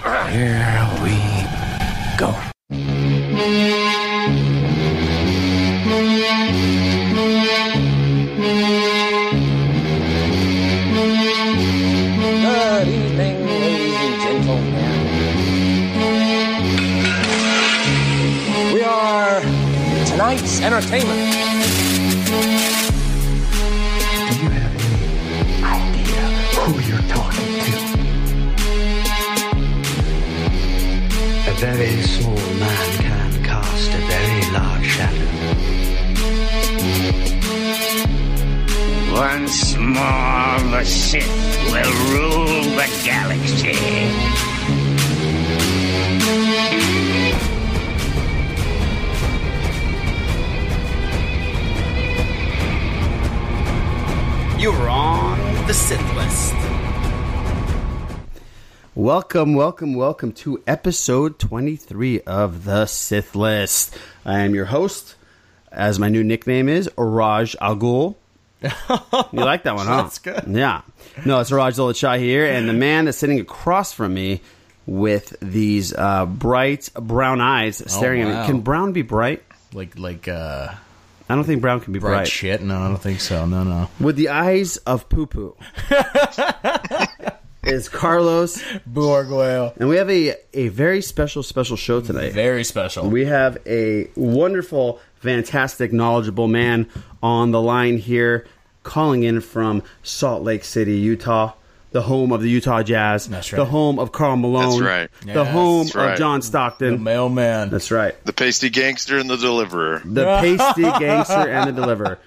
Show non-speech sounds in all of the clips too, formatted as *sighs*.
Here we go. Good evening, ladies and gentlemen. We are tonight's entertainment. Do you have any idea who you're talking to? A very small man can cast a very large shadow. Once more, the Sith will rule the *laughs* galaxy. You're on the Sith List. Welcome, welcome, welcome to episode 23 of the Sith List. I am your host, as my new nickname is, Raj Al *laughs* Ghul. You like that one, huh? That's good. Yeah. No, it's Raj Zolachai here, and the man is sitting across from me with these uh, bright brown eyes staring at Oh, wow. me. Can brown be bright? Like like uh I don't think brown can be bright bright. shit. No, I don't think so. No, no. With the eyes of poo *laughs* poo is Carlos, Borgoyle. and we have a, a very special, special show tonight. Very special. We have a wonderful, fantastic, knowledgeable man on the line here, calling in from Salt Lake City, Utah, the home of the Utah Jazz, That's the right. home of Carl Malone, That's right. the Yes. home That's right. of John Stockton. mailman. That's right. The pasty gangster and the deliverer. The *laughs* pasty gangster and the deliverer.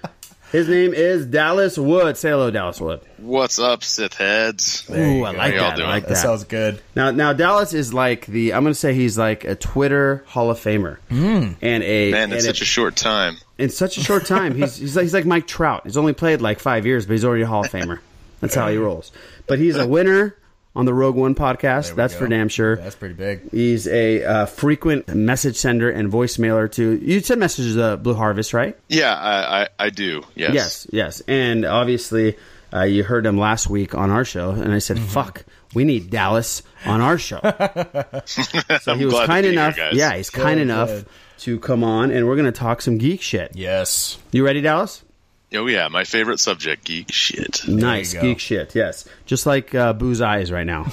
His name is Dallas Wood. Say hello, Dallas Wood. What's up, Sith heads? Ooh, I like How y'all that. I doing? like that that. sounds good. Now, now Dallas is like the I'm going to say he's like a Twitter Hall of Famer Hmm. and a Man, and it's such a short time. in such a short time. He's he's like, he's like Mike Trout. He's only played like five years, but he's already a Hall of Famer. That's how he rolls. But he's a winner on the Rogue One podcast. That's go. for damn sure. That's pretty big. He's a uh, frequent message sender and voicemailer to you. Send messages to Blue Harvest, right? Yeah, I, I, I do. Yes. Yes, yes. And obviously, uh, you heard him last week on our show, and I Mm-hmm. said, "Fuck, we need Dallas on our show." *laughs* so he I'm glad was to kind be here, enough. guys. yeah, he's kind Good, enough good. to come on, and we're going to talk some geek shit. Yes. You ready, Dallas? Oh yeah, my favorite subject, geek shit. Nice go. geek shit. Yes, just like uh, Boo's eyes right *laughs* now.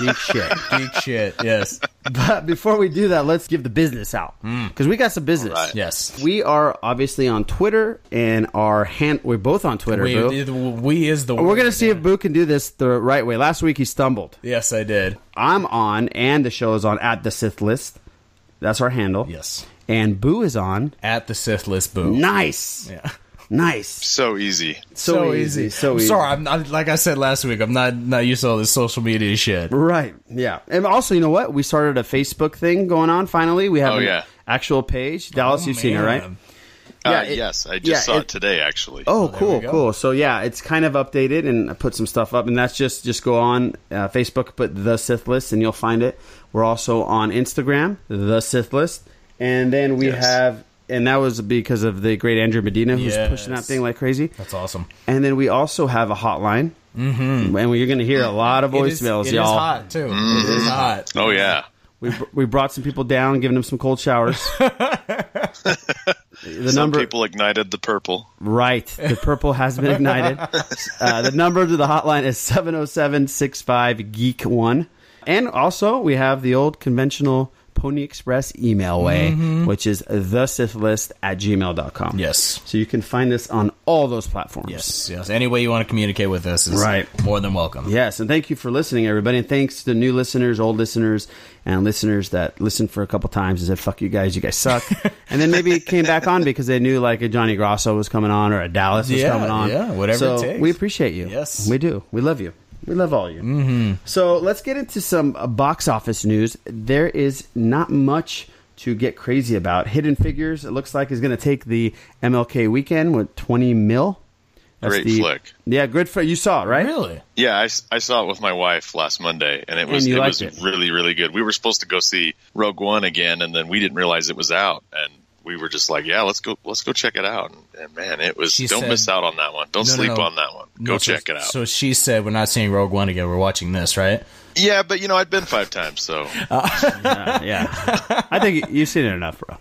geek shit. Geek shit. Yes. *laughs* But before we do that, let's give the business out because we got some business. All right. Hmm. Yes. We are obviously on Twitter and our hand. We're both on Twitter. We, Boo. we is the We're gonna see if Boo can do this the right way. Last week he stumbled. Yes, I did. I'm on, and the show is on at the Sith List. That's our handle. Yes. And Boo is on. At the Sith List booth. Nice. Yeah. Nice. So easy. So, easy. So I'm easy. Sorry, I'm, I'm like I said last week. I'm not not used to all this social media shit. Right. Yeah. And also, you know what? We started a Facebook thing going on finally. We have Oh, an yeah. actual page. Dallas, you've seen it, right? Oh, Man. Yeah, uh, it- yes, I just yeah, saw it, it- today actually. Oh, cool, we go. cool. So yeah, it's kind of updated, and I put some stuff up, and that's just just go on uh, Facebook, put the Sith List, and you'll find it. We're also on Instagram, the Sith List, and then we Yes. have, and that was because of the great Andrew Medina who's pushing that Yes. thing like crazy. That's awesome. And then we also have a hotline, mm-hmm. and you're going to hear a lot of voicemails, it is, y'all. hot too. It is hot. Oh yeah. We br- we brought some people down, giving them some cold *laughs* showers. the Some number people ignited the purple. Right. *laughs* The purple has been ignited. Uh, the number to the hotline is 707 65 Geek 1. And also, we have the old conventional Pony Express email way, which is the Sith List at gmail.com. Mm-hmm. Yes. So you can find this on all those platforms. Yes, yes. Any way you want to communicate with us is Right. more than welcome. Yes, and thank you for listening, everybody. And thanks to new listeners, old listeners, and listeners that listened for a couple times and said, fuck you guys, you guys *laughs* suck. and then maybe came back on because they knew like a Johnny Grosso was coming on or a Dallas was Yeah, coming on. yeah, whatever So it takes. we appreciate you. Yes. We do. We love you. We love all you. Mm-hmm. So let's get into some uh, box office news. There is not much to get crazy about. Hidden Figures, it looks like, is going to take the MLK weekend with 20 mil. That's Great the- flick. Yeah, good for you saw it, right? Really? Yeah, I, s- I saw it with my wife last Monday, and it was you it liked was it. really really good. We were supposed to go see Rogue One again, and then we didn't realize it was out, and we were just like, yeah, let's go, let's go check it out. And, and man, it was. She don't said- miss out on that one. Don't No, no, sleep no. on that one. No, go so- check it out. So she said, "We're not seeing Rogue One again. We're watching this, right?" yeah, but you know, I'd been five times, *laughs* so Uh, yeah, I think you've seen it enough, bro.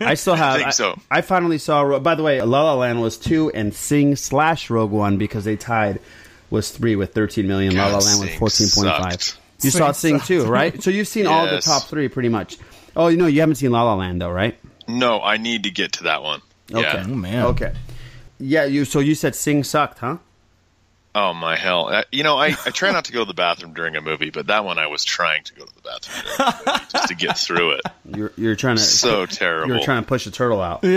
I still have. think so. I finally saw. Ro- By the way, La La Land was two, and Sing slash Rogue One because they tied was three with thirteen million. La La God, Land was Sing fourteen point five. sucked. You saw Sing too, right? So you've seen all the Yes. top three pretty much. Oh, you know you haven't seen La La Land though, right? no, I need to get to that one. Oh Yeah. man. Okay. Yeah, you. So you said Sing sucked, huh? Oh my hell! Uh, You know, I, I try not to go to the bathroom during a movie, but that one I was trying to go to the bathroom during a movie just to get through it. *laughs* You're you're trying to So terrible. you're trying to push a turtle out. *laughs*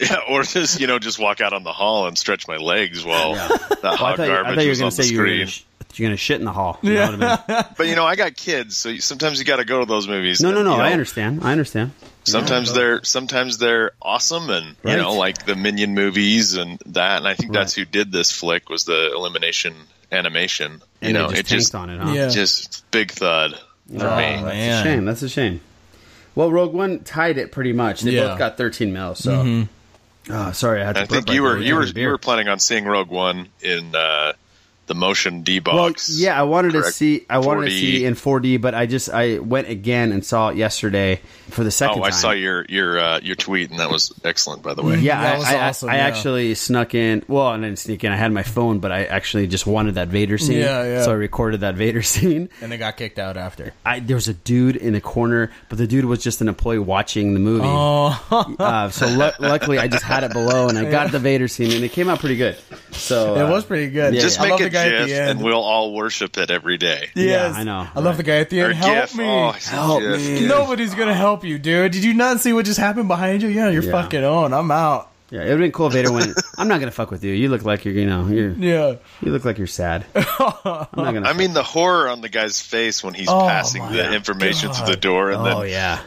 Yeah, or just you know just walk out on the hall and stretch my legs while that Well, I hot thought, you- I garbage thought you were was going on to the say you were going screen. to sh- you're going to shit in the hall. You know what *laughs* I mean? *laughs* But you know, I got kids, so you- sometimes you got to go to those movies. No, and, no, no. you know, I understand. I understand. Sometimes they're sometimes they're awesome, and Right. you know, like the Minion movies and that. And I think that's Right. who did this flick was the Elimination Animation. you And they know, just it just tanked on it, huh? Yeah. just big thud for me. Oh, That's a man. shame. That's a shame. Well, Rogue One tied it pretty much. They Yeah. Mm-hmm. both got 13 mil. So, Ah, sorry, I had to. I burp think right you were there. you were Yeah. you were planning on seeing Rogue One in uh, the motion D Well, box. yeah, I wanted to correct? see. I wanted to 4D. see in 4D, but I just I went again and saw it yesterday for the second Oh, time. I saw your your uh, your tweet, and that was excellent, by the way. Yeah, That I, was I, awesome, I yeah. actually snuck in. Well, I didn't sneak in. I had my phone, but I actually just wanted that Vader scene. Yeah, yeah. So I recorded that Vader *laughs* scene. *laughs* And they got kicked out after. I, there was a dude in the corner, but the dude was just an employee watching the movie. Oh, Uh, so lu luckily, I just had it below, and I got the Vader scene, and it came out pretty good. So it uh, was pretty good. yeah, Just yeah. I make love a the guy at GIF, the end. and we'll all worship it every day. *laughs* yes, Yeah, I know, I love the guy at the Or end. Help GIF. me. Oh, it's a Help GIF. me. Yeah. Nobody's gonna help you, dude. Did you not see what just happened behind you? Yeah, you're Yeah. fucking on. I'm out. Yeah, it would have been cool if *laughs* Vader went. I'm not gonna fuck with you. You look like you're, you know, you're, *laughs* Yeah. you look like you're sad. I'm not *laughs* gonna. I mean, the horror on the guy's face when he's Oh, passing my the information through the door, and oh then yeah,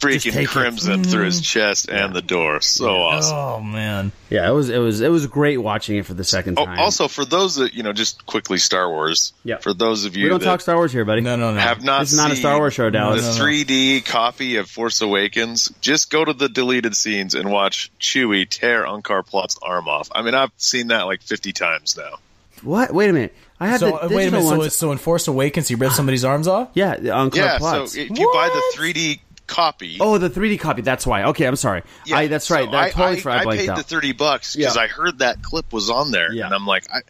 just take freaking it. Mm-hmm. crimson through his chest and the door. So awesome. Oh man. yeah. It was, it was, it was great watching it for the second Oh, time. also, for those that you know, just quickly Star Wars. Yeah. For those of you we don't that talk Star Wars here, buddy. No, no, no. have not, This is not a seen Star Wars show, Dallas. The No, no, no. 3D copy of Force Awakens. Just go to the deleted scenes and watch Chewie tear Unkar Plot's arm off. I mean, I've seen that like 50 times now. What? Wait a minute. I had so the uh, wait a minute. digital So, ones. it's- so in Force Awakens, *sighs* he ripped somebody's arms off. yeah, the Uncle yeah, Plots. so if you buy the 3D copy, oh, the 3D copy. That's why. Okay, I'm sorry. yeah, I, that's right. so Oh, that, I, totally I- forgot. I I blanked paid out. the 30 bucks because Yeah. I heard that clip was on there, Yeah. and I'm like, I,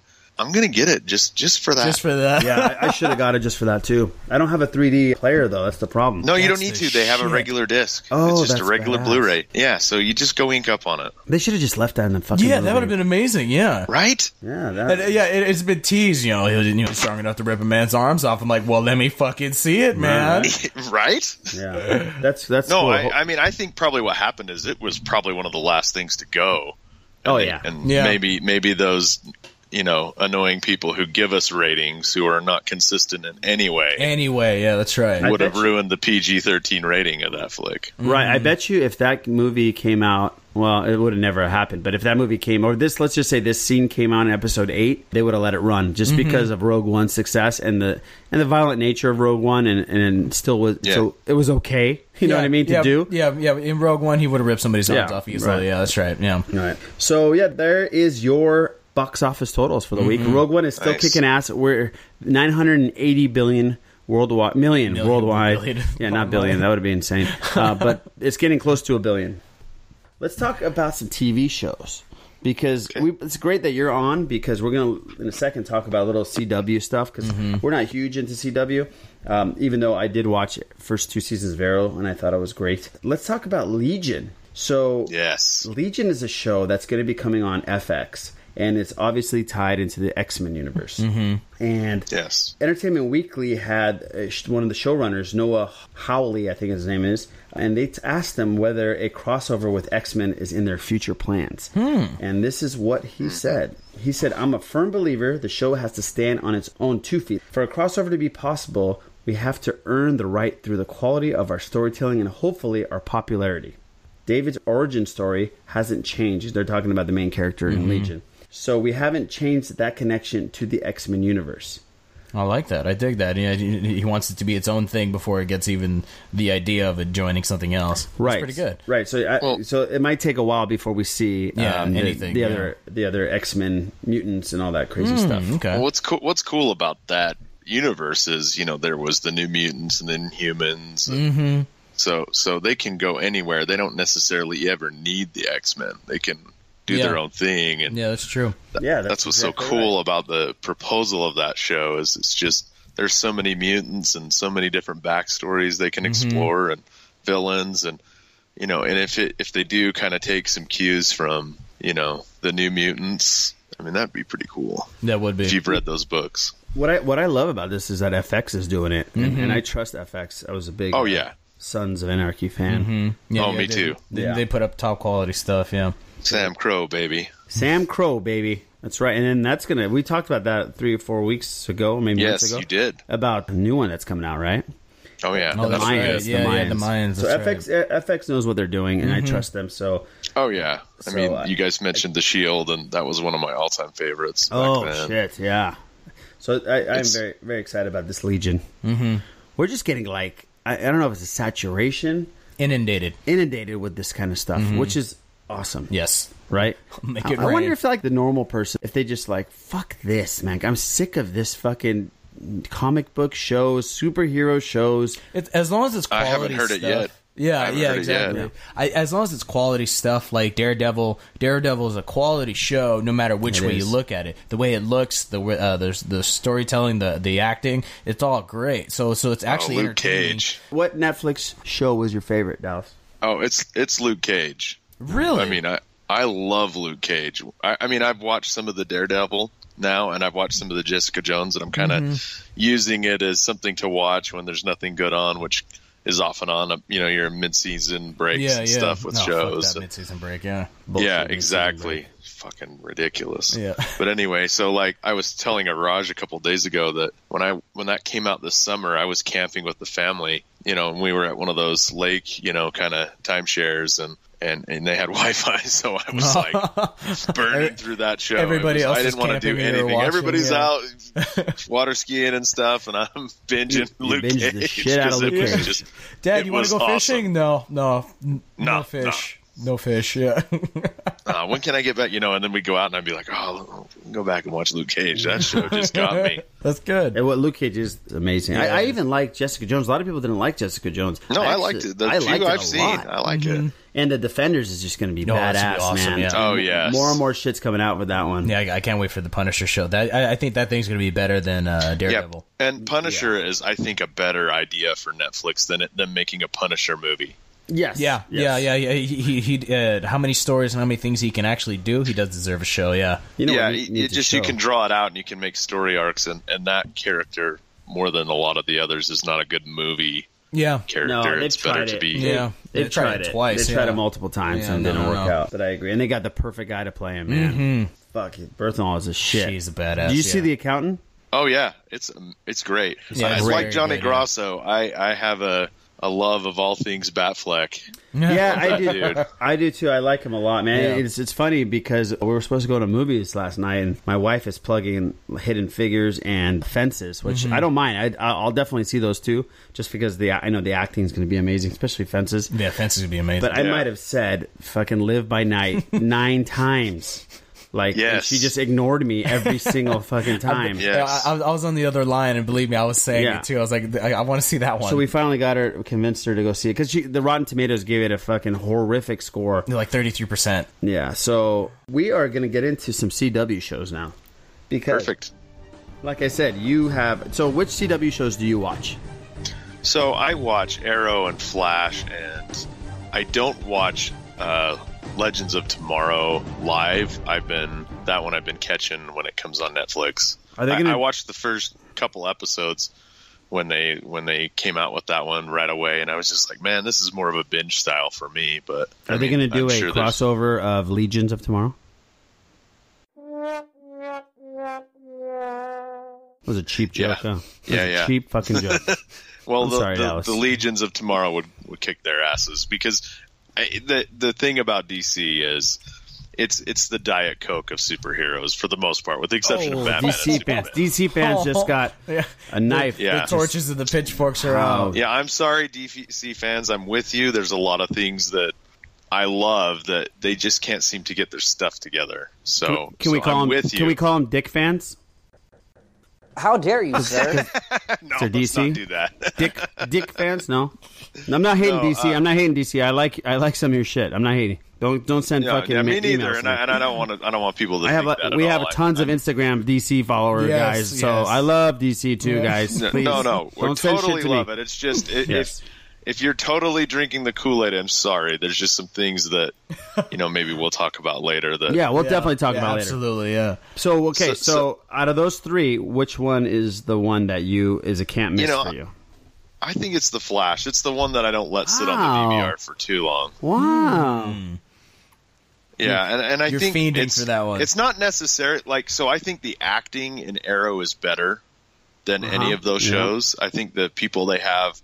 I'm gonna get it just just for that. Just for that. yeah, *laughs* I, I should have got it just for that too. I don't have a 3D player though. That's the problem. no, you That's don't need the to. They have a shit. regular disc. Oh, it's just that's a regular badass. Blu-ray. Yeah, so you just go ink up on it, They should have just left that in the fucking. Yeah, that movie. would have been amazing. Yeah. right? Yeah, And, uh, that, yeah, it, it's been teased. You know, he was, you know, strong enough to rip a man's arms off. I'm like, well, let me fucking see it, man. *laughs* right? *laughs* yeah. That's that's No, cool. I, I mean, I think probably what happened is it was probably one of the last things to go. oh yeah, and Yeah. maybe maybe those you know annoying people who give us ratings who are not consistent in any way Anyway, yeah, that's right. would bet have you- ruined the PG-13 rating of that flick. right. Mm. I bet you if that movie came out, well, it would have never happened. But if that movie came, or this, let's just say this scene came out in episode eight, they would have let it run just Mm-hmm. because of Rogue One's success and the and the violent nature of Rogue One, and and still was Yeah. so it was okay. *laughs* You know what I mean to yeah, do. Yeah, yeah. In Rogue One, he would have ripped somebody's arms Yeah, off easily. right. Yeah, that's right. Yeah. All right. So yeah, there is your box office totals for the Mm-hmm. week. Rogue One is still Nice. kicking ass. We're 980 billion worldwide, million, Million, worldwide. billion. Yeah, not billion. That would be *laughs* insane. Uh, but it's getting close to a billion. Let's talk about some TV shows because we, it's great that you're on because we're gonna in a second talk about a little CW stuff because we're not huge into CW. Um, even though I did watch first two seasons of Arrow and I thought it was great. Let's talk about Legion. So Yes. Legion is a show that's going to be coming on FX, and it's obviously tied into the X Men universe. Mm-hmm. And Yes. Entertainment Weekly had uh, sh- one of the showrunners, Noah Howley, I think his name is, and they t- asked him whether a crossover with X Men is in their future plans. And this is what he said. He said, I'm a firm believer the show has to stand on its own two feet. For a crossover to be possible, we have to earn the right through the quality of our storytelling and hopefully our popularity. David's origin story hasn't changed. They're talking about the main character in Legion. So we haven't changed that connection to the X Men universe. I like that. I dig that. Yeah, he he wants it to be its own thing before it gets even the idea of it joining something else. Right. That's pretty good. Right. So, I, Well- so it might take a while before we see Yeah, um, the- anything, the, yeah. Hmm, other the other X Men mutants and all that crazy stuff. Okay. Well, what's cool? What's cool about that universe is you know there was the New Mutants and then humans. Mm-hmm. So so they can go anywhere. They don't necessarily ever need the X Men. They can do Yeah. their own thing, and yeah, that's true. yeah, that's, what's so exactly cool right. about the proposal of that show is it's just there's so many mutants and so many different backstories they can Mm-hmm. explore and villains and you know and if it if they do kind of take some cues from you know the New Mutants. I mean that'd be pretty cool That would if be. you've read those books. What I what I love about this is that FX is doing it, and, Mm-hmm. and I trust FX. I was a big Oh uh, yeah, Sons of Anarchy fan. Mm-hmm. Yeah, Oh, yeah, me they- too. They, Yeah. they put up top quality stuff. Yeah. Sam Crow, baby. Sam Crow, baby. That's right. And then that's gonna. We talked about that three or four weeks ago, maybe months Yes, ago. you did. About a new one that's coming out, right? Oh yeah. Oh, that's Mayans, right. the Yeah, yeah, the Mayans. Mayans. So that's right. Mm-hmm. FX FX knows what they're doing, and I trust them. So oh yeah. I So, mean, uh, you guys mentioned the Shield, and that was one of my all-time favorites. back Oh then. shit! Yeah. So I, I'm It's- very very excited about this Legion. Mm-hmm. We're just getting like I, I don't know if it's a saturation Inundated. Mm-hmm. inundated with this kind of stuff, which is awesome. Yes. Right. *laughs* Make I, it I wonder rain. if like the normal person, if they just like fuck this, man. I'm sick of this fucking comic book shows, superhero shows. It, as long as it's I quality haven't heard it stuff, yet. I Yeah, haven't yeah, heard it yet. exactly. I, as long as it's quality stuff like Daredevil, Daredevil is a quality show no matter which It way is. you look at it. The way it looks, the way- uh, there's the storytelling, the the acting, it's all great. So so it's Oh, actually Luke entertaining. Cage. What Netflix show was your favorite, Dallas? Oh, it's it's Luke Cage. Really? I mean, I I love Luke Cage. I, I mean, I've watched some of the Daredevil now, and I've watched some of the Jessica Jones, and I'm kind of Mm-hmm. using it as something to watch when there's nothing good on, which is off and on. You know, your mid-season breaks yeah, yeah. and stuff with No, fuck shows. that mid-season break, yeah. yeah, exactly. Fucking ridiculous. Yeah. But anyway, so like I was telling Araj a couple days ago that when I when that came out this summer, I was camping with the family, you know, and we were at one of those lake, you know, kind of timeshares and and and they had *laughs* Wi-Fi, so I was like *laughs* burning through that show. It Everybody was- else I is didn't want to do camping and you were anything. watching, Everybody's yeah. *laughs* out water skiing and stuff, and I'm binging You- you Luke binged Cage. the shit out of 'cause it Luke was Cage. just- Dad, it you want was to go awesome. fishing? No, no, n- No, no fish, no fish. Yeah, *laughs* uh, when can I get back? You know, and then we go out and I'd be like, oh, go back and watch Luke Cage. That show just got me. that's good. And what Luke Cage is amazing. Yeah. I, I even like Jessica Jones. A lot of people didn't like Jessica Jones. No, I, actually- liked it. The I few liked it I've a seen, lot. I like it. And the Defenders is just going to be No, it's gonna badass, be awesome, man. yeah. Oh, yes. More and more shit's coming out with that one. Yeah, I, I can't wait for the Punisher show. That I, I think that thing's gonna be better than uh, Daredevil. Yeah, and Punisher is, I think, a better idea for Netflix than it, than making a Punisher movie. Yes. Yeah, Yes. yeah, yeah, yeah. He, he, he uh, how many stories and how many things he can actually do? He does deserve a show. Yeah, You know, yeah, what ne- it, it needs a just show? you can draw it out and you can make story arcs, and, and that character more than a lot of the others is not a good movie yeah, character. they've it's better tried to it. be. yeah. They've tried, it twice. They yeah. tried it multiple times Yeah, and it no, didn't no, work no. Mm-hmm. out. But I agree. And they got the perfect guy to play him, man. Fuck, Berthenol is a shit. She's a badass. Do you see yeah. the accountant? Oh yeah, it's um, it's great. Yeah, it's it's like very Johnny good, yeah. Grosso. I I have a a love of all things Batfleck. Yeah, I do. *laughs* Dude. I do too. I like him a lot, man. Yeah. It's it's funny because we were supposed to go to movies last night, and my wife is plugging Hidden Figures and Fences, which Mm-hmm. I don't mind. I, I'll definitely see those two, just because the I know the acting is going to be amazing, especially Fences. Yeah, fences would be amazing. But I Yeah. might have said "fucking live by *laughs* night" nine times. Like and Yes. she just ignored me every single *laughs* *laughs* fucking time. Yeah. Yeah, I, I was on the other line, and believe me, I was saying Yeah. it too. I was like, I, I want to see that one. So we finally got her, convinced her to go see it because the Rotten Tomatoes gave it a fucking horrific score. They're like thirty three percent. Yeah, so we are going to get into some CW shows now. Because, Perfect. like I said, you have. So, which CW shows do you watch? So I watch Arrow and Flash, and I don't watch uh, Legends of Tomorrow live. I've been that one I've been catching when it comes on Netflix. Are they I- gonna- I, watched the first couple episodes when they when they came out with that one right away, and I was just like, man, this is more of a binge style for me. But Are they going to do a a crossover of Legions of Tomorrow? It was a cheap Yeah. joke, huh? It was Yeah, a yeah. Cheap fucking joke. *laughs* Well, I'm the, sorry, the, Dallas. the legions of tomorrow would, would kick their asses because I, the the thing about DC is it's it's the diet coke of superheroes for the most part, with the exception Oh, of Batman. and DC Superman. fans. DC fans *laughs* just got Yeah. a knife. Yeah. The torches and the pitchforks are Oh. out. Yeah, I'm sorry, DC fans. I'm with you. There's a lot of things that I love that they just can't seem to get their stuff together. So Can we so call I'm them? with you? Can we call them dick fans? How dare you, sir? *laughs* no, Sir let's DC? not do that. *laughs* Dick dick fans? No, No, I'm not hating No, uh, DC. I'm not hating DC. I like I like some of your shit. I'm not hating. Don't don't send No, fucking yeah, ma- me neither, emails. and I, and I don't want to. I don't want people to. I have think that a, at we all. have I- tons of Instagram DC follower Yes, guys, so yes. I love DC too, Yes. guys. No, Please, no, no. We don't send totally shit to love me. it. It's just i Yes. if if you're totally drinking the Kool Aid, I'm sorry. There's just some things that you know maybe we'll talk about later. That Yeah, we'll Yeah. definitely talk Yeah, about it later. absolutely, yeah. So okay, so, So- so- out of those three, which one is the one that you is a can't miss know, for you? I think it's the Flash. It's the one that I don't let sit Wow. on the DVR for too long. Wow. Yeah, and, and I You're think fiending it's, for that one. It's not necessary. Like, so I think the acting in Arrow is better than Uh-huh. any of those yeah. shows. I think the people they have,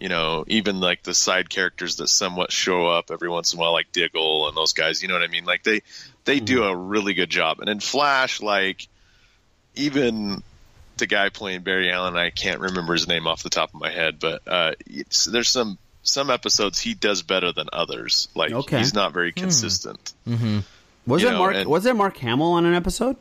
you know, even like the side characters that somewhat show up every once in a while, like Diggle and those guys. You know what I mean? Like they they Mm-hmm. do a really good job. And in Flash, like even the guy playing Barry Allen, I can't remember his name off the top of my head, but uh, it's, there's some some episodes he does better than others. Like Okay. he's not Hmm. very consistent. Mm-hmm. Was You it know, Mark? and- was it Mark Hamill on an episode?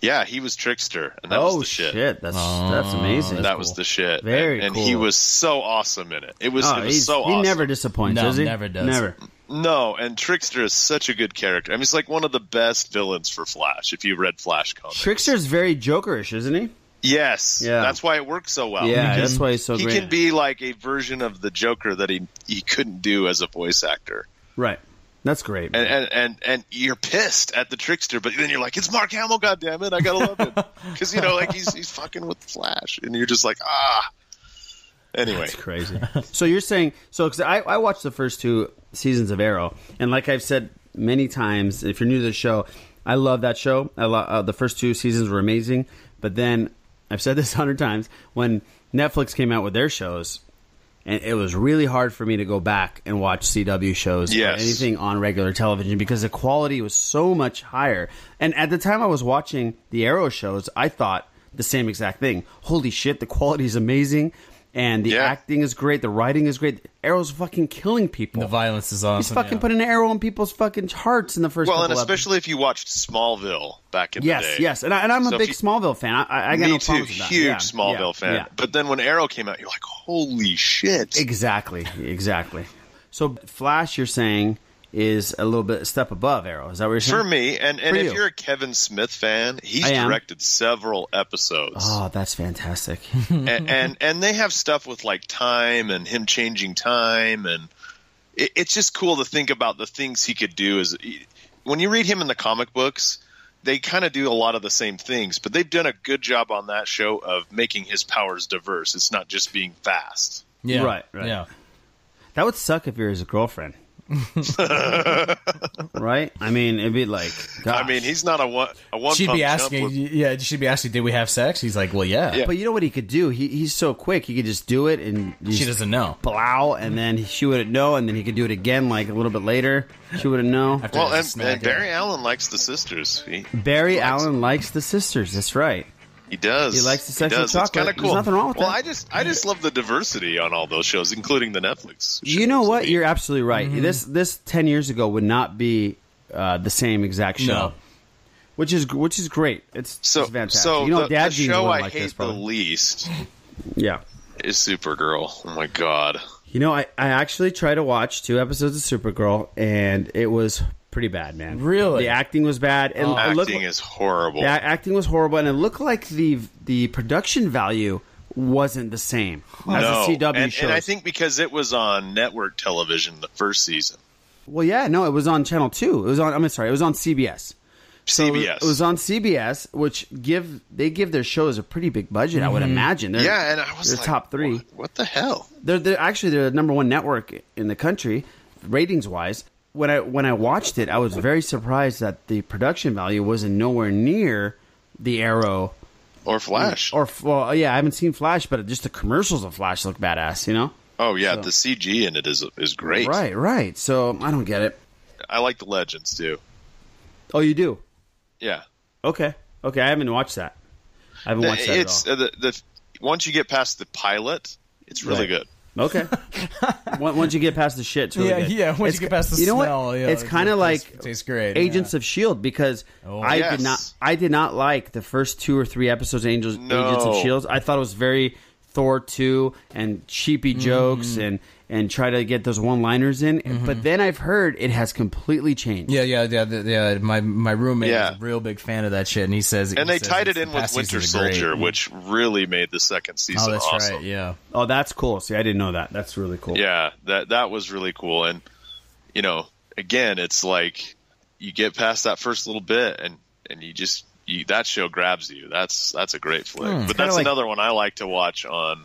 Yeah, he was trickster, and that was oh the shit. That's Oh, that's amazing. That was the shit. Very and, and cool. he was so awesome in it. It was, it Oh, he's- was so he awesome. never disappoints, No, does he? never does. Never. no, and Trickster is such a good character. I mean, it's like one of the best villains for Flash. If you read Flash comics, Trickster's very jokerish, isn't he? yes, Yeah. that's why it works so well. yeah, Because that's why he's so he great. can be like a version of the Joker that he he couldn't do as a voice actor. right. That's great. And and and, and you're pissed at the Trickster, but then you're like, it's Mark Hamill. God damn it, I gotta love *laughs* him because you know, like he's he's fucking with Flash, and you're just like, ah. Anyway, It's crazy. so you're saying so? Because I, I watched the first two seasons of Arrow, and like I've said many times, if you're new to the show, I love that show. I lo- uh, the first two seasons were amazing, but then I've said *laughs* this a hundred times when Netflix came out with their shows. And it was really hard for me to go back and watch CW shows Yes. or anything on regular television because the quality was so much higher. And at the time I was watching the Arrow shows, I thought the same exact thing. Holy shit, the quality is amazing, and the Yeah. acting is great, the writing is great. Arrow's fucking killing people. The violence is awesome. He's fucking yeah. putting an arrow in people's fucking hearts in the first. Well, and couple episodes. especially if you watched Smallville back in the Yes, day. yes, and, I, and I'm a So if big you- Smallville fan. I, I, I got Me no too, problems with that. huge Yeah, Smallville yeah, fan. yeah. But then when Arrow came out, you're like, "Oh, holy shit! Exactly, exactly. So Flash, you're saying is a little bit a step above Arrow. Is that what you're saying? For me, and, For and if you. you. are a Kevin Smith fan, he's I am. directed several episodes, Oh, that's *laughs* fantastic. Mm-hmm, and, and and they have stuff with like time and him changing time, and it, it's just cool to think about the things he could do. Is when you read him in the comic books, they kind of do a lot of the same things, but they've done a good job on that show of making his powers diverse. It's not just being fast. Yeah. Right, right. Yeah. That would suck if you're his *laughs* girlfriend. right? I mean, it'd be like. I mean, he's not a one. A one She'd pump be chump asking. with- Yeah, she'd be asking, "Did we have sex?" He's like, "Well, yeah." Yeah. But you know what he could do? He, he's so quick. He could just do it and just She doesn't know. blow, and then she wouldn't know, and then he could do it again, like a little bit later. She wouldn't know. After well, the and, smack, and Barry yeah. Allen likes the sisters. He, Barry likes- Allen likes the sisters. That's right. he does. he likes the sexual does. It's chocolate. kind of There's cool. nothing wrong with well, that. I just, I just love the diversity on all those shows, including the Netflix. You know what? You're absolutely right. Mm-hmm. This this ten years ago would not be uh, the same exact show, No. which is which is great. It's, so it's fantastic. so. you know, the, dad the jeans show wouldn't I like hate this, the probably. least yeah. is Supergirl. Oh my god. You know, I, I actually tried to watch two episodes of Supergirl, and it was pretty bad, man. Really? the acting was bad, and it Oh, looked, Acting is horrible. the a- acting was horrible, and it looked like the the production value wasn't the same as no. the CW and, show. and I think because it was on network television the first season. well, yeah, no, it was on Channel Two. It was on. I'm sorry, it was on CBS. So it was- CBS. It was on CBS, which give they give their shows a pretty big budget. I would imagine. They're, yeah, and I was they're like, top three. What, what the hell? They're, they're actually they're the number one network in the country, ratings wise. When I when I watched it, I was very surprised that the production value wasn't nowhere near the Arrow Or Flash? or well, yeah, I haven't seen Flash, but just the commercials of Flash look badass, you know. oh yeah, the CG in it is is great. Right, right. So I don't get it. I like the legends too. Oh, you do? Yeah, Okay. Okay. I haven't watched that. I haven't watched that it's at uh, the, the once you get past the pilot, it's really good. Right. all. *laughs* Okay. Once once you get past the shit, it's really Yeah, good. yeah, It's once you get past the you know smell, what? yeah, it's it kind of tastes- like tastes great, Oh, Agents of Shield E because I yes. did not, I did not like the first two or three episodes of Angels, No. Agents of Shield. I thought it was very Thor two and Mm-hmm. cheapy jokes and and try to get those one liners in. But then I've heard it has completely changed. Mm-hmm. Yeah, yeah, yeah, the- yeah. My my roommate Yeah. is a real big fan of that shit, and he says, And he they says tied it it's in the with past Winter season of great. Soldier, which really made the second Oh, season that's awesome. right. Yeah, Oh, that's cool. See, I didn't know that. That's really cool. yeah that that was really cool and you know again it's like you get past that first little bit and and you just you, that show grabs you that's that's a great flick Hmm. but that's like- another one i like to watch on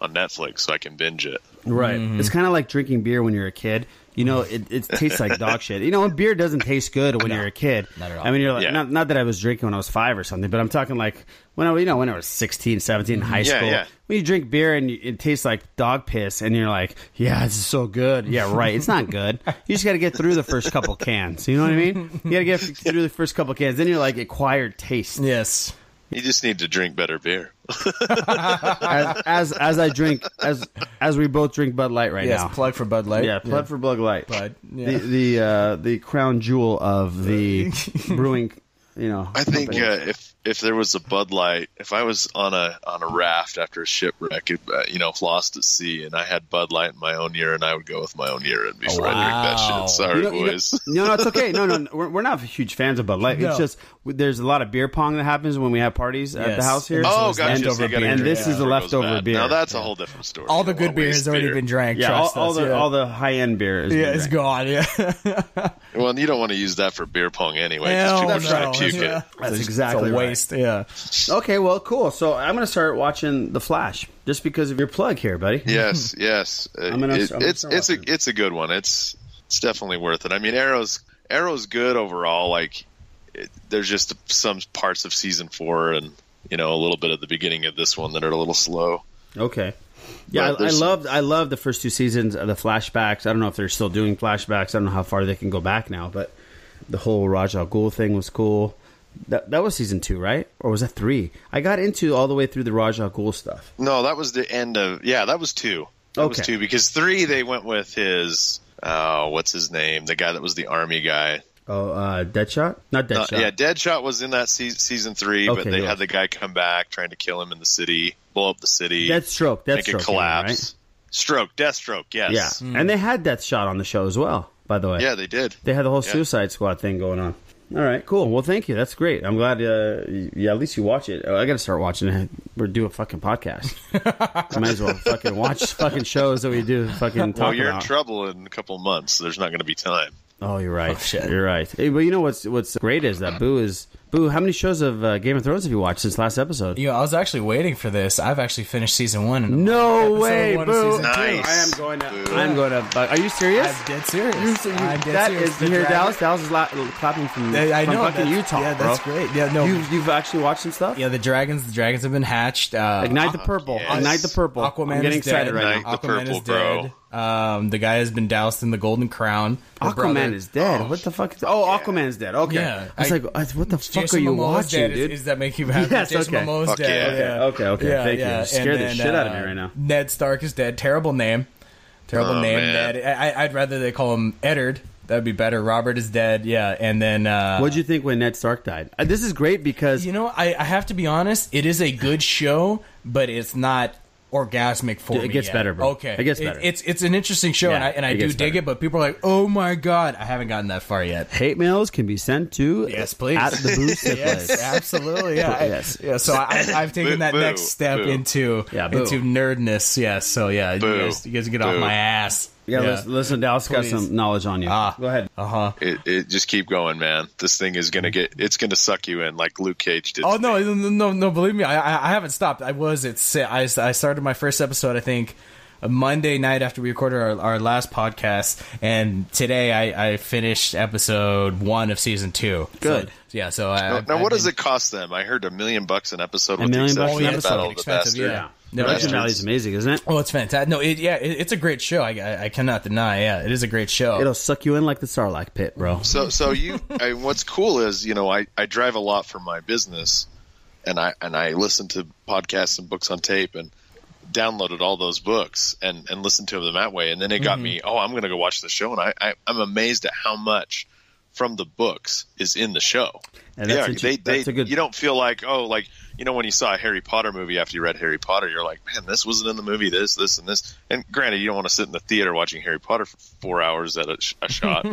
on netflix so i can binge it Right. Mm-hmm. It's kind of like drinking beer when you're a kid. You know, it, it tastes like dog shit. You know, and beer doesn't taste good when you're a kid. not at all. I mean, you're like, Yeah. not, not that I was drinking when I was five or something, but I'm talking like when I, you know, when I was 16, 17 in high Mm-hmm. Yeah, school. yeah. When you drink beer and you, it tastes like dog piss, and you're like, yeah, this is so good. Yeah, right. It's not good. You just got to get through the first couple cans. You know what I mean? You got to get through the first couple cans. Then you're like, acquired taste. yes. you just need to drink better beer As, as as I drink, as as we both drink Bud Light right Yes, now. plug for Bud Light. yeah, plug for Bud Light. Bud. the Yeah. the uh, the crown jewel of *laughs* the brewing. You know, i think company. uh, if if there was a bud light if i was on a on a raft after a shipwreck if, uh, you know lost at sea and i had bud light in my own urine i would go with my own urine before i drink Wow. that shit sorry Oh, You know- you know- boys no, no, it's okay. No, no, no, we're, we're not huge fans of Bud Light. It's No. just there's a lot of beer pong that happens when we have parties at the Yes. house here. And Oh, so gotcha. it's so leftover you gotta beer. And drink this before is a it goes leftover bad. beer. Now that's a whole different story. all the You good won't beer waste has already beer. been drank. yeah, all, trust all us, the yeah. all the high end beer is yeah, being it's drank. gone. Yeah, Well, and you don't want to use that for beer pong anyway. 'cause Hell people are trying no. to puke yeah. it. That's It's a- exactly it's a right. waste. Yeah, Okay, well, cool. So I'm gonna start watching The Flash just because of your plug here, buddy. Yes, yes. Uh, I'm gonna- it- I'm gonna it's start it's a watching it's a good one. It's it's definitely worth it. I mean, Arrow's Arrow's good overall. Like, it, there's just some parts of season four and you know a little bit of the beginning of this one that are a little slow. *laughs* Okay. But Yeah, I, I there's- loved I loved the first two seasons of the flashbacks. I don't know if they're still doing flashbacks. I don't know how far they can go back now, but the whole Raj Al Ghul thing was cool. That that was season two, right? Or was that three? I got into all the way through the Raj Al Ghul stuff. No, that was the end of yeah. That was two. That was Okay. two because three they went with his uh, what's his name? The guy that was the army guy. Oh, uh, Deadshot, not Uh, Deadshot. yeah, Deadshot was in that se- season three, Okay, but they yeah. had the guy come back trying to kill him in the city, blow up the city, Deathstroke. make it Deathstroke. collapse. Stroke, Deathstroke, yes. Yeah, right? yeah. and they had Deathshot on the show as well. By the way, Yeah, they did. They had the whole Yeah. *laughs* Suicide Squad thing going on. All right, cool. Well, thank you. That's great. I'm glad. Uh, y- yeah, at least you watch it. Oh, I got to start watching it. We're doing a fucking *laughs* podcast. Might as well fucking watch fucking shows that we do. Fucking talk Well, you're about. in trouble in a couple months. So there's not going to be time. oh, you're right. You're right. Hey, but you know what's what's great is that Boo is Boo. How many shows of uh, Game of Thrones have you watched since *laughs* last episode? you know, I was actually waiting for this. I've actually finished season one. and- no Episode way, one of Boo. season two. Nice. I am going to. I'm going to. But are you serious? I'm dead serious. I'm dead That serious. is- The you hear dragon- Dallas? Dallas is la- clapping from, I, I from know fucking that's- Utah. Yeah, that's bro. great. Yeah, no, You, you've actually watched some stuff? yeah. The dragons, the dragons have been hatched. Uh, Ignite the purple. yes. Ignite the purple. Aquaman I'm getting is excited dead. right Ignite now. the Aquaman is purple, bro. dead. Um, the guy has been doused in the golden crown. Her Aquaman brother- is dead. what the fuck? Is, oh, Aquaman's dead. Okay. Yeah, I was I- like, I- what the fuck Jason are you Momoa's watching, dead. Is- dude? Is, that make you happy? Yes, Jason okay. Momoa's Fuck dead. yeah. Okay, okay, thank you. You scared the And uh, shit out of me right now. Ned Stark is dead. Terrible name. Terrible Oh, name. man. Ned. I, I- I'd rather they call him Eddard. That'd be better. Robert is dead. Yeah, and then uh, What'd you think when Ned Stark died? Uh, this is great because You know, I, I have to be honest. It is a good show, but it's not orgasmic for It me. gets yet. better, bro. Okay, It gets better. it's it's an interesting show, and Yeah, I and I it do gets dig better. it. But people are like, "Oh my god, I haven't gotten that far yet." hate mails can be sent to *laughs* Yes, please. at the booth. place. absolutely. Yeah, I- Yes. yeah. So I, I- I've taken Boo, that boo, next step boo. into Yeah, boo. into nerdness. Yeah. So yeah, Boo, you guys, you guys get off boo. my ass. Yeah, Listen, listen, Dallas got Please. some knowledge on you. Ah. Go ahead. Uh huh. It, it just keep going, man. This thing is going to get. It's going to suck you in like Luke Cage did. Oh no, no, no, no! Believe me, I, I, I haven't stopped. I was at si- I, I started my first episode. I think a Monday night after we recorded our, our last podcast, and today I, I finished episode one of season two. Good. So, yeah. So I, Now, now I, what does it cost them? I heard a million bucks an episode. A with million the bucks exception an of episode. Battle of the Expensive, Bastards. yeah. No, Production yeah. value is amazing, isn't it? Oh, it's fantastic. No, it, yeah, it, it's a great show. I, I, I cannot deny. Yeah, it is a great show. It'll suck you in like the Sarlacc pit, bro. So, so you, I, what's cool is, you know, I, I drive a lot for my business and I, and I listen to podcasts and books on tape and downloaded all those books and, and listened to them that way. And then it Mm-hmm. got me, oh, I'm going to go watch the show. And I, I, I'm amazed at how much from the books is in the show. And that's yeah, a- they, they, that's a good- you don't feel like, oh, like, you know, when you saw a Harry Potter movie after you read Harry Potter, you're like, man, this wasn't in the movie, this, this, and this. And granted, you don't want to sit in the theater watching Harry Potter for four hours at a, sh- a *laughs* shot.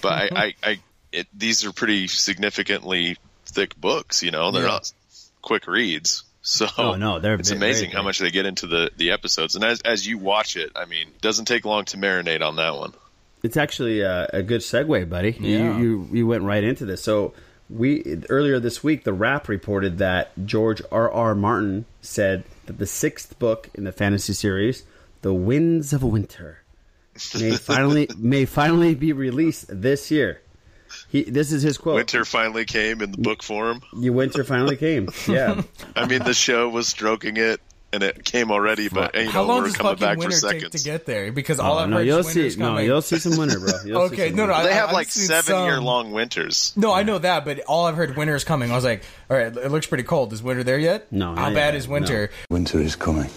but I, I, I it, these are pretty significantly thick books, you know, they're not quick reads. So Oh, no, they're it's ve- amazing very how big. much they get into the, the episodes. And as, as you watch it, I mean, doesn't take long to marinate on that one. It's actually uh, a good segue, buddy. Yeah. You, you you went right into this. So we earlier this week, the Wrap reported that George R. R. Martin said that the sixth book in the fantasy series, "The Winds of Winter," *laughs* may finally may finally be released this year. He, this is his quote. Winter finally came in the book form. You winter finally came. Yeah. I mean, the show was stroking it, and it came already, but *laughs* you know, How long we're does coming fucking back for winter take to seconds. get there? Because all I've Oh, no, heard you'll is see. winter's No, coming. you'll see some winter, bro. *laughs* You'll see okay, some no, winter. no, I, They I- have I've like seen seven some- year long winters. No, I know that, but all I've heard winter is coming. I was like, all right, it looks pretty cold. Is winter there yet? No, How not bad yet. is winter? Winter is coming.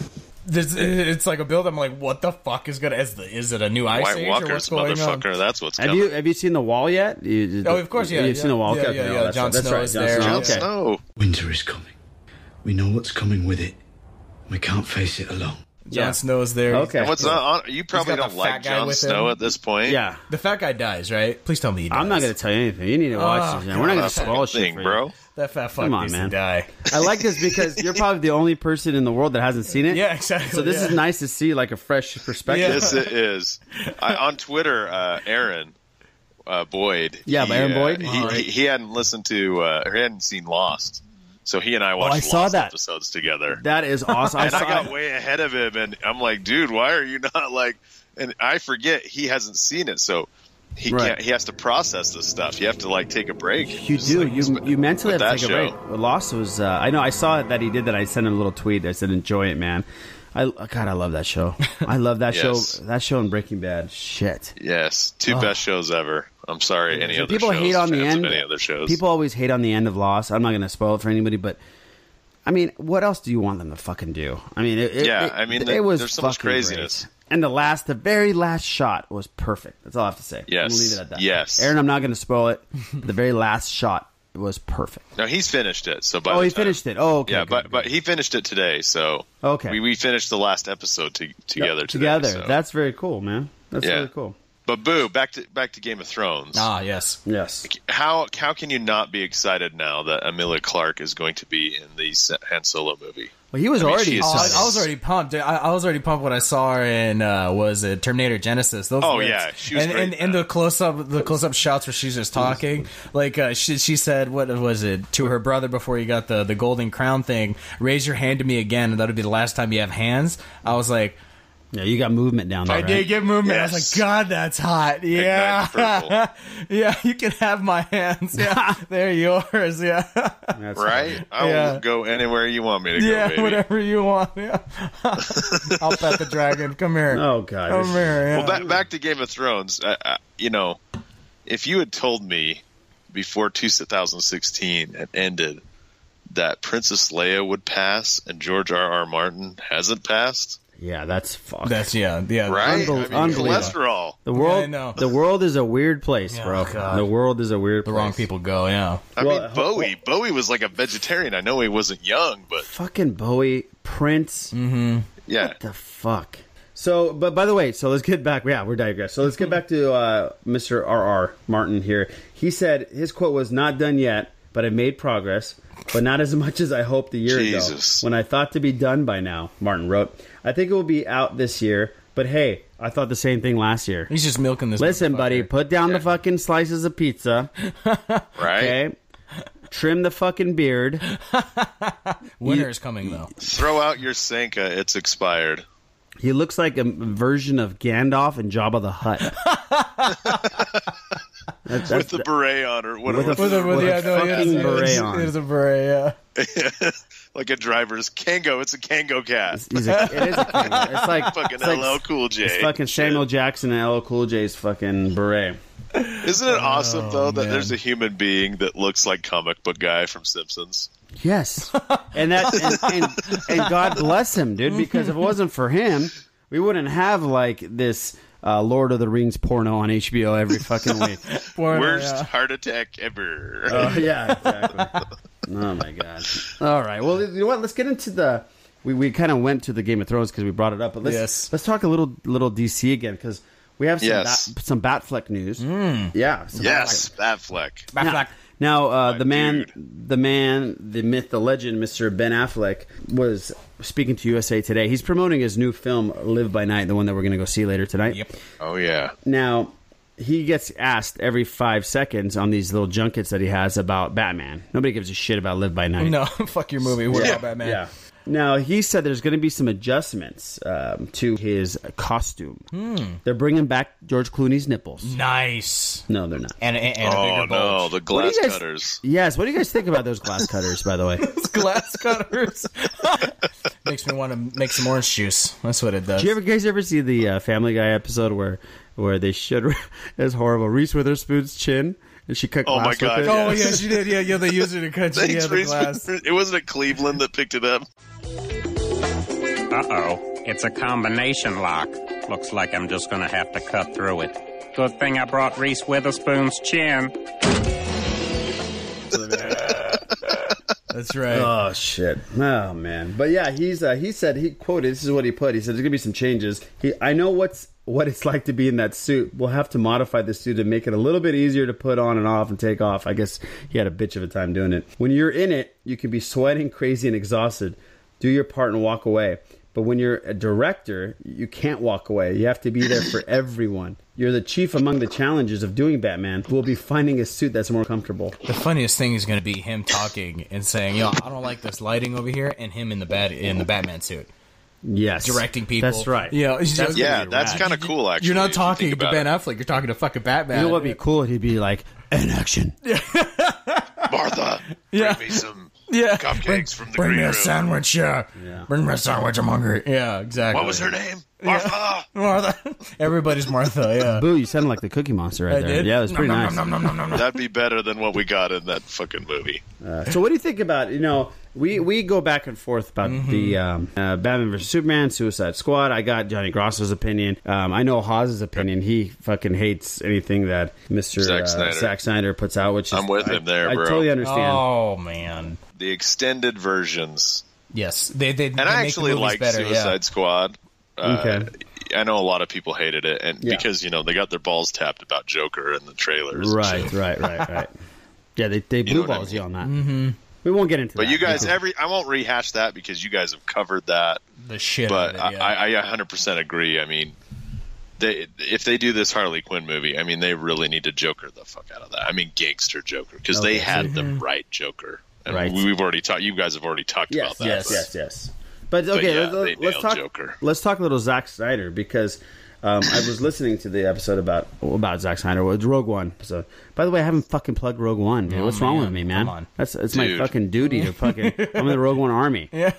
This, it's like a build. I'm like, what the fuck is gonna? Is, the, is it a new ice White age or Walkers, what's going on? motherfucker. That's what's Have coming. you have you seen the wall yet? You- Oh, of course, yeah, You've yeah. seen the wall. Yeah, Okay, yeah, no, yeah. that's- Jon that's Snow right, is Jon there. Snow. Jon Okay. Snow. Winter is coming. We know what's coming with it. We can't face it alone. Jon Yeah. Snow's there. Okay. What's on, on- You probably don't got the fat like guy Jon with him. Snow at this point. Yeah. The fat guy dies, right? Please tell me he dies. I'm not going to tell you anything. You need to watch Oh, this. Man. We're not going to That spoil fucking shit, thing, for you. bro. That fat fuck Come on, needs man. to die. I like this because *laughs* you're probably the only person in the world that hasn't seen it. Yeah, exactly. So this yeah. is nice to see like a fresh perspective. Yeah. Yes, it is. I, on Twitter, uh, Aaron uh, Boyd. Yeah, he, Aaron uh, Boyd? he, he, he hadn't listened to, uh, or he hadn't seen Lost, so he and I watched Oh, I saw Lost that. episodes together. *laughs* That is awesome. I and saw I got it. way ahead of him, and I'm like, dude, why are you not like? And I forget he hasn't seen it, so he Right. can't. He has to process this stuff. You have to like take a break. You Just, do. like, you spend- you mentally with have to that take a show. break. The Lost was. Uh, I know. I saw that he did that. I sent him a little tweet. I said, "Enjoy it, man." I God, I love that show. I love *laughs* that Yes. show. That show and Breaking Bad. Shit. Yes, two best shows ever. I'm sorry, any So other people shows, hate on the fans of end. Any other shows? People always hate on the end of Lost. I'm not going to spoil it for anybody, but I mean, what else do you want them to fucking do? I mean, it, it- Yeah, it- I mean, it there- was there's so much fucking great. craziness. And the last, the very last shot was perfect. That's all I have to say. I'm gonna Yes. leave it at that. Yes. Aaron, I'm not going to spoil it. the very last shot was perfect. No, he's finished it. So by Oh, the he time- finished it. Oh, okay. yeah, okay, but okay. but he finished it today. So Okay. we, we finished the last episode to, together. today, together. so. That's very cool, man. That's Yeah. really cool. but boo. Back to back to Game of Thrones. Ah, yes. Yes. How how can you not be excited now that Amelia Clark is going to be in the S- Han Solo *laughs* movie? Well, he was mean, already. she is Oh, Nice. I, I was already pumped. I, I was already pumped when I saw her in uh, was it Terminator Genesis. Those Oh, lips. yeah, she was and, great and, in and that. the close up the close up shots where she's just talking. Like uh, she she said, what was it to her brother before you got the the golden crown thing? Raise your hand to me again, and that'll be the last time you have hands. I was like, yeah, you got movement down there. I did right? get movement. I Yes. was like, God, that's hot. Ignite the Yeah, *laughs* yeah, you can have my hands. *laughs* Yeah, they're yours. Yeah, That's- Right? Oh, I'll Yeah. go anywhere you want me to yeah, go, baby. whatever you want. Yeah, *laughs* I'll pet the dragon. Come here. Oh god. Come this- here. Yeah. Well, back, back to Game of Thrones. I, I, you know, if you had told me before 2016 had ended that Princess Leia would pass and George R. R. Martin hasn't passed, Yeah, that's fucked. That's yeah, yeah. right? Unbel- I mean, unbelievable. cholesterol. The world, I know. the world is a weird place, bro. God. The world is a weird. The place. wrong people go. Yeah. I Well, mean, ho- Bowie. Bowie was like a vegetarian. I know he wasn't young, but Fucking Bowie, Prince, Mm-hmm. yeah. the fuck. So, but by the way, so let's get back. Yeah, we're digressing. So let's get back to uh, Mr. R.R. Martin here. He said his quote was not done yet, but I made progress, but not as much as I hoped a year Jesus. ago when I thought to be done by now. Martin wrote, "I think it will be out this year, but hey, I thought the same thing last year." He's just milking this. Listen, motherfucker. buddy, put down the fucking slices of pizza. *laughs* Right? Okay. Trim the fucking beard. *laughs* Winter is coming though. Throw out your Sanka. It's expired. He looks like a version of Gandalf and Jabba the Hutt. That's- that's- With the beret on or whatever. With a- With a- yeah, fucking yes, it is- beret on. It is a uh, beret. Yeah. *laughs* like a driver's Kango. It's a Kango cat. He's a, it is a camel. It's *laughs* like Fucking it's like, LL Cool J. It's fucking Samuel Jackson and LL Cool J's fucking beret. Isn't oh, it awesome though that man. there's a human being that looks like comic book guy from Simpsons? *laughs* Yes, and that and, and, and God bless him, dude. Because if it wasn't for him, we wouldn't have like this uh, Lord of the Rings porno on HBO every fucking week. Porno, Worst yeah. heart attack ever. Oh yeah, exactly. oh my *laughs* god. All right. Well, you know what? Let's get into the. We, we kind of went to the Game of Thrones because we brought it up, but let's Yes. let's talk a little little DC again because we have some Yes. Bat, some Batfleck news. Yeah. *laughs* some yes, Batfleck. Back, Now- back. Now, uh, My the man, dude. the man, the myth, the legend, Mr. Ben Affleck was speaking to USA Today. He's promoting his new film, Live by Night, the one that we're going to go see later tonight. Yep. Oh yeah. Now, he gets asked every five seconds on these little junkets that he has about Batman. Nobody gives a shit about Live by Night. No, *laughs* fuck your movie. We're about Batman. Yeah. Now he said there's going to be some adjustments um, to his costume. Hmm. They're bringing back George Clooney's nipples. Nice. No, they're not. And, and, and a Oh no, bigger the What bulge. do you glass guys- cutters. Yes. What do you guys think about those glass cutters? By the way. glass cutters. *laughs* Makes me want to make some orange juice. That's what it does. Do you ever guys ever see the uh, Family Guy episode where where they *laughs* showed it's horrible Reese Witherspoon's chin and she cut *laughs* Oh my glass God, with it? yeah. Oh yeah, she did. Yeah, yeah. They used it to cut you. Yeah, Thanks, the Reese. *laughs* glass. It wasn't it Cleveland that picked it up. Uh oh, it's a combination lock. Looks like I'm just gonna have to cut through it. Good thing I brought Reese Witherspoon's chin. That's *laughs* right. Oh shit! Oh man! But yeah, he's uh, he said he quoted. This is what he put. He said there's gonna be some changes. He I know what's what it's like to be in that suit. We'll have to modify the suit to make it a little bit easier to put on and off and take off. I guess he had a bitch of a time doing it. When you're in it, you can be sweating, crazy, and exhausted. Do your part and walk away. But when you're a director, you can't walk away. You have to be there for everyone. You're the chief among the challenges of doing Batman. We'll be finding a suit that's more comfortable. The funniest thing is going to be him talking and saying, "Yo, I don't like this lighting over here," and him in the bat in the Batman suit Yes, directing people. That's right. Yeah, he's just- Yeah, that's kind of cool. Actually, You're if not you talking think to about Ben it. Affleck. You're talking to fucking Batman. You know what'd be cool? He'd be like, "In action." Martha, Yeah. bring me some yeah, cupcakes Bring- from the bring green me a room. sandwich. Yeah. bring me a sandwich. I'm hungry. Yeah, exactly. What was her name? Martha. *laughs* Martha. Everybody's Martha. Yeah. *laughs* Boo, you sounded like the Cookie Monster right I there. did? Yeah, it was Nom, pretty nom, nice. nom, nom, nom, nom, nom. That'd be better than what we got in that fucking movie. Uh, So, what do you think about you know? We we go back and forth about Mm-hmm. the um, uh, Batman vs Superman, Suicide Squad. I got Johnny Grosso's opinion. Um, I know Hawes' opinion. He fucking hates anything that Mister Zack uh, Snyder. Zack Snyder puts out. Which is, I'm with I- him there, I bro. totally understand. Oh man. The extended versions Yes, they they. and they I make actually the movies liked better. Suicide yeah. Squad. Uh, Okay. I know a lot of people hated it, and Yeah. because you know they got their balls tapped about Joker in the trailers, and Right, shit. right, *laughs* right, right. Yeah, they they know blue what I balls mean. you on that. Mm-hmm. We won't get into that. But you guys, because- every I won't rehash that because you guys have covered that. The shit. But out of it, yeah. I, I 100% agree. I mean, they if they do this Harley Quinn movie, I mean, they really need to Joker the fuck out of that. I mean, gangster Joker Oh, because they had the Mm-hmm. right Joker. And Right. We've already talked. You guys have already talked yes, about that. Yes, but- yes, yes. But okay, yeah, they let, us nailed talk. Joker. Let's talk a little Zack Snyder because um, I was listening to the episode about about Zack Snyder. Well, it's Rogue One episode. By the way, I haven't fucking plugged Rogue One. Dude. What's wrong with me, man? Come on. That's it's Dude. my fucking duty to fucking. I'm in the Rogue One army. Yeah.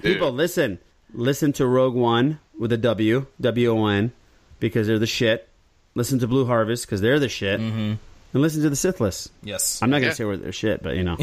People, listen, listen to Rogue One with a W, W O N, because they're the shit. Listen to Blue Harvest because they're the shit. And listen to the Sithless. yes. I'm not gonna Yeah. say we're their shit, but you know.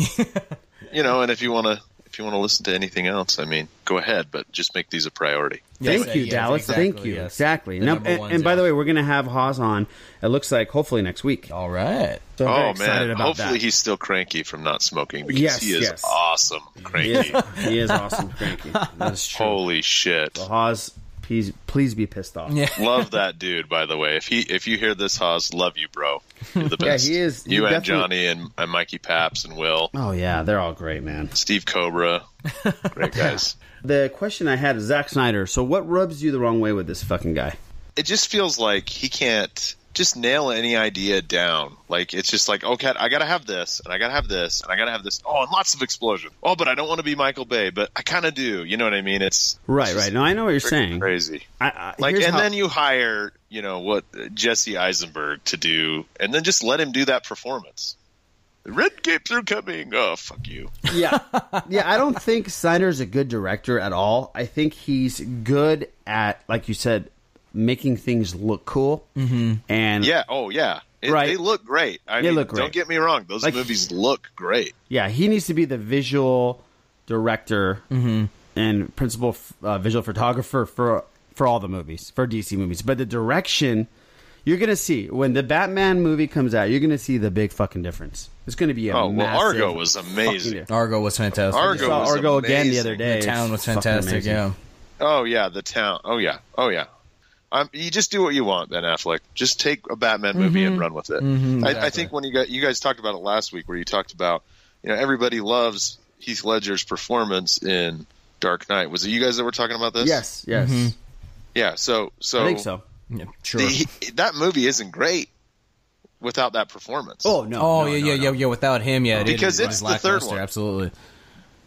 You know, and if you want to. If you want to listen to anything else, I mean, go ahead, but just make these a priority. Yes, Thank you, yes, Dallas. exactly, Thank you. yes. Exactly. The Now, and, number ones, and by yeah. the way, we're going to have Haas on. It looks like hopefully next week. All right. So I'm very Oh excited man! about Hopefully that. he's still cranky from not smoking because Yes, he is yes. awesome cranky. He is, he is awesome, cranky. That's true. Holy shit! Haas, please, please be pissed off. Yeah. *laughs* love that dude, by the way. If he if you hear this, Haas, love you, bro. You're the *laughs* Yeah, best. he is. He You and definitely- Johnny and, and Mikey Paps and Will, Oh yeah, they're all great, man. Steve Cobra, great guys. *laughs* The question I had is Zack Snyder. So what rubs you the wrong way with this fucking guy? It just feels like he can't just nail any idea down. Like it's just like, okay, I gotta have this, and I gotta have this, and I gotta have this. Oh, and lots of explosion. Oh, but I don't want to be Michael Bay, but I kind of do. You know what I mean? It's Right, it's just right. No, I know what you're saying. Crazy. I, I, like here's and how- then you hire you know what Jesse Eisenberg to do and then just let him do that performance The red capes are coming. Oh, fuck you. yeah, yeah. I don't think Snyder's a good director at all. I think he's good at, like you said, making things look cool. Mm-hmm. *laughs* And Yeah. Oh, yeah. It- Right. They look great. I They mean, look great. Don't get me wrong. Those Like- movies look great. yeah, he needs to be the visual director Mm-hmm. and principal uh, visual photographer for for all the movies for DC movies. But the direction you're gonna see when the Batman movie comes out, you're gonna see the big fucking difference. It's gonna be a Oh, well, massive Argo was amazing. fucking- Argo was fantastic. Argo saw was Argo again amazing. the other day. The town was It's fucking fantastic. amazing. Yeah. Oh yeah, the town. Oh yeah. Oh yeah. Um, you just do what you want, Ben Affleck. Just take a Batman movie Mm-hmm. and run with it. I, I think when you got you guys talked about it last week, where you talked about you know everybody loves Heath Ledger's performance in Dark Knight. Was it you guys that were talking about this? Yes, yes, Yeah. So so I think so. Mm-hmm. Yeah, sure. the- he- that movie isn't great without that performance. Oh no! oh no, yeah, no, yeah, no. yeah, yeah. Without him, yeah, it Because is- it's is the third lackluster, one. Absolutely.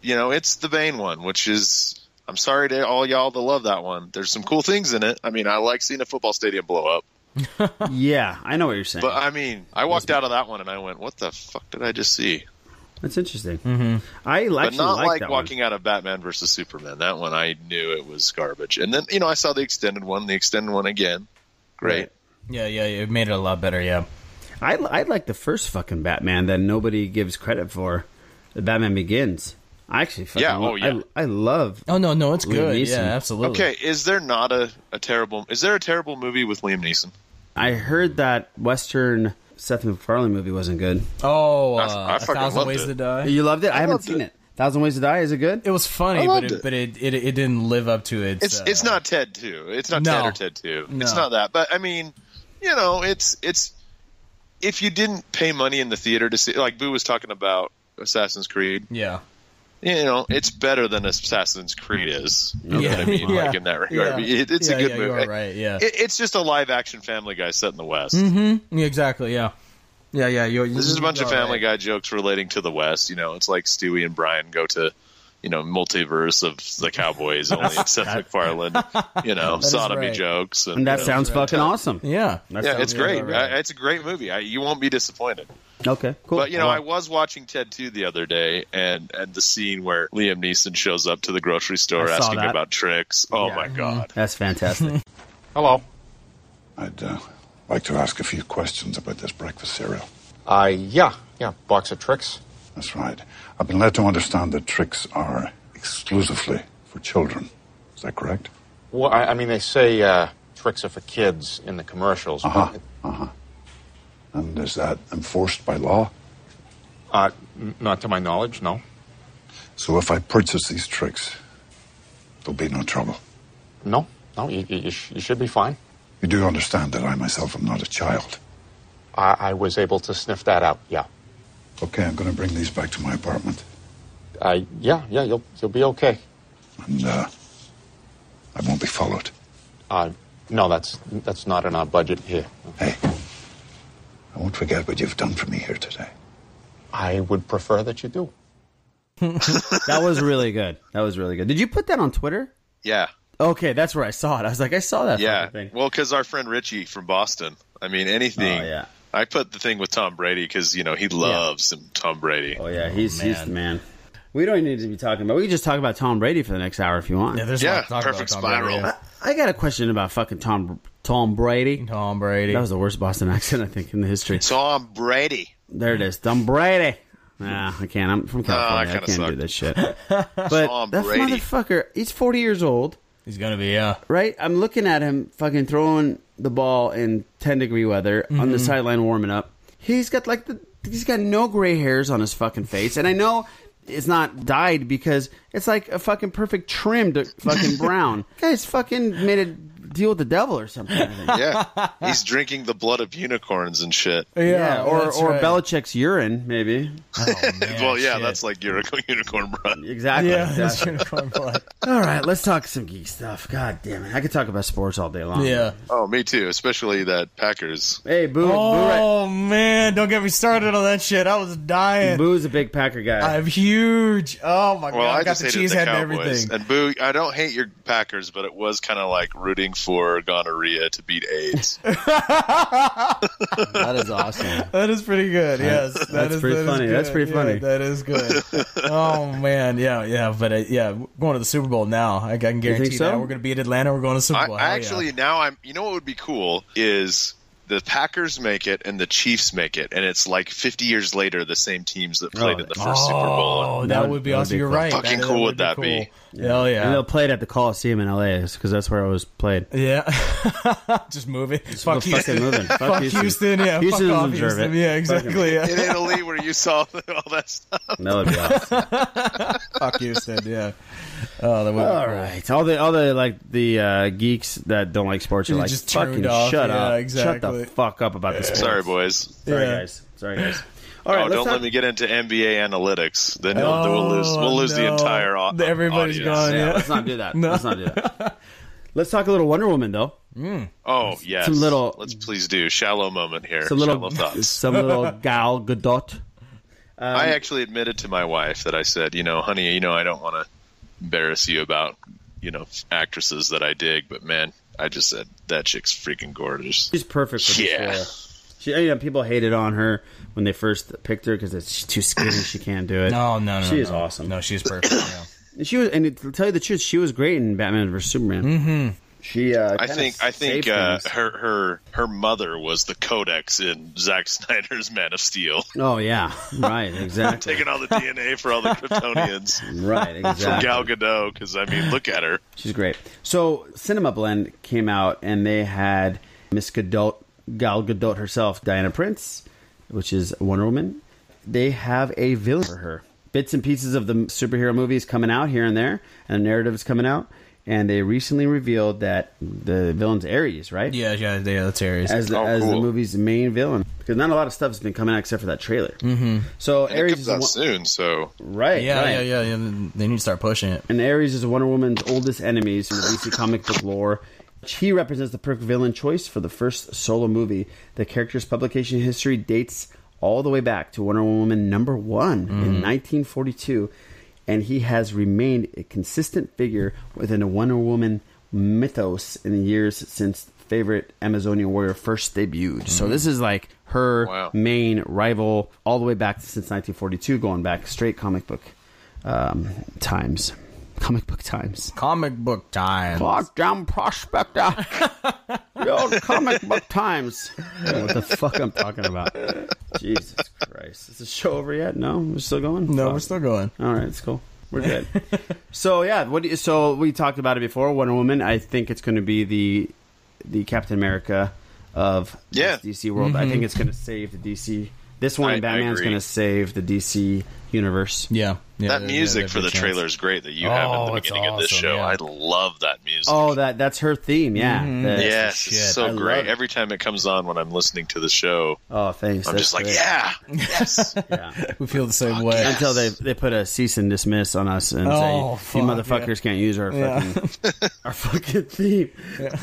You know, it's the Bane one, which is. I'm sorry to all y'all that love that one. There's some cool things in it. I mean, I like seeing a football stadium blow up. *laughs* Yeah, I know what you're saying. But I mean, I walked out of that one and I went, "What the fuck did I just see?" That's interesting. Mm-hmm. I actually But not like, like that walking out of Batman versus Superman. That one I knew it was garbage. And then you know I saw the extended one, the extended one again. Great. Yeah, yeah, yeah, it made it a lot better. Yeah. One. I I like the first fucking Batman that nobody gives credit for. The Batman Begins. I actually fucking Yeah, oh, lo- yeah. I, I love. Oh no, no, it's Liam good. Neeson. Yeah, absolutely. Okay, is there not a, a terrible? Is there a terrible movie with Liam Neeson? I heard that Western Seth MacFarlane movie wasn't good. Oh, I- uh, I A fucking thousand loved ways it. to die. You loved it? I, haven't loved seen it. it. Thousand Ways to Die is it good? It was funny, I but loved it, it. but it, it it didn't live up to its. It's uh, it's not Ted Two. It's not No. Ted or Ted Two. It's No. not that. But I mean, you know, it's it's if you didn't pay money in the theater to see, like Boo was talking about Assassin's Creed. Yeah. you know, it's better than Assassin's Creed is. You know Yeah. what I mean? Yeah. Like in that regard, Yeah. It- it's Yeah, a good yeah, movie. you're right, yeah. It- it's just a live action Family Guy set in the West. Yeah, Mm-hmm. Exactly. Yeah. Yeah. Yeah. You're, This is a bunch of Family Guy jokes relating to the West. You know, it's like Stewie and Brian go to, you know, multiverse of the Cowboys *laughs* only in Seth MacFarlane. You know, is sodomy right. jokes and, And you that know, sounds fucking awesome. Yeah. That Yeah, sounds it's Yeah, great. right. I, it's a great movie. I, you won't be disappointed. Okay, cool. But you know, I Well, was watching Ted 2 the other day, and and the scene where Liam Neeson shows up to the grocery store I saw asking that. about tricks. Oh my god! that's fantastic. *laughs* Hello. I'd uh, like to ask a few questions about this breakfast cereal. Uh, yeah, yeah, box of tricks. That's right. I've been led to understand that tricks are exclusively for children. Is that correct? Well, I, I mean, they say uh, tricks are for kids in the commercials. Uh huh. but- Uh huh. And is that enforced by law? Uh, n- not to my knowledge, no. So if I purchase these tricks, there'll be no trouble. No, no, you, you, you sh- you should be fine. You do understand that I myself am not a child. I, I was able to sniff that out, yeah. Okay, I'm going to bring these back to my apartment, Uh, yeah, yeah, you'll, you'll be okay. and uh, I won't be followed. Uh, no, that's, that's not in our budget here. Hey, I won't forget what you've done for me here today. I would prefer that you do. *laughs* that was really good. That was really good. Did you put that on Twitter? Yeah, Okay, that's where I saw it. I was like, I saw that yeah. fucking thing. Well, because our friend Richie from Boston. I mean, anything. Oh, yeah. I put the thing with Tom Brady because you know he loves him, Tom Brady. Oh yeah, he's he's the man. We don't need to be talking about. We can just talk about Tom Brady for the next hour if you want. Yeah. There's a Yeah, lot to talk about perfect Tom Brady, spiral. yeah. I got a question about fucking Tom Tom Brady. Tom Brady. That was the worst Boston accent I think in the history. Tom Brady. There it is, Tom Brady. Nah, I can't. I'm from California. I kinda can't do sucked. this shit. *laughs* But Tom that Brady. motherfucker, he's 40 years old, He's gonna be. Yeah. right? I'm looking at him fucking throwing the ball in 10 degree weather on the sideline warming up. He's got like the he's got no gray hairs on his fucking face, and I know. It's not dyed because it's like a fucking perfect trim to fucking brown. Guy's fucking made a deal with the devil or something. I think. Yeah, *laughs* he's drinking the blood of unicorns and shit. *laughs* Yeah. or that's or right. Belichick's urine, maybe. *laughs* well, yeah, shit. that's like Unicorn Unicorn Run. Exactly. Yeah. That's unicorn blood. *laughs* All right, let's talk some geek stuff. God damn it, I could talk about sports all day long. *laughs* Yeah. Oh, me too. Especially that Packers. Hey, Boo. Oh man! Don't get me started on that shit. I was Boo, dying. Boo's a big Packer guy. I'm huge. Oh my Well, god! I, got just the hated cheese the head and Cowboys. everything. And boo, I don't hate your Packers, but it was kind of like rooting for gonorrhea to beat AIDS. That is awesome. That is pretty good. Yes, that that's is- pretty that is funny. That's good. pretty Yeah, funny. that *laughs* is good. oh man, yeah, yeah. But uh, yeah, we're going to the Super Bowl now. I, I can guarantee so? that we're going to beat Atlanta. We're going to the Super I, Bowl. I Hell yeah. actually now I'm. You know what would be cool is the Packers make it and the Chiefs make it, and it's like 50 years later the same teams that played in the first Super Bowl. Oh, And that, would- would be Oh, that would awesome. be You're cool. right. Fucking cool would that be. cool. Hell And yeah. they'll play it at the Coliseum in LA because that's where it was played. *laughs* Yeah. Just moving. We're Fuck fucking Houston. moving. Fuck, Fuck Houston. Houston. Yeah. Houston Fuck doesn't off deserve Houston. it. Yeah, exactly. Yeah. in Italy, where you saw *laughs* all that stuff. That would be awesome. *laughs* Fuck Houston. Yeah. Oh, that would all right, all the all the like the uh, geeks that don't like sports are You like just fucking turned off. shut Yeah, up, shut exactly. the fuck up about this. Sorry, boys. Sorry, Yeah. guys. Sorry, guys. All right, oh, let's don't talk- let me get into NBA analytics. Then, you'll- then we'll lose. We'll lose the Oh, no. entire. au- Everybody's audience. gone. Yeah, Yeah. let's not do *laughs* that. Let's not do that. Let's talk a little Wonder Woman though. Mm. Oh yes. Some little- Let's please do shallow moment here. Some shallow little, thoughts. *laughs* some *laughs* little Gal Gadot. I actually admitted to my wife that I said, you know, honey, you know, I don't want to embarrass you about, you know, actresses that I dig, but man, I just said that chick's freaking gorgeous. She's perfect for this Yeah. role. She, you know, people hated on her when they first picked her because she's too skinny. She can't do it. No, no, no. She is no. awesome. No, *coughs* she's perfect. Yeah. And she was, and to tell you the truth, she was great in Batman vs Superman. Mm-hmm. She, uh, I kinda think I think saved uh, things. her her her mother was the codex in Zack *laughs* Snyder's Man of Steel, Oh yeah, *laughs* right, exactly, *laughs* taking all the DNA for all *laughs* the Kryptonians right, from exactly. Gal Gadot. Because I mean, look at her. She's great. So Cinema Blend came out and they had Miss Gadot, Gal Gadot herself, Diana Prince, which is Wonder Woman. They have a villain for her. Bits and pieces of the superhero movies coming out here and there, and the narrative is coming out. And they recently revealed that the villain's Ares, right? *laughs* Yeah, yeah, yeah. That's Aries. As the, Oh, as the cool. movie's main villain, because not a lot of stuff has been coming out except for that trailer. Mm-hmm. So And it Ares comes is out one- soon, so right, yeah, right. yeah, yeah, yeah. They need to start pushing it. and Ares is Wonder Woman's oldest enemies in the DC comic book lore. He represents the perfect villain choice for the first solo movie. The character's publication history dates all the way back to Wonder Woman number one Mm-hmm. in 1942, and he has remained a consistent figure within the Wonder Woman mythos in the years since favorite Amazonian warrior first debuted. Mm-hmm. So this is like her Wow. main rival all the way back since 1942, going back straight comic book um, times. Comic book times. Comic book time. Goddamn *laughs* prospector. Yo, comic book times. I don't know what the fuck I'm talking about. Jesus Christ. Is the show over yet? No? We're still going? No, Fuck. we're still going. All right, it's cool. We're good. so yeah, what do you, so we talked about it before. Wonder Woman. I think it's going to be the the Captain America of Yeah. this DC world. I Mm-hmm. think it's going to save the DC. This one, I- and I Batman's agree. going to *laughs* save the DC universe. Yeah, yeah that yeah, music yeah, for the chance. trailer is great that you have at Oh, the it's beginning of this awesome, show. yeah. I love that music. Oh, that that's her theme. Yeah. Mm-hmm. That's- yes, shit. it's I so love great. it. Every time it comes on when I'm listening to the show, Oh, thanks. I'm That's just like, great. yeah, yes. Yeah. We feel the same way. yeah. Until they they put a cease and dismiss on us and Oh, say you fuck, motherfuckers can't use our fucking our fucking theme.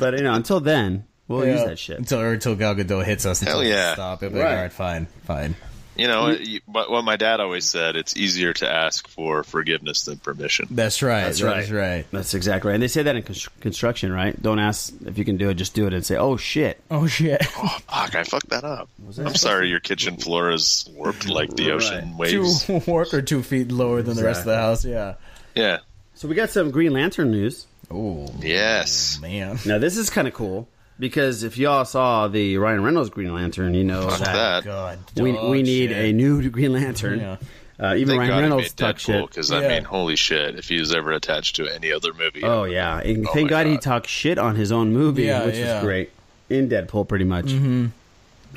But you know, until then, we'll use Yeah. that shit. until or until Gal Gadot hits us. Hell until we yeah. Stop it. Like, Right. All right, fine, fine. you know, you- but what my dad always said, it's easier to ask for forgiveness than permission. *laughs* That's right. That's That's right. right. That's right. That's exactly right. And they say that in constr- construction, right? Don't ask if you can do it, just do it and say, oh shit. Oh *laughs* shit. Oh, fuck, I fucked that up. I'm sorry your kitchen floor is warped like the ocean Two waves. warped or two feet lower than the rest of the house. Yeah. Yeah. So we got some Green Lantern news. Oh Yes. man. Now, this is kind of cool because if y'all saw the Ryan Reynolds Green Lantern, you know Fuck that, that. God. we, dog we need shit. a new *laughs* Green Lantern. Yeah. Uh, Thank even Ryan God he Reynolds made talked Deadpool, shit. because I Yeah. mean, holy shit, if he was ever attached to any other movie. Oh yeah, and Oh, thank my God, he God. talked shit on his own movie, Yeah, which yeah. Mm-hmm. was great in Deadpool, pretty much.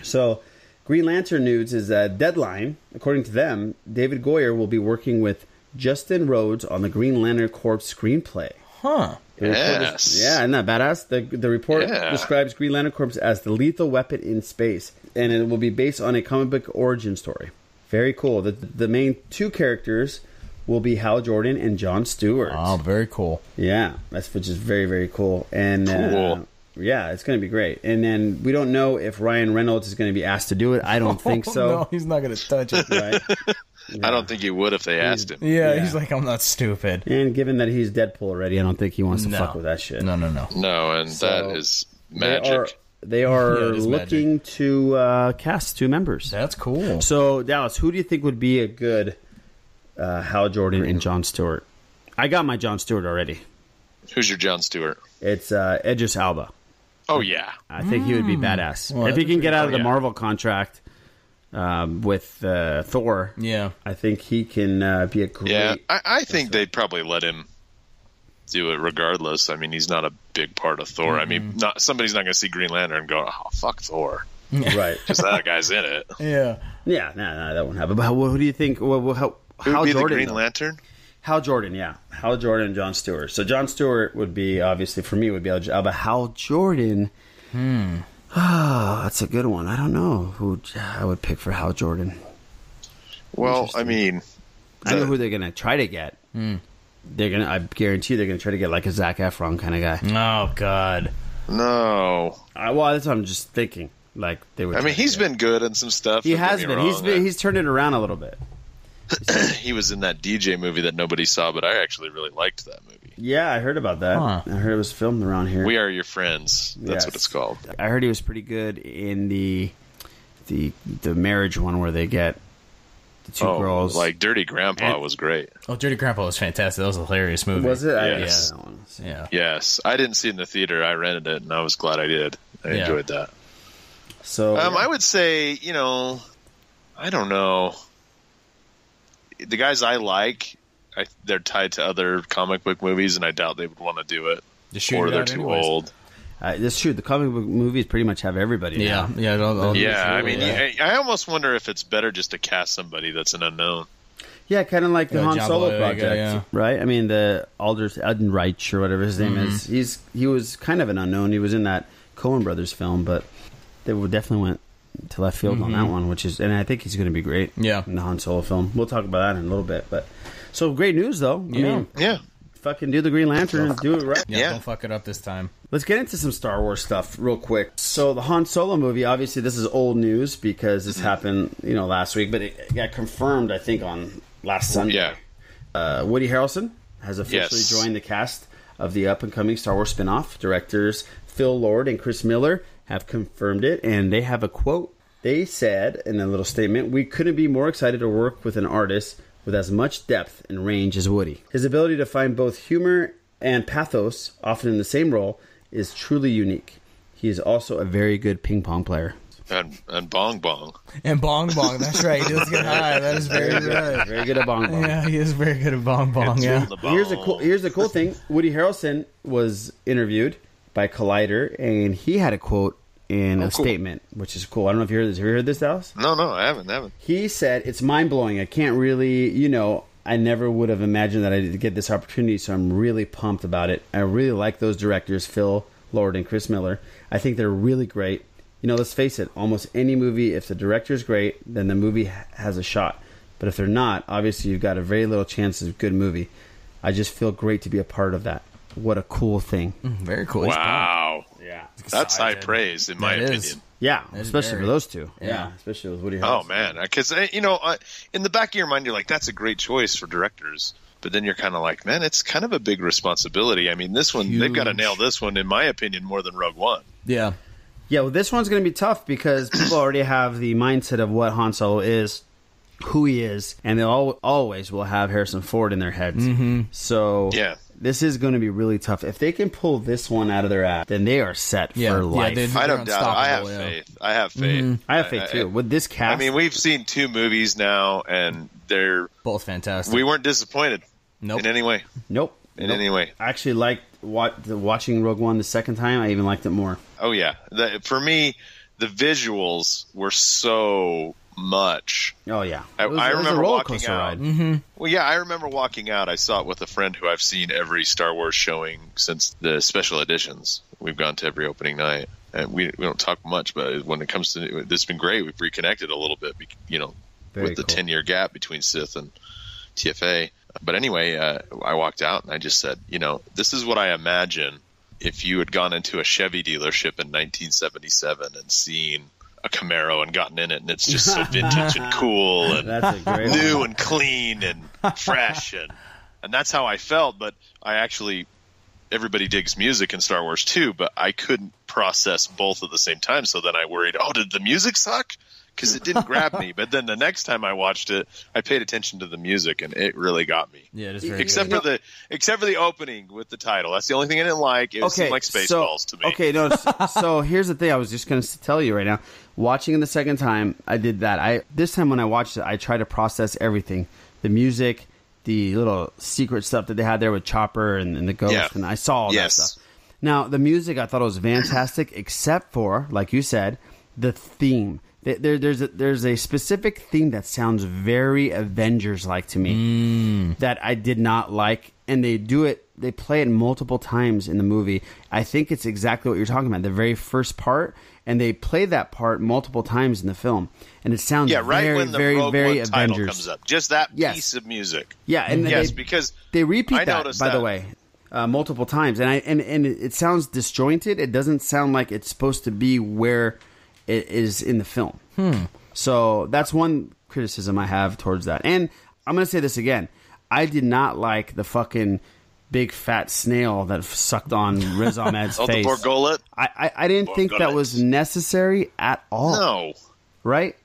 So, Green Lantern news is a deadline. According to them, David Goyer will be working with Justin Rhodes on the Green Lantern Corps screenplay. Huh. The report is- Yes. yeah, isn't that badass? The, the report Yeah. describes Green Lantern Corps as the lethal weapon in space, and it will be based on a comic book origin story. Very cool. The, the main two characters will be Hal Jordan and John Stewart. Oh, very cool. Yeah, that's which is very very cool. And uh, Cool. yeah, it's going to be great. And then we don't *laughs* Oh, know if Ryan Reynolds is going to be asked to do it. I don't think so. no, he's not gonna touch it. Right? I don't think he would if they asked him. Yeah, Yeah. he's like, I'm not stupid. And given that he's Deadpool already, I don't think he wants to fuck with that shit. No, no, no. No, and So, that is They are, magic. they are Yeah, it is looking to uh, cast two members. That's cool. So Dallas, who do you think would be a good uh, Hal Jordan and John Stewart? I got my John Stewart already. Who's your John Stewart? It's uh, Edges Alba. Oh yeah, Hmm. I think he would be Mm. badass if he can get out of the Marvel contract um, with uh, Thor. Yeah. I think he can uh, be a great. *laughs* yeah. I, I think they'd probably let him do it regardless. I mean, he's not a big part of Thor. I mean, not somebody's not going to see Green Lantern and go, "Oh fuck Thor," *laughs* Right. because that guy's in it. Yeah. yeah. No, no, that won't happen. But who do you think? Well, well, how, Who Hal would be the Jordan. Green though? Lantern? Hal Jordan, yeah. Hal Jordan and John Stewart. So John Stewart would be obviously for me would be Al but Hal Jordan. Hmm. Ah, that's a good one. I don't know who I would pick for Hal Jordan. Well, I mean, I know who they're gonna try to get. Hmm. They're gonna. I guarantee they're gonna try to get like a Zach Efron kind of guy. Oh God. no. I, well, that's what I'm just thinking. Like they would. I try mean, to he's get- been good in some stuff. He don't get has me been. Wrong. He's been. He's turned it around a little bit. he was in that DJ movie that nobody saw, but I actually really liked that movie. Yeah, I heard about that. Huh. I heard it was filmed around here. We Are Your Friends. That's what Yes. it's called. I heard he was pretty good in the the the marriage one where they get the two Oh, girls. like Dirty Grandpa And- was great. *laughs* Oh, Dirty Grandpa was fantastic. That was a hilarious movie. was it? I Yeah. didn't Yes. see that one. Yeah. Yes, I didn't see it in the theater. I rented it, and I was glad I did. I Yeah. enjoyed that. So Um, I would say, you know, I don't know. The guys I like, I, they're tied to other comic book movies, and I doubt they would want to do it, Just shoot or it they're out too anyways. old. uh, this shoot the comic book movies pretty much have everybody. Yeah. now. Yeah. it'll- it'll- Yeah, I mean, yeah. I, I almost wonder if it's better just to cast somebody that's an unknown. yeah, kind of like the Yeah, Han John Solo Boyega, project, yeah. right? I mean, the Alders Reich or whatever his name is. Mm-hmm. He's he was kind of an unknown. He was in that Coen Brothers film, but they were- definitely went to left field on that one, which is, and I think he's going to be great. Mm-hmm. Yeah. in the Han Solo film, we'll talk about that in a little bit. But so great news though. I Yeah. mean, Yeah, fucking do the Green Lantern and do it right. Yeah, Yeah. Don't fuck it up this time. Let's get into some Star Wars stuff real quick. So the Han Solo movie, obviously, this is old news because Mm-hmm. this happened, you know, last week, but it got confirmed, I think, on last Sunday. yeah. Uh, Woody Harrelson has officially Yes. joined the cast of the up and coming Star Wars spinoff. Directors Phil Lord and Chris Miller have confirmed it, and they have a quote. They said in a little statement, We couldn't be more excited to work with an artist with as much depth and range as Woody. His ability to find both humor and pathos, often in the same role, is truly unique. He is also a very good ping pong player. and, and Bong Bong. And Bong Bong. That's right. He *laughs* does get high. That is very good. Very good at bong bong. Yeah, he is very good at Bong Bong. Yeah. The Here's a Bong. cool. Here's the cool thing. Woody Harrelson was interviewed by Collider, and he had a quote in a Oh, cool. statement, which is cool. I don't know if you heard this. Have you heard this, Dallas? No, no, I haven't, I haven't. He said, "It's mind blowing. I can't really, you know." I never would have imagined that I'd get this opportunity, so I'm really pumped about it. I really like those directors, Phil Lord and Chris Miller. I think they're really great. You know, let's face it, almost any movie, if the director's great, then the movie ha- has a shot. But if they're not, obviously you've got a very little chance of a good movie. I just feel great to be a part of that. What a cool thing. Mm, Very cool. He's Wow, Yeah. that's high Excited. praise in my That opinion. is. Yeah, That's especially very- for those two. Yeah. Yeah. especially with Woody Harrelson. Oh man, because you know, I, in the back of your mind, you're like, "That's a great choice for directors," but then you're kind of like, "Man, it's kind of a big responsibility." I mean, this one they've got to Huge. nail this one, in my opinion, more than Rogue One. Yeah. Yeah, well, this one's going to be tough *clears throat* because people already have the mindset of what Han Solo is, who he is, and they all, always will have Harrison Ford in their heads. Mm-hmm. So Yeah. this is going to be really tough. If they can pull this one out of their ass, then they are set Yeah. for Yeah, life. Mm-hmm. they- I They're don't doubt. It. I have unstoppable, yeah. faith. I have faith. I have faith too. With this I cast, mean, we've seen two movies now, and they're Both fantastic. we weren't disappointed Nope. in any way. nope. In nope. any way, I actually liked wat- the- watching Rogue One the second time. I even liked it more. oh yeah. The, for me, the visuals were so much Oh yeah, I- It was- I it was a remember roller walking coaster out. ride. Mm-hmm. Mm-hmm. Well, yeah, I remember walking out. I saw it with a friend who I've seen every Star Wars showing since the special editions. We've gone to every opening night, and we, we don't talk much, but when it comes to it's been great. We've reconnected a little bit, bec- you know, Very with the cool. ten year gap between Sith and TFA. But anyway, uh, I walked out and I just said, you know, this is what I imagine if you had gone into a Chevy dealership in 1977 and seen a Camaro and gotten in it, and it's just *laughs* so vintage and cool and That's a great new and clean and fresh and and that's how I felt. But I actually everybody digs music in Star Wars too, but I couldn't process both at the same time. So then I worried, oh, did the music suck? Because it didn't grab me. But then the next time I watched it, I paid attention to the music, and it really got me. Yeah, it is very Except for the except for the opening with the title. That's the only thing I didn't like. It was seemed like Spaceballs to so, me. Okay, no. *laughs* s- so here's the thing. I was just going to tell you right now. Watching it the second time, I did that. I this time when I watched it, I tried to process everything: the music, the little secret stuff that they had there with Chopper and, and the ghost, Yeah. and I saw all Yes. that stuff. Now the music, I thought it was *clears throat* fantastic, except for like you said, the theme. There, there- there's a, there's a specific theme that sounds very Avengers like to me Mm. that I did not like, and they do it. They play it multiple times in the movie. I think it's exactly what you're talking about. The very first part, and they play that part multiple times in the film, and it sounds Yeah, right very, when the very, Rogue very One Avengers. title comes up, just that Yes. piece of music. Yeah, and yes, they, because they repeat I that by noticed the that. way uh, multiple times, and I and and it it sounds disjointed. It doesn't sound like it's supposed to be where it is in the film. So that's one criticism I have towards that. And I'm gonna say this again: I did not like the fucking big fat snail that f- sucked *laughs* on Riz Ahmed's oh, face. the Borgolet. I, I I didn't think that Borgolet. was necessary at all. No, Right?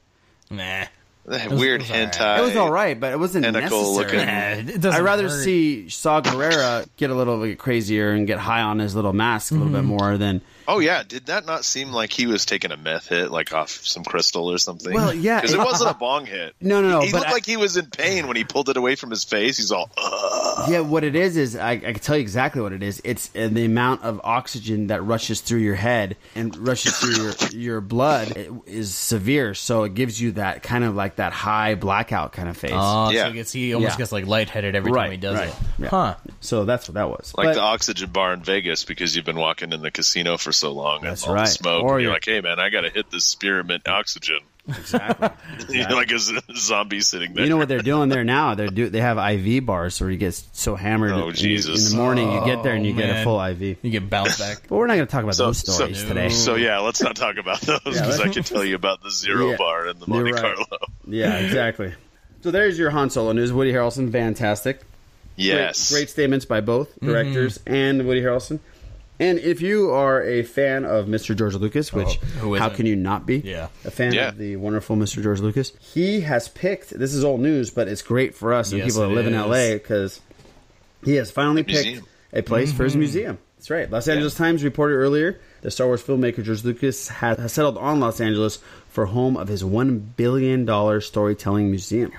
Nah. that weird hentai. It was all right, but it wasn't Tentacle necessary. looking- Nah, it doesn't I'd rather hurt. see Saw Gerrera get a little bit crazier and get high on his little mask a little Mm-hmm. bit more than. Oh yeah, did that not seem like he was taking a meth hit, like off some crystal or something? Well, yeah, because it- it wasn't a bong hit. No, no, no, He but looked I- like he was in pain when he pulled it away from his face. He's all, Ugh. Yeah, what it is is I, I can tell you exactly what it is. It's uh, the amount of oxygen that rushes through your head and rushes through your your blood i- is severe, so it gives you that kind of like that high blackout kind of face. Oh, Yeah. so he, gets, he almost Yeah. gets like lightheaded every time he does it. Yeah. Huh. So that's what that was. like But- the oxygen bar in Vegas because you've been walking in the casino for so long That's and all right. the smoke. and Or you're you're- like, hey man, I got to hit this spearmint oxygen. Exactly. *laughs* you're like a z- zombie sitting there. You know what they're *laughs* doing there now? They're do they have IV bars where you get so hammered. Oh, in- Jesus. In the morning, you get there and you get a man. full IV. You get bounced back. But we're not going to talk about those stories today. So yeah, let's not talk about *laughs* those because I can tell you about the zero Yeah. bar and the You're Monte right. Carlo. yeah, exactly. So there's your Han Solo news. Woody Harrelson, fantastic. Great- Yes. Great, statements by Mm-hmm. both directors and Woody Harrelson. And if you are a fan of Mr. George Lucas, which Oh, who how isn't? can you not be? Yeah. A fan Yeah. of the wonderful Mr. George Lucas. He has picked, this is old news, but it's great for us and Yes, people that it live is. in LA because he has finally picked museum. a place for his museum. That's right. Los Angeles Times reported earlier the Star Wars filmmaker George Lucas has, has settled on Los Angeles for home of his $1 billion storytelling museum.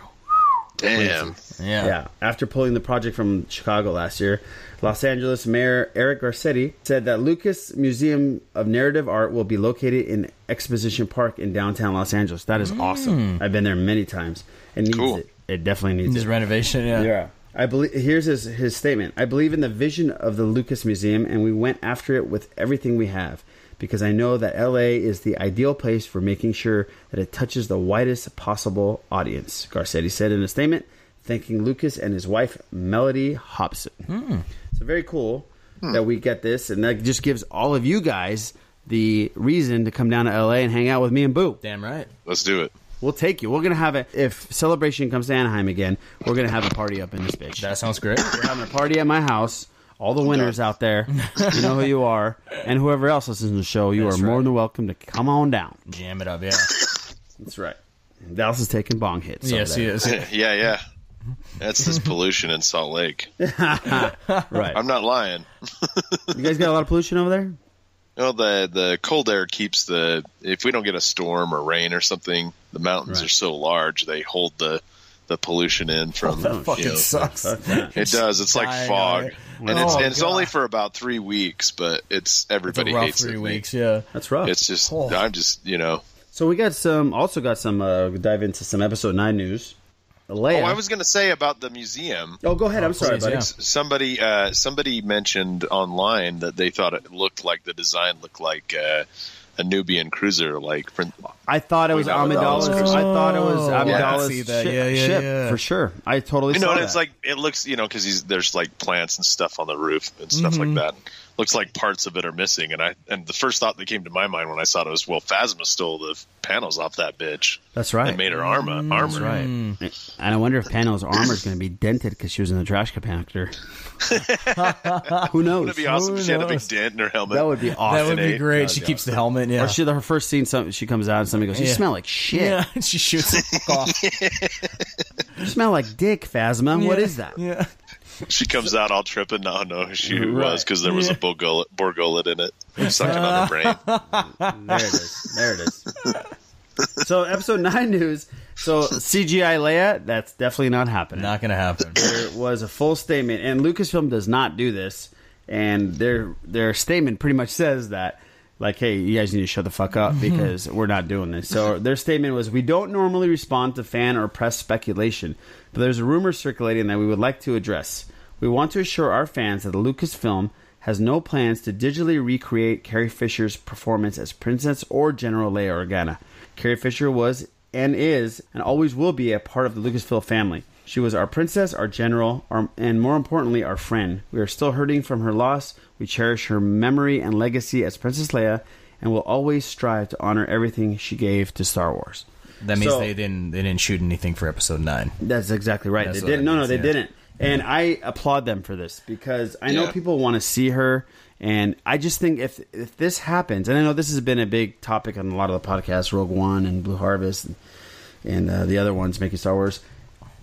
Damn. Yeah. Yeah. After pulling the project from Chicago last year, Los Angeles Mayor Eric Garcetti said that Lucas Museum of Narrative Art will be located in Exposition Park in downtown Los Angeles. That is awesome. I've been there many times. It needs Cool. it. It definitely needs His it. renovation. Yeah. Yeah. I believe here's his, his statement. I believe in the vision of the Lucas Museum and we went after it with everything we have because I know that LA is the ideal place for making sure that it touches the widest possible audience. Garcetti said in a statement thanking Lucas and his wife Melody Hobson. So very cool that we get this and that just gives all of you guys the reason to come down to LA and hang out with me and Boo. Damn right. Let's do it. We'll take you. We're going to have it if Celebration comes to Anaheim again, we're going to have a party up in this bitch That sounds great. having a party at my house. All the winners out there, you know who you are, and whoever else listens to the show, you are more than welcome to come on down. Jam it up. Yeah. That's right. Dallas is taking bong hits. yes. over there. *laughs* *laughs* Yes. Yeah, yeah. That's this pollution in Salt Lake. *laughs* Right. I'm not lying. You guys got a lot of pollution over there. No, the the cold air keeps the. If we don't get a storm or rain or something, the mountains are so large they hold the the pollution in from. you know, *laughs* Fucking sucks. It does. It's like Dying fog, on it. and it's Oh, and it's God. only for about three weeks. But it's It's a everybody rough hates three it. weeks. Yeah. That's rough. It's just Oh. I'm just you know. so we got some. Also got some. Uh, dive into some episode nine news. Leia. Oh, I was gonna say about the museum. Oh, go ahead. I'm sorry, please, buddy. yeah. somebody uh, somebody mentioned online that they thought it looked like the design looked like uh, a Nubian cruiser, like Prin- I thought it was We got Amidala's Amidala's. I thought it was Oh, I Amidala's see that. ship, Yeah, yeah, ship, yeah. for sure. I totally you know, saw and that. Mm-hmm. it's like it looks, you know, because there's like plants and stuff on the roof and stuff like that. looks like parts of it are missing. And I and the first thought that came to my mind when I saw it was, well, Phasma stole the panels off that bitch. That's right. Mm, And made her armor. uh, armor. That's right. *laughs* And I wonder if Pano's armor is going to be dented because she was in the trash compactor. Who knows? That'd be awesome. Who if She had a big knows? dent in her helmet. That would be That awesome. would be Fascinating. great. she keeps the helmet. Yeah. or she, her first scene, some, she comes out and somebody goes, "You Yeah. smell like shit. yeah, *laughs* she shoots it off. *laughs* You smell like dick, Phasma. What is that?" Yeah. She comes out all tripping. No, no, who she was because there was a Borgolet, Borgolet in it. Sucking *laughs* on her brain. *laughs* There it is. *laughs* There it is. so episode nine news. So CGI Leia, that's definitely not happening. Not gonna happen. there was a full statement, and Lucasfilm does not do this. And their their statement pretty much says that, like, hey, you guys need to shut the fuck Mm-hmm. up because we're not doing this. So their statement was, we don't normally respond to fan or press speculation, but there's a rumor circulating that we would like to address. We want to assure our fans that the Lucasfilm has no plans to digitally recreate Carrie Fisher's performance as Princess or General Leia Organa. Carrie Fisher was and is and always will be a part of the Lucasfilm family. She was our princess, our general, our, and more importantly, our friend. We are still hurting from her loss. We cherish her memory and legacy as Princess Leia and will always strive to honor everything she gave to Star Wars. That means So- they didn't they didn't shoot anything for episode nine. That's exactly right. That's they what didn't. that No, no, means, they yeah. didn't. And I applaud them for this because I know Yeah. people want to see her, and I just think if if this happens, and I know this has been a big topic on a lot of the podcasts, Rogue One and Blue Harvest, and, and uh, the other ones making Star Wars.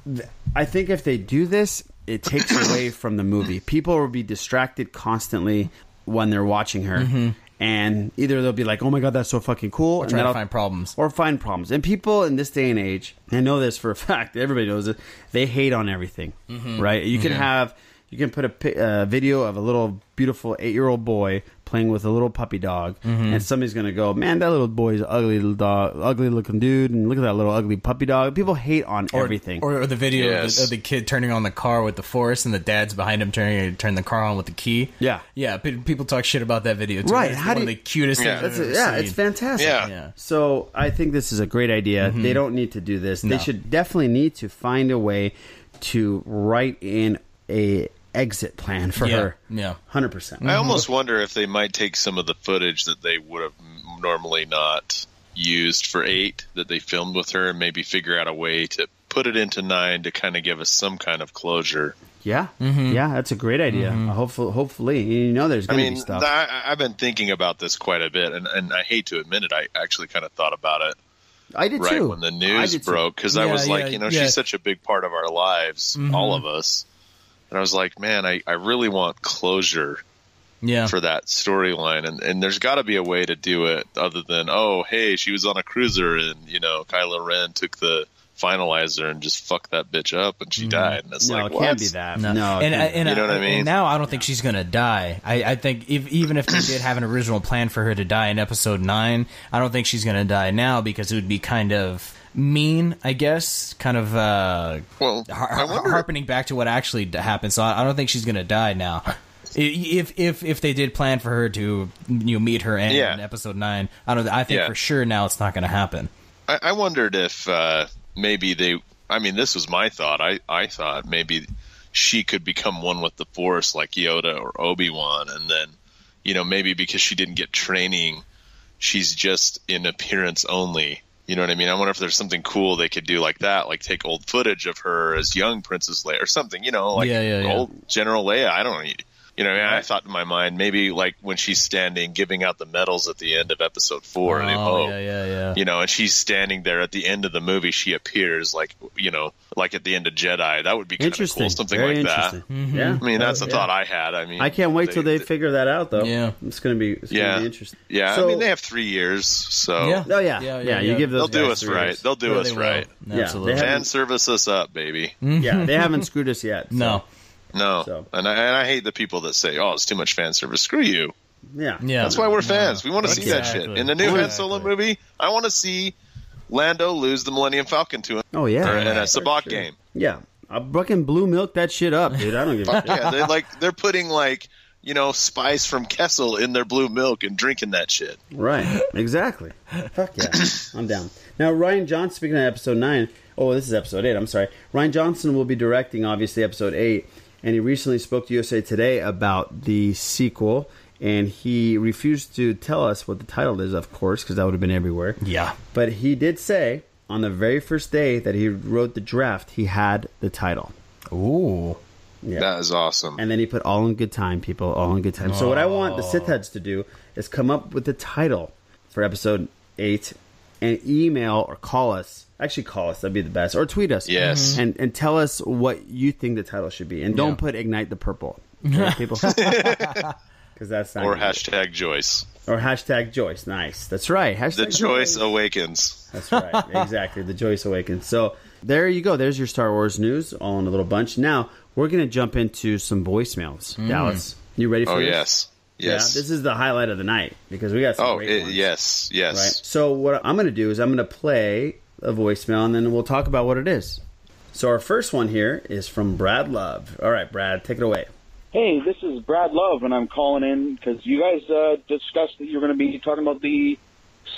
Th- I think if they do this, it takes away from the movie. People will be distracted constantly when they're watching her. Mm-hmm. And either they'll be like, "Oh my god, that's so fucking cool," and try to that'll- find problems. or find problems. And people in this day and age, I know this for a *laughs* fact. Everybody knows it. They hate on everything, Mm-hmm. right? You can have, you can put a pi- uh, video of a little beautiful eight-year-old boy playing with a little puppy dog, Mm-hmm. and somebody's gonna go, "Man, that little boy's an ugly little dog, ugly-looking dude, and look at that little ugly puppy dog." People hate on everything. Or, or the video Yes. of, the, of the kid turning on the car with the force, and the dad's behind him turning turn the car on with the key. Yeah. yeah. pe- People talk shit about that video. Too. Right, It's how one do of the you- cutest Yeah. things That's I've it. ever Yeah, seen. it's fantastic. Yeah. Yeah. Mm-hmm. So I think this is a great idea. They don't need to do this. They should definitely need to find a way to write in a exit plan for Yeah. her. Yeah. hundred percent. I almost wonder if they might take some of the footage that they would have m- normally not used for eight that they filmed with her and maybe figure out a way to put it into nine to kind of give us some kind of closure. Yeah, Mm-hmm. yeah, that's a great idea. Hopefully, hopefully, you know, there's I gonna mean, be th- stuff. I, I've been thinking about this quite a bit, and, and I hate to admit it, I actually kind of thought about it I did right too. when the I news did too. broke because I Yeah, was like, yeah, you know, yeah. Mm-hmm. she's such a big part of our lives, all of us. And I was like, man, I, I really want closure Yeah, for that storyline, and and there's got to be a way to do it other than oh hey she was on a cruiser and you know Kylo Ren took the finalizer and just fucked that bitch up and she died, and it's No, like it can't what? be that. No, it Mm-hmm. and, can't I, be. and You know what I mean? And now I don't think she's gonna die. I, I think if, even if they did have an original plan for her to die in episode nine, I don't think she's gonna die now because it would be kind of mean, I guess, kind of uh, Well, har- I wonder- harpening back to what actually d- happened. So I, I don't think she's gonna die now. I- If if if they did plan for her to you know, meet her end Yeah. in episode nine, I don't. I think Yeah. for sure now it's not gonna happen. I, I wondered if uh, maybe they. I mean, this was my thought. I, I thought maybe she could become one with the Force, like Yoda or Obi Wan, and then, you know, maybe because she didn't get training, she's just in appearance only. You know what I mean? I wonder if there's something cool they could do like that, like take old footage of her as young Princess Leia or something. You know, like Yeah, yeah, yeah. old General Leia. I don't. You know, I thought in my mind maybe like when she's standing giving out the medals at the end of Episode Four, and oh, yeah, yeah, yeah. you know, and she's standing there at the end of the movie. She appears like, you know, like at the end of Jedi. That would be kind of interesting. cool, something Very like that. interesting. Mm-hmm. Yeah, I mean, that's the thought I had. I mean, I can't wait till they, figure that out, though. Yeah. it's gonna be. It's Yeah, gonna be interesting. yeah. So- I mean, they have three years, so Yeah. Oh yeah, Yeah, yeah, yeah, You yeah. give they'll those. do guys us three right. years. They'll do Yeah, us they will. right. they Absolutely. have- Fan service us up, baby. Yeah, they haven't screwed us yet. so- Mm-hmm. no. No, So- and I, and I hate the people that say, "Oh, it's too much fan service." Screw you. Yeah. Oh, Yeah. That's why we're fans. We want to see that shit Exactly. in the new Han Solo movie. I want to see Lando lose the Millennium Falcon to him Oh yeah. in a Sabacc game. Yeah. I fucking blue milk that shit up, dude. I don't give a *laughs* shit. yeah, they like they're putting like you know spice from Kessel in their blue milk and drinking that shit. Right. Exactly. Fuck *coughs* yeah. I'm down. Now, Ryan Johnson, speaking of episode 9, oh, this is episode 8, I'm sorry. Ryan Johnson will be directing, obviously, episode 8, and he recently spoke to USA Today about the sequel and he refused to tell us what the title is, of course, because that would have been everywhere. Yeah. But he did say on the very first day that he wrote the draft, he had the title. Ooh. Yeah. That is awesome. And then he put all in good time, people, all in good time. So what I want the Sith heads to do is come up with the title for episode eight and email or call us. Actually call us, that'd be the best. Or tweet us. Yes. And and tell us what you think the title should be. And don't put Ignite the Purple. okay, *laughs* people. Because that's not or gonna- hashtag Joyce. or hashtag Joyce. Nice. That's right. Hashtag The Joyce awakens. *laughs* That's right. Exactly. The Joyce Awakens. So there you go. There's your Star Wars news all in a little bunch. Now we're going to jump into some voicemails. Dallas, you ready for Mm. Oh this? yes, Yeah, yes. this is the highlight of the night because we got some oh great it, ones. yes, yes. Right. So what I'm going to do is I'm going to play a voicemail and then we'll talk about what it is. So our first one here is from Brad Love. All right, Brad, take it away. Hey, this is Brad Love, and I'm calling in because you guys uh, discussed that you're going to be talking about the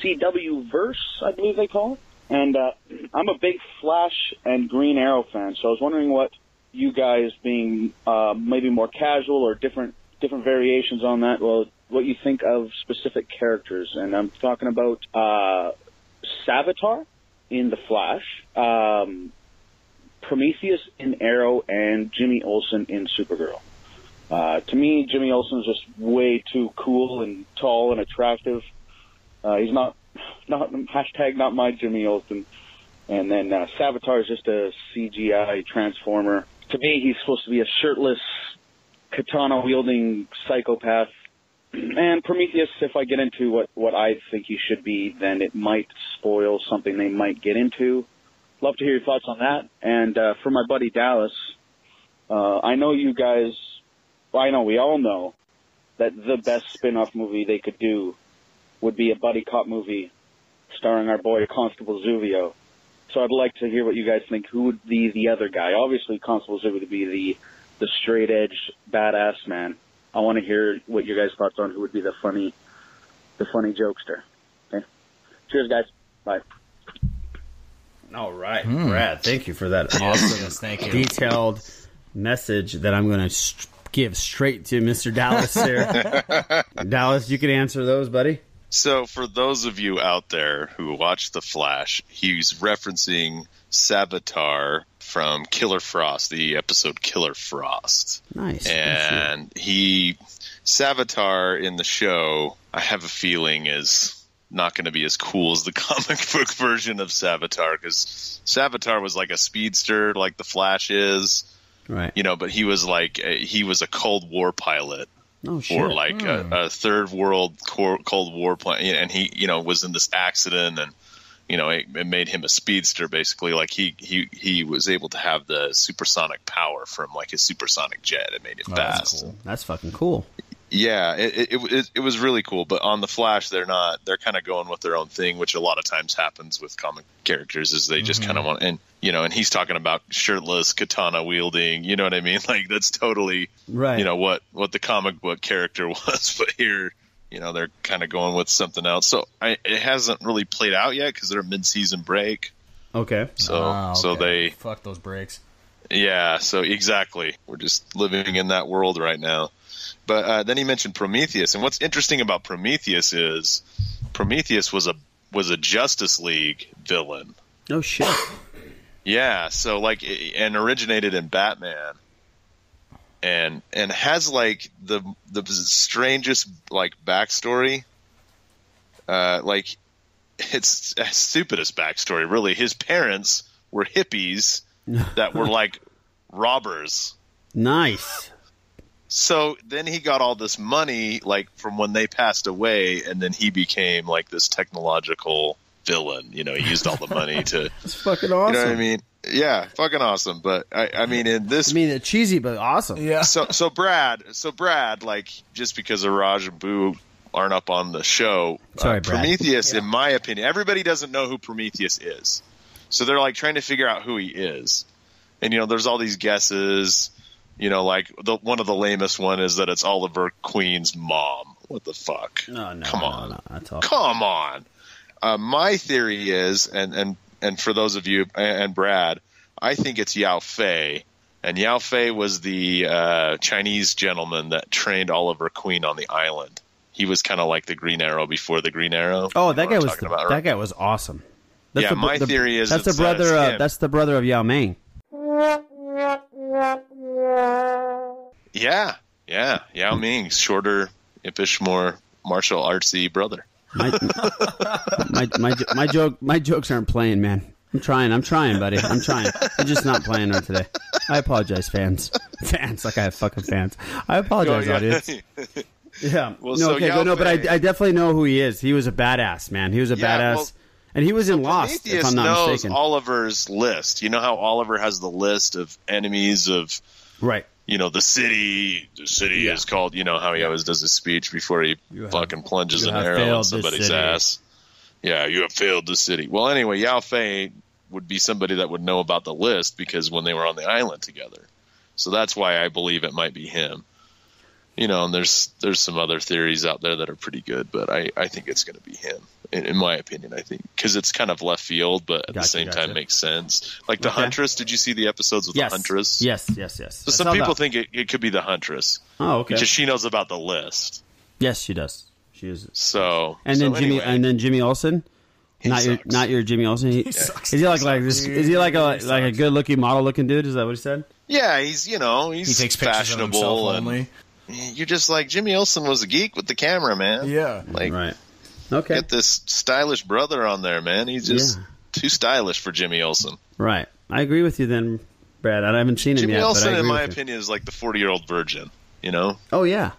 CW verse, I believe they call it. And uh, I'm a big Flash and Green Arrow fan, so I was wondering what you guys, being uh, maybe more casual or different different variations on that, well, what you think of specific characters. And I'm talking about uh, Savitar in the Flash, um, Prometheus in Arrow, and Jimmy Olsen in Supergirl. Uh, to me, Jimmy Olsen's just way too cool and tall and attractive. Uh, he's not, not hashtag not my Jimmy Olsen. And then uh, Savitar is just a CGI transformer. To me, he's supposed to be a shirtless, katana wielding psychopath. And Prometheus, if I get into what what I think he should be, then it might spoil something they might get into. Love to hear your thoughts on that. And uh, for my buddy Dallas, uh, I know you guys well, I know we all know that the best spin-off movie they could do would be a buddy cop movie starring our boy Constable Zuvio. So I'd like to hear what you guys think. Who would be the other guy? Obviously, Constable Zuvio would be the the straight edge badass man. I want to hear what your guys' thoughts on who would be the funny the funny jokester. Okay. Cheers, guys. Bye. All right, Hmm. Brad. Thank you for that awesome Yes, thank you. detailed message that I'm going to st- give straight to Mr. Dallas *laughs* here. Dallas, you can answer those, buddy. So, for those of you out there who watch The Flash, he's referencing Savitar from Killer Frost, the episode Killer Frost. Nice. And he, Savitar in the show, I have a feeling is not going to be as cool as the *laughs* comic book version of Savitar because Savitar was like a speedster, like The Flash is, Right. you know, but he was like, a, he was a Cold War pilot oh, or shit. like uh, a, a third world cor- Cold War plan. you know, And he, you know, was in this accident, and you know, it, it made him a speedster. Basically, like he he he was able to have the supersonic power from like his supersonic jet. It Hmm. made him fast. Oh, That's fucking cool. Yeah, it, it it it was really cool. But on the Flash, they're not. They're kind of going with their own thing, which a lot of times happens with comic characters. Is they Mm-hmm. just kind of want and you know, and he's talking about shirtless katana wielding. You know what I mean? *laughs* Like that's totally Right. you know what what the comic book character *laughs* was but here you know they're kind of going with something else so I, it hasn't really played out yet because they're mid-season break Okay. so Ah, so okay. they fuck those breaks. yeah so exactly we're just living in that world right now but uh, then he mentioned prometheus and what's interesting about prometheus is prometheus was a was a justice league villain No Oh, shit. yeah, so like i- and originated in Batman. And and has like the the strangest like backstory. Uh like it's the stupidest backstory really. His parents were hippies that were like robbers. nice. So then he got all this money like from when they passed away and then he became like this technological villain, you know, he used all the money to It's fucking awesome. you know what I mean? Yeah, fucking awesome. But I, I mean, in this, I mean, it's cheesy, but awesome. Yeah. so so Brad, so Brad, like just because Araj and Boo aren't up on the show, uh, Sorry, Brad. Prometheus, in my opinion, everybody doesn't know who Prometheus is, so they're like trying to figure out who he is, and you know, there's all these guesses. You know, like the one of the lamest one is that it's Oliver Queen's mom. What the fuck? No, no. come no, on. No, that's all. Come on. Uh, my theory is, and, and, and for those of you and Brad, I think it's Yao Fei And Yao Fei was the uh, Chinese gentleman that trained Oliver Queen on the island. He was kind of like the Green Arrow before the Green Arrow. Oh, You that know guy what I'm was talking the, about, that guy was awesome. Yeah, the, bro- my the- theory is that's the it's uh, that brother. uh, it's Of, him. that's the brother of Yao Ming. Oh, Yeah, yeah. Yao Ming, shorter, impish, more martial artsy brother. My, *laughs* my, my, jo- my joke my jokes aren't playing, man. I'm trying. I'm trying, buddy. I'm trying. I'm just not playing on today. I apologize, fans. *laughs* Fans, like I have fucking fans. I apologize, Oh, yeah. audience. *laughs* Yeah. *laughs* Well, no, so okay, Yao but no, but *laughs* I, Fei- I definitely know who he is. He was a badass, man. He was a Yeah, badass, well, and he was in Lost, if Prometheus I'm not knows mistaken. Oliver's list. You know how Oliver has the list of enemies of Right. you know the city. The city is called. You know how he always does his speech before he fucking plunges you an have arrow in failed this somebody's city. ass. Yeah, you have failed the city. Well, anyway, Yao Fei would be somebody that would know about the list because when they were on the island together, so that's why I believe it might be him. You know, and there's there's some other theories out there that are pretty good, but I, I think it's going to be him, in, in my opinion. I think because it's kind of left field, but at the Gotcha, same gotcha. time makes sense. Like the Okay. Huntress, did you see the episodes with Yes. the Huntress? Yes. Yes. Yes. So I some saw people that. think it, it could be the Huntress. Oh, okay. Because she knows about the list. Yes, she does. She is. So And then so Jimmy. anyway, And then Jimmy Olsen. He Not your, sucks. not your Jimmy Olsen. He, sucks. Is he like like this? Is he like a He like a good looking model looking dude? Is that what he said? yeah, he's you know he's He takes pictures of fashionable himself and only. you're just like Jimmy Olsen was a geek with the camera, man. Yeah. like right. Okay. Get this stylish brother on there, man. He's just Yeah. too stylish for Jimmy Olsen. Right. I agree with you then, Brad. I haven't seen him Jimmy yet. but Olsen, I agree in my with you. opinion, is like the forty-year-old virgin. You know, Oh yeah.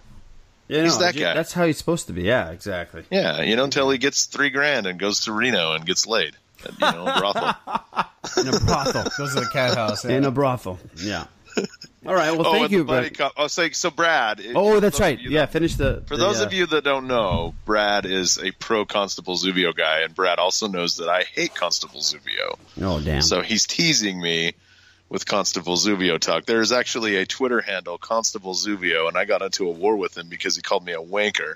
Yeah, He's no, that ju- guy. That's how he's supposed to be. Yeah, exactly. yeah, you know, until he gets three grand and goes to Reno and gets laid. at, You know, a brothel. In a brothel. Goes to the cat house. In a brothel. *laughs* Yeah. All right. Well, oh, thank and you, the buddy Brad. cop- oh, so, so Brad. it- Oh, that's those of right. you Yeah, finish the. uh, For those of you that don't know, Brad is a pro Constable Zubio guy, and Brad also knows that I hate Constable Zubio. Oh damn. So he's teasing me with Constable Zubio talk. There is actually a Twitter handle, Constable Zubio, and I got into a war with him because he called me a wanker.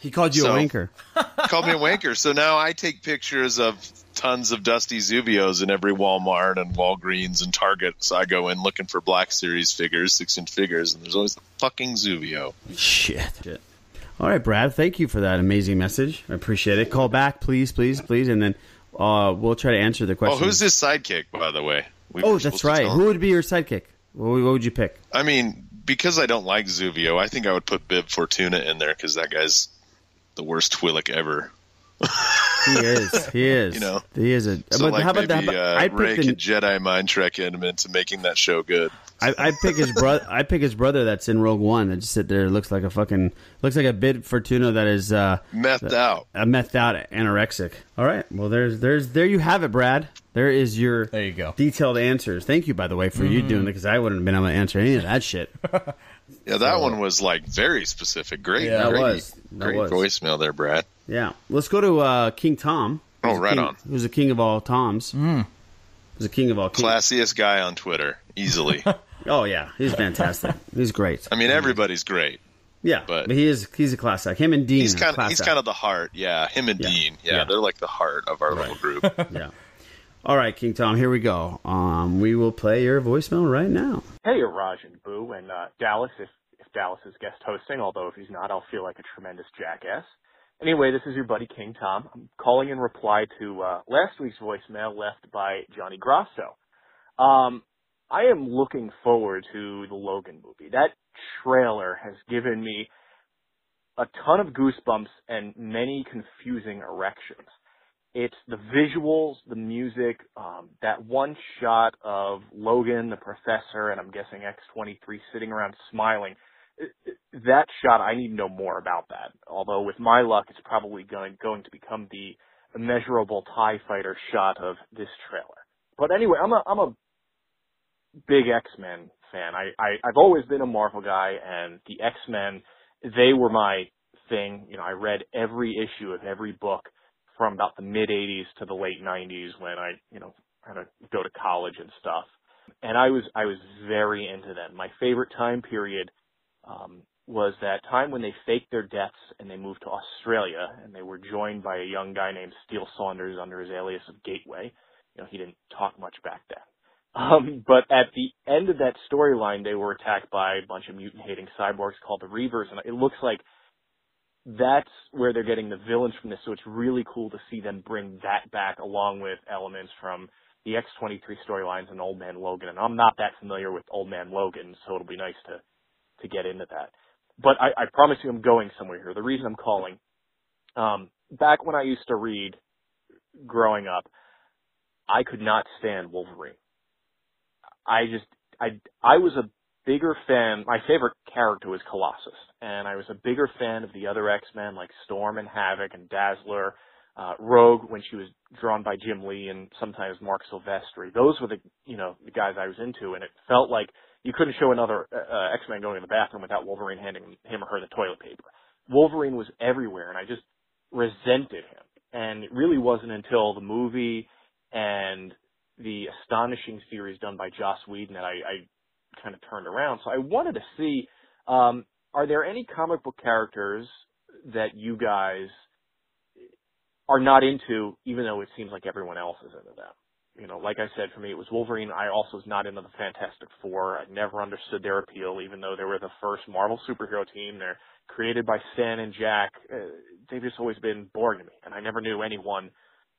he called you so- a wanker. He called me a wanker. So now I take pictures of tons of Dusty Zubios in every Walmart and Walgreens and Target. So I go in looking for Black Series figures, six inch figures, and there's always the fucking Zubio. Shit. All right, Brad. Thank you for that amazing message. I appreciate it. Call back, please, please, please, and then uh, we'll try to answer the Oh, question. who's his sidekick, by the way? We Oh, were supposed that's to right. tell him. Who would be your sidekick? What would what would you pick? I mean, because I don't like Zuvio, I think I would put Bib Fortuna in there because that guy's the worst Twi'lek ever. *laughs* He is. He is. You know. He is a. So but like how about maybe that? uh, I'd Ray pick could the, Jedi mind trick him into making that show good. I, I pick his brother. I pick his brother that's in Rogue One. that just sit there. Looks like a fucking. Looks like a bid Fortuna that is uh, Methed out. a methed out anorexic. All right. Well, there's there's there you have it, Brad. There is your There you go. Mm-hmm. detailed answers. Thank you, by the way, for you doing it because I wouldn't have been able to answer any of that *laughs* shit. Yeah, that one was like very specific. Great, Yeah, that great, was. That great was. voicemail there, Brad. Yeah. Let's go to uh, King Tom. Oh, Who's the right king- on. Who's the king of all Toms? Mm. Who's the king of all kings? Classiest guy on Twitter, easily. *laughs* Oh yeah, he's *laughs* fantastic. he's great. I mean, everybody's great. Yeah, But- but, he is he's a class act. Him and Dean. He's are kind of class he's act. kind of the heart. Yeah, him and Dean. Yeah, Yeah. they're like the heart of our little group. yeah. All right, King Tom, here we go. Um, we will play your voicemail right now. Hey, Raj and Boo and uh, Dallas, if, if Dallas is guest hosting, although if he's not, I'll feel like a tremendous jackass. Anyway, this is your buddy King Tom. I'm calling in reply to uh, last week's voicemail left by Johnny Grasso. Um, I am looking forward to the Logan movie. That trailer has given me a ton of goosebumps and many confusing erections. It's the visuals, the music, um, that one shot of Logan, the professor, and I'm guessing X23 sitting around smiling. It- it- That shot, I need to know more about that. Although with my luck, it's probably going, going to become the immeasurable TIE fighter shot of this trailer. But anyway, I'm a, I'm a big X-Men fan. I, I, I've always been a Marvel guy and the X-Men, they were my thing. You know, I read every issue of every book from about the mid 80s to the late 90s when I, you know, kind of go to college and stuff. And I was I was very into them. My favorite time period um, was that time when they faked their deaths and they moved to Australia and they were joined by a young guy named Steele Saunders under his alias of Gateway. You know, he didn't talk much back then. Um, but at the end of that storyline, they were attacked by a bunch of mutant-hating cyborgs called the Reavers, and it looks like that's where they're getting the villains from this. So it's really cool to see them bring that back along with elements from the X23 storylines and Old Man Logan. And I'm not that familiar with Old Man Logan, so it'll be nice to to get into that. But I, I promise you, I'm going somewhere here. The reason I'm calling, um, back when I used to read growing up, I could not stand Wolverine. I just I I was a bigger fan. My favorite character was Colossus, and I was a bigger fan of the other X Men like Storm and Havoc and Dazzler, uh, Rogue when she was drawn by Jim Lee and sometimes Mark Silvestri. Those were the you know the guys I was into, and it felt like you couldn't show another uh, X Man going to the bathroom without Wolverine handing him or her the toilet paper. Wolverine was everywhere, and I just resented him. And it really wasn't until the movie and the astonishing series done by Joss Whedon that I, I kind of turned around. So I wanted to see, um, are there any comic book characters that you guys are not into, even though it seems like everyone else is into them? You know, like I said, for me it was Wolverine. I also was not into the Fantastic Four. I never understood their appeal, even though they were the first Marvel superhero team. They're created by Stan and Jack. Uh, they've just always been boring to me, and I never knew anyone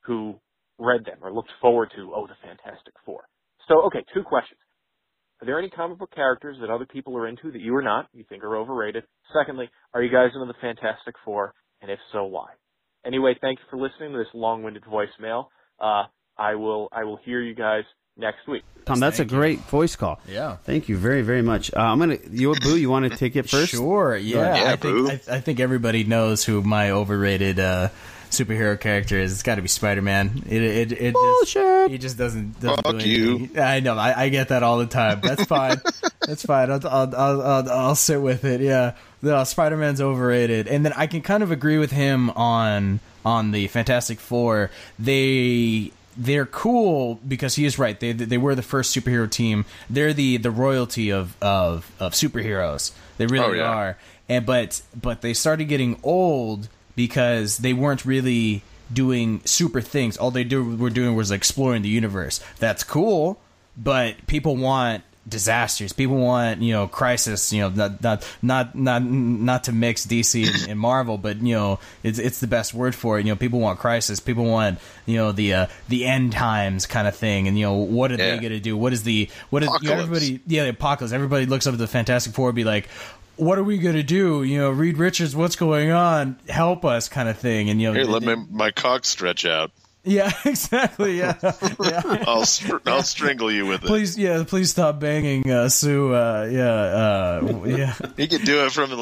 who read them or looked forward to, oh, the Fantastic Four. So, okay, two questions. Are there any comic book characters that other people are into that you are not, you think are overrated? Secondly, are you guys into the Fantastic Four? And if so, why? Anyway, thank you for listening to this long-winded voicemail. Uh, I will, I will hear you guys next week. Tom, that's Thank a you. great voice call. Yeah. Thank you very, very much. Uh, I'm gonna. You, Boo, you want to take it first? Sure. Yeah, Go I ahead. think I, I think everybody knows who my overrated uh, superhero character is. It's got to be Spider Man. It it it just, he just doesn't. doesn't Fuck do anything. I know. I, I get that all the time. That's fine. That's fine. I'll I'll, I'll, I'll I'll sit with it. Yeah. No, Spider Man's overrated, and then I can kind of agree with him on on the Fantastic Four. They they're cool because he is right. They they were the first superhero team. They're the the royalty of of of superheroes. They really Oh, yeah. are. And but but they started getting old because they weren't really doing super things. All they do were doing was exploring the universe. That's cool, but people want disasters. People want you know crisis. You know not not not not not to mix DC and, and Marvel, but you know it's it's the best word for it. You know people want crisis. People want you know the uh, the end times kind of thing. And you know what are Yeah. they going to do? What is the what is you know, Apocalypse. everybody? Yeah, the apocalypse. Everybody looks up at the Fantastic Four, and be like. What are we gonna do? You know, Reed Richards, what's going on? Help us, kind of thing. And you know, Here, they- let my, my cock stretch out. yeah, *laughs* exactly. Yeah, *laughs* yeah. I'll str- I'll strangle you with it. Please, yeah, please stop banging uh, Sue. Uh, yeah, uh, yeah. He could do it from you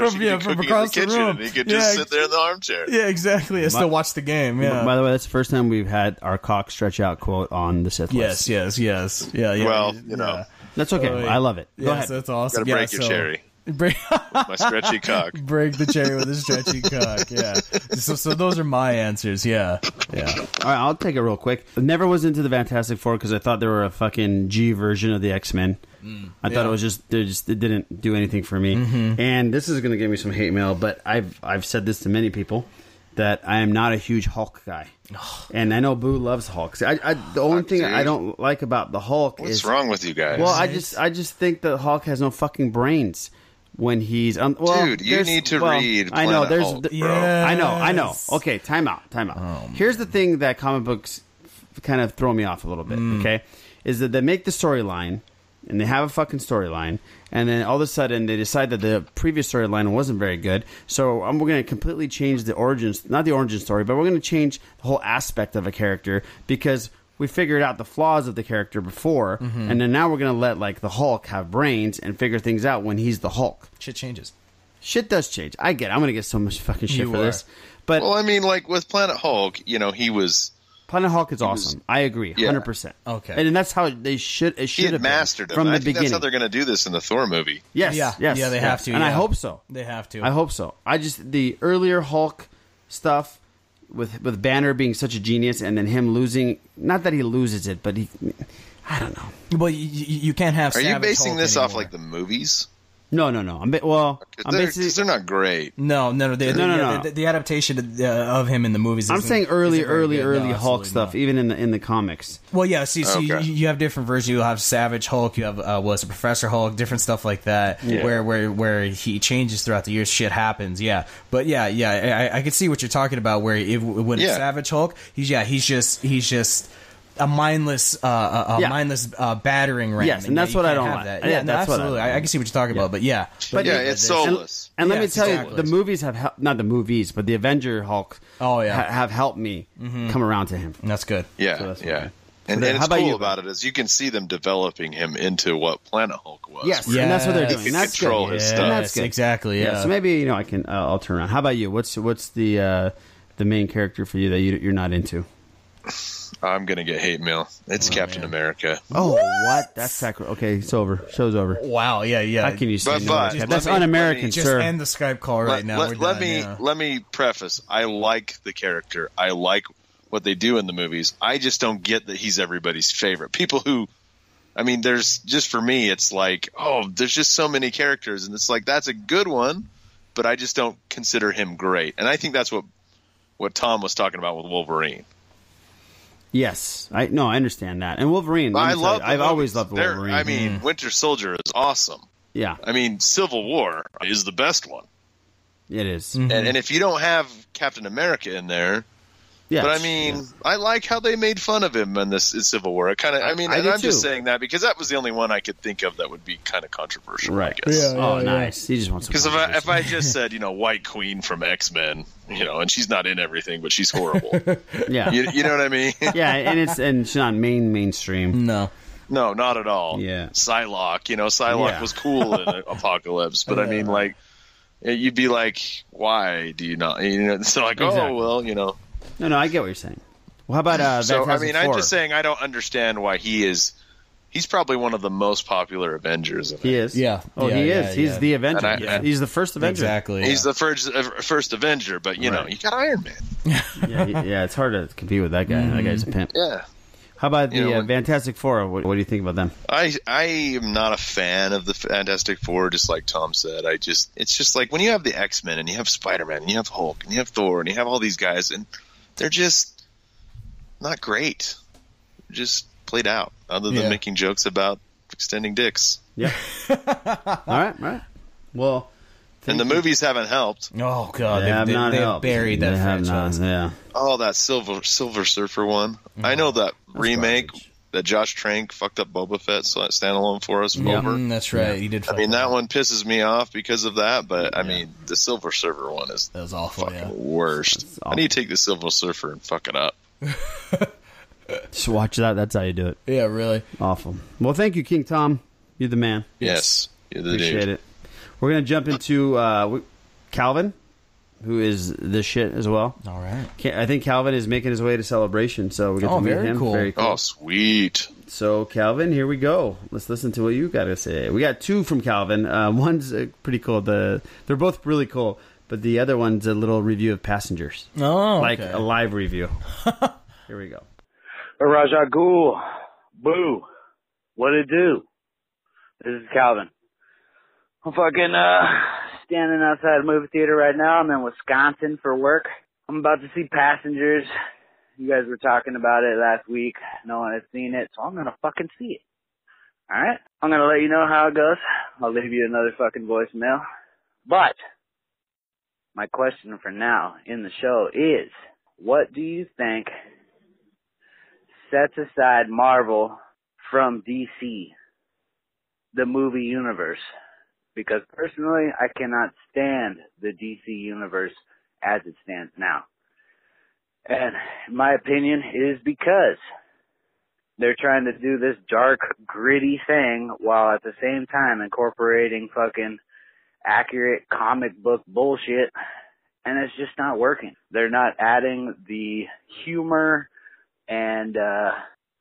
know From- she yeah, could be cooking from in the across the kitchen room. and he could Yeah, just ex- sit there in the armchair. Yeah, exactly. I still watch the game. Yeah. By the way, that's the first time we've had our cock stretch out quote on the Sith Yes, yes, yes. Yeah, yeah. Well, you know. *laughs* That's okay. I love it. Go Oh, yes, ahead. that's awesome. Gotta Yeah, break your so- cherry. *laughs* Break My stretchy cock. *laughs* Break the cherry with a *laughs* stretchy cock. Yeah. So, so those are my answers. Yeah. Yeah. All right, I'll take it real quick. Never was into the Fantastic Four because I thought they were a fucking G version of the X Men. I thought Mm, yeah. Mm-hmm. it was just they just it didn't do anything for me. And this is going to give me some hate mail, but I've I've said this to many people that I am not a huge Hulk guy. and I know Boo loves Hulk. See, I, I, the only thing I dude. don't like about the Hulk What's is wrong with you guys? Well, I just I just think that Hulk has no fucking brains when he's um, well, Dude, you there's- need to well, read I know Planet there's Hulk, th- bro. I know, I know. Yes. Okay, time out, time Oh, out. Here's the thing that comic books f- kind of throw me off a little bit, Mm. okay? Is that they make the storyline and they have a fucking storyline and then all of a sudden they decide that the previous storyline wasn't very good so um, we're going to completely change the origins not the origin story but we're going to change the whole aspect of a character because we figured out the flaws of the character before Mhm. and then now we're going to let like the hulk have brains and figure things out when he's the hulk Shit changes. shit does change i get it. i'm going to get so much fucking shit You for are. this but well, I mean, like with Planet Hulk, you know, he was Planet Hulk is he was- awesome. I agree, Yeah. hundred percent. Okay. and, that's how they should. It he should had have mastered been him. from I the think beginning. That's how they're going to do this in the Thor movie. Yes. Yeah. Yes. Yeah, they yes. have to, And I yeah. hope so. They have to. I hope so. I just the earlier Hulk stuff with with Banner being such a genius and then him losing not that he loses it, but he I don't know. Well, you, you you can't have. Are you Savage basing Hulk this off anymore. like the movies? No, no, no. I'm ba- well. I'm They're, basically. 'cause they're not great. No, no, no, they, No, no, yeah, no. The, the adaptation of, the- of him in the movies. I'm isn't- saying early, isn't very early, good. No, early Hulk absolutely stuff, even in the in the comics. Well, yeah. See, so you, Okay. you have different versions. You have Savage Hulk. You have uh, was it Professor Hulk? Different stuff like that. Yeah. Where where where he changes throughout the years. Shit happens. Yeah. But yeah, yeah. I, I could see what you're talking about. Where if, when it's Yeah. Savage Hulk, he's yeah, he's just he's just. A mindless, uh, a, a Yeah. mindless uh, battering ram. Yes, and that's you what I can't don't have like. That. Yeah, Yeah, no, that's what I absolutely. I, I can see what you're talking about, but yeah, And, and let Yes, me tell exactly. you, the movies have hel- not the movies, but the Avenger Hulk. Oh yeah, ha- have helped me Mhm. come around to him. That's good. Yeah, yeah. And, and So how it's about cool you? about it is you can see them developing him into what Planet Hulk was. Yes, where and that's what they're he doing. could And that's control good. his And stuff. that's good. So maybe you know I can. Uh, I'll turn around. How about you? What's what's the uh, the main character for you that you, you're not into? I'm gonna get hate mail. It's Captain America. Oh, what? That's sacri- okay. It's over. Show's over. Wow. Yeah. Yeah. How can you say But- no? but- Cap- let that's me- un-American, let me- just sir. end the Skype call right now. Let, We're let done, me yeah. let me preface. I like the character. I like what they do in the movies. I just don't get that he's everybody's favorite. People who, I mean, there's just for me, it's like, oh, there's just so many characters, and it's like that's a good one, but I just don't consider him great. And I think that's what what Tom was talking about with Wolverine. yes, I no, I understand that. And Wolverine. But let me I tell love. you, the I've movies. always loved They're- Wolverine. Mm. I mean, Winter Soldier is awesome. yeah, I mean, Civil War is the best one. it is. And, and if you don't have Captain America in there, Yes, but I mean, I like how they made fun of him in this in Civil War. It kind of, I mean, I and do I'm just too. saying that because that was the only one I could think of that would be kind of controversial. right. I guess. oh, nice. He just wants Because if I, if I just said, you know, White Queen from X Men, you know, and she's not in everything, but she's horrible. *laughs* Yeah. you, you know what I mean? *laughs* yeah, and it's and it's not main mainstream. No. No, not at all. Yeah. Psylocke, you know, Psylocke Yeah. was cool *laughs* in Apocalypse, but I mean, like, it- you'd be like, why do you not? You know, *laughs* it's like, Exactly. oh well, you know. No, no, I get what you're saying. Well, how about uh, so I Fantastic mean, I'm Four? just saying I don't understand why he is. He's probably one of the most popular Avengers. He is. Yeah. Oh, Yeah, he yeah, is. He's yeah. the Avenger. And I- I- He's the first Avenger. He's the first uh, first Avenger, but you know, you got Iron Man. yeah, he- yeah, it's hard to compete with that guy. That guy's a pimp. Yeah. How about the You know, uh, Fantastic Four? What, what do you think about them? I I am not a fan of the Fantastic Four, just like Tom said. I just it's just like when you have the X Men and you have Spider Man and you have Hulk and you have Thor and you have all these guys and they're just not great. They're just played out, other than Yeah. making jokes about extending dicks. Yeah. all right, all right. Well, *laughs* And the movies haven't helped. Oh god, they they've- have they- not they've helped. buried that They have franchise. not, yeah. Oh, that Silver Silver Surfer one. Mm-hmm. I know that remake that Josh Trank fucked up Boba Fett so that standalone for us Yeah. over. Mm, that's right. He did I fuck mean, that one pisses me off because of that, but I mean, the Silver Surfer one is that was awful. Fucking worst. I need to take the Silver Surfer and fuck it up. Just watch that. That's how you do it. Yeah, really. Awful. Well, thank you, King Tom. You're the man. Yes, you're the Appreciate dude. it. We're gonna jump into uh, we- Calvin, who is the shit as well. All right. I think Calvin is making his way to celebration, so we get Oh, to meet very him. cool. Very cool. Oh, sweet. So, Calvin, here we go. Let's listen to what you got to say. We got two from Calvin. Uh, *laughs* one's uh, pretty cool. The they're both really cool, but the other one's a little review of passengers. Oh, like a live review. Here we go. Raja Ghul, boo, what it do? This is Calvin. I'm fucking uh standing outside a movie theater right now. I'm in Wisconsin for work. I'm about to see Passengers. You guys were talking about it last week. No one had seen it, so I'm gonna fucking see it. All right, I'm gonna let you know how it goes. I'll leave you another fucking voicemail. *laughs* But my question for now in the show is, what do you think sets aside Marvel from DC, the movie universe. Because personally, I cannot stand the DC universe as it stands now. And my opinion is because they're trying to do this dark, gritty thing while at the same time incorporating fucking accurate comic book bullshit. And it's just not working. They're not adding the humor and uh,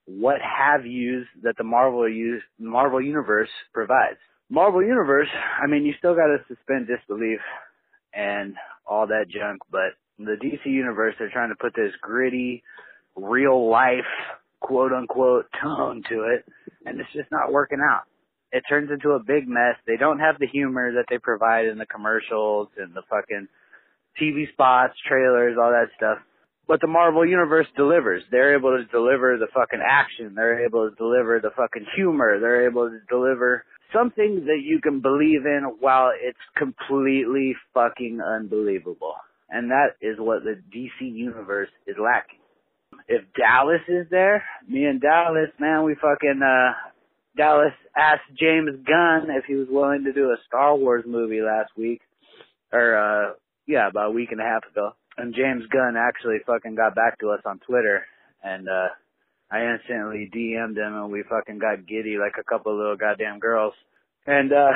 what have yous that the Marvel use, Marvel Universe provides. Marvel Universe, I mean, you still got to suspend disbelief and all that junk, but the DC Universe, they're trying to put this gritty, real life, quote unquote, tone to it, and it's just not working out. it turns into a big mess. They don't have the humor that they provide in the commercials and the fucking TV spots, trailers, all that stuff. But the Marvel Universe delivers. They're able to deliver the fucking action. They're able to deliver the fucking humor. They're able to deliver something that you can believe in while it's completely fucking unbelievable. And that is what the DC Universe is lacking. If Dallas is there, me and Dallas, man, we fucking, uh, Dallas asked James Gunn if he was willing to do a Star Wars movie last week, or uh, yeah, about a week and a half ago. And James Gunn actually fucking got back to us on Twitter, and uh, I instantly DM'd him, and we fucking got giddy like a couple of little goddamn girls. And uh,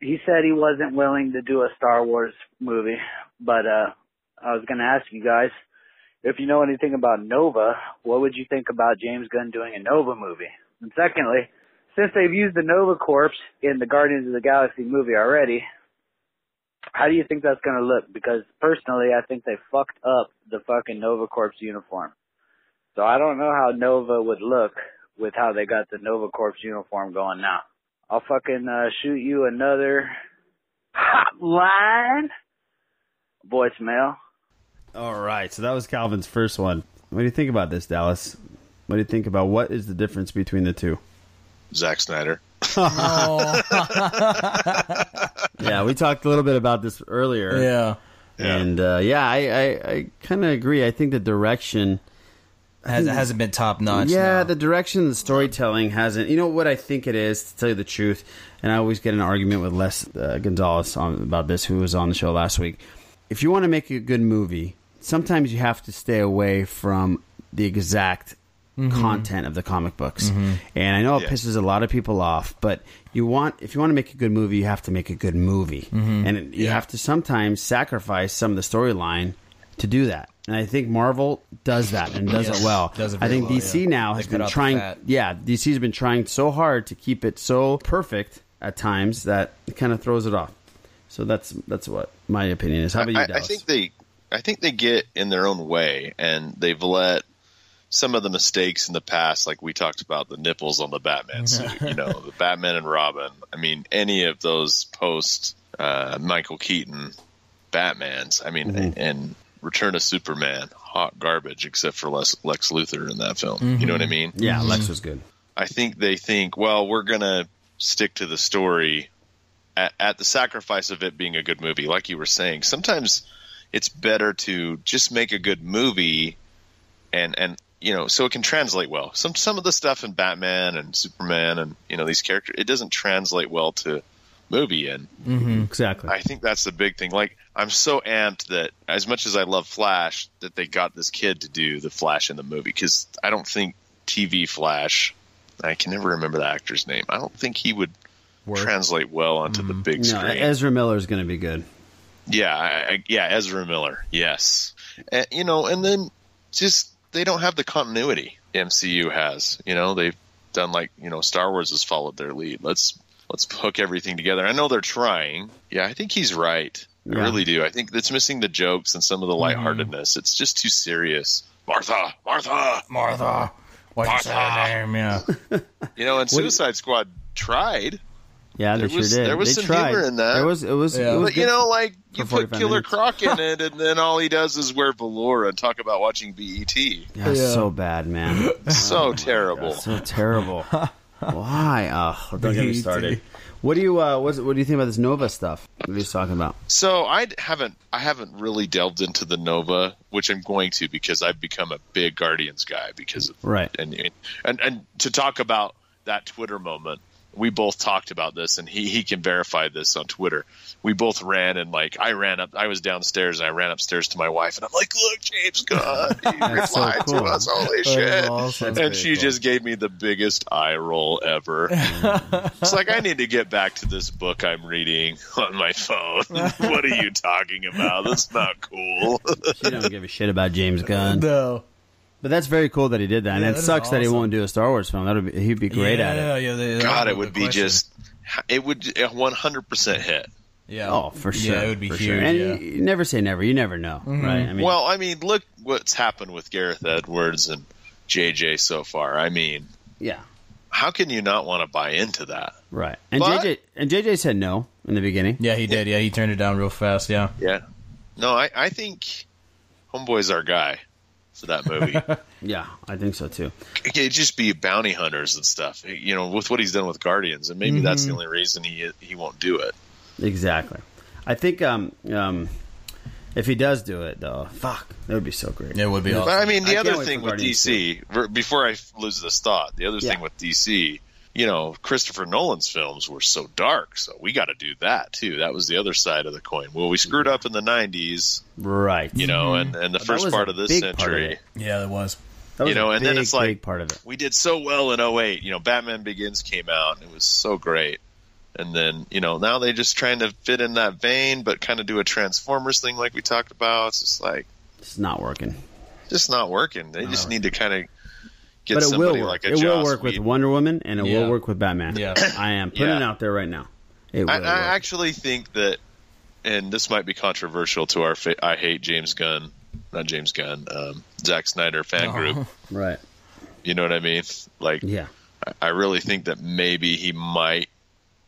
he said he wasn't willing to do a Star Wars movie, but uh, I was gonna ask you guys if you know anything about Nova, what would you think about James Gunn doing a Nova movie? And secondly, since they've used the Nova Corpse in the Guardians of the Galaxy movie already, how do you think that's going to look? Because personally, I think they fucked up the fucking Nova Corpse uniform. So I don't know how Nova would look with how they got the Nova Corpse uniform going now. I'll fucking uh, shoot you another hotline voicemail. All right, so that was Calvin's first one. What do you think about this, Dallas? What do you think about what is the difference between the two? Zack *laughs* Snyder. yeah, we talked a little bit about this earlier. Yeah. And uh, yeah, I, I, I kind of agree. I think the direction Has, it hasn't been top notch. Yeah, the direction the storytelling hasn't. You know what I think it is to tell you the truth, and I always get in an argument with Les uh, Gonzalez on, about this, who was on the show last week. If you want to make a good movie, sometimes you have to stay away from the exact Mhm. content of the comic books. Mhm. And I know it pisses a lot of people off, but you want if you want to make a good movie, you have to make a good movie, Mhm. and it- you have to sometimes sacrifice some of the storyline to do that. And I think Marvel does that and does Yes. it well. Does it I very think well, DC yeah. now They has cut been out the trying. fat. Yeah, DC's been trying so hard to keep it so perfect at times that it kind of throws it off. So that's that's what my opinion is. How about you, I, I Dallas? think they, I think they get in their own way, and they've let some of the mistakes in the past, like we talked about the nipples on the Batman suit, *laughs* you know, the Batman and Robin. I mean, any of those post uh, Michael Keaton Batmans. I mean, Mm-hmm. and Return of Superman, hot garbage, except for Les, Lex Luthor in that film. You know what I mean? Mm-hmm. Yeah, Lex was good. I think they think, well, we're going to stick to the story at, at the sacrifice of it being a good movie. Like you were saying, sometimes it's better to just make a good movie and, and, you know, so it can translate well. Some some of the stuff in Batman and Superman and you know these characters, it doesn't translate well to movie. And Mm-hmm. Exactly. I think that's the big thing. Like, I'm so amped that as much as I love Flash, that they got this kid to do the Flash in the movie because I don't think TV Flash. I can never remember the actor's name. I don't think he would translate well onto the big Mm-hmm. no, screen. Ezra Miller is going to be good. yeah, I, I- yeah, Ezra Miller. Yes, and, you know, and then just they don't have the continuity the MCU has. You know, they've done like you know Star Wars has followed their lead. Let's let's hook everything together. I know they're trying. Yeah, I think he's right. I Yeah. really do. I think it's missing the jokes and some of the lightheartedness. It's just too serious. Martha, Martha, Martha. Why'd you say her name? Yeah. You know, and Suicide Squad tried. Yeah, There they was- sure did. there was They some tried. humor in that. There was it was, it was But you good know, like for you put 45 Killer minutes. Croc in it, and then all he does is wear velour and talk about watching E BET. Yeah, it's so *laughs* bad, man. so terrible. so terrible. Why? Oh, don't get me BET. started. What do you uh, what's, what do you think about this Nova stuff? What are you talking about? So I d- haven't I haven't really delved into the Nova, which I'm going to because I've become a big Guardians guy because of Right. and and and to talk about that Twitter moment, we both talked about this, and he he can verify this on Twitter. We both ran and like I ran up, I was downstairs and I ran upstairs to my wife, and I'm like, look, James Gunn, he That's so replied to cool. us, holy That's shit, awesome. That's and very she cool. just gave me the biggest eye roll ever. *laughs* it's like I need to get back to this book I'm reading *laughs* on my phone. *laughs* what are you talking about? That's not cool. *laughs* She don't give a shit about James Gunn. No. But that's very cool that he did that, and Yeah, it that is sucks that he awesome. won't do a Star Wars film. That would be, he'd be great at it. yeah, God, it would be just. It would one hundred percent hit. Yeah. Oh, for sure. Yeah, it would be for huge. sure. And yeah. Mm-hmm. you, you never say never. You never know, right? Mm-hmm. I mean, well, I mean, look what's happened with Gareth Edwards and JJ so far. I mean, yeah. how can you not want to buy into that? Right. And But- JJ and JJ said no in the beginning. Yeah, he did. Yeah, he turned it down real fast. Yeah. Yeah. No, I, I think Homeboy's our guy for that movie. yeah, I think so too. It could just be bounty hunters and stuff, you know, with what he's done with Guardians, and maybe that's the Mhm. only reason he he won't do it. Exactly. I think um um if he does do it though, fuck, that would be so great. It would But I mean, the other thing with DC, ver- before I f- lose this thought, the other thing with DC, you know, Christopher Nolan's films were so dark, so we got to do that too. That was the other side of the coin. Well, we screwed up in the '90s, Mm-hmm. right? Mm-hmm. you know, and and the But that first was part a of this big part of century. it. Yeah, it was. That was you know, a and then big, it's like big part *laughs* of it. we did so well in 08. You know, Batman Begins came out and it was so great. And then, you know, now they're just trying to fit in that vein, but kind of do a Transformers thing like we talked about. It's just like, It's not working. just not working. They just need to kind of get but it will somebody work. like a it will Joss work with Whedon. Wonder Woman and it Yeah. will work with Batman. Yeah. I am putting it Yeah. out there right now. It will I, work. I actually think that, and this might be controversial to our fa- I hate James Gunn, not James Gunn, um, Zack Snyder fan group. Right. You know what I mean? Like, yeah, I, I really think that maybe he might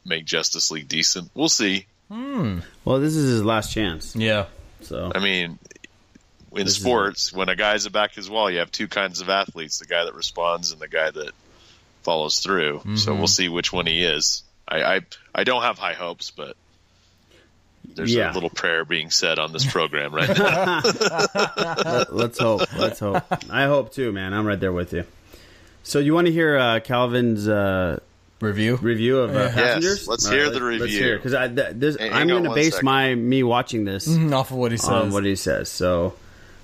make Justice League decent. We'll see. Hmm. Well, this is his last chance. Yeah. So I mean, *laughs* in Oh. This is- sports, when a guy's back his wall, you have two kinds of athletes: the guy that responds and the guy that follows through. So Mhm. we'll see which one he is. I I, I don't have high hopes, but. There's a Yeah. little prayer being said on this program *laughs* right now. Let, let's hope. Let's hope. I hope too, man. I'm right there with you. So you want to hear uh, Calvin's uh, review review of uh, Yes, passengers? let's All hear the Let's review. hear because I th- this, Hang- I'm hang on going to one base second. my me watching this Mhm, *laughs* off of what he on says. what he says. So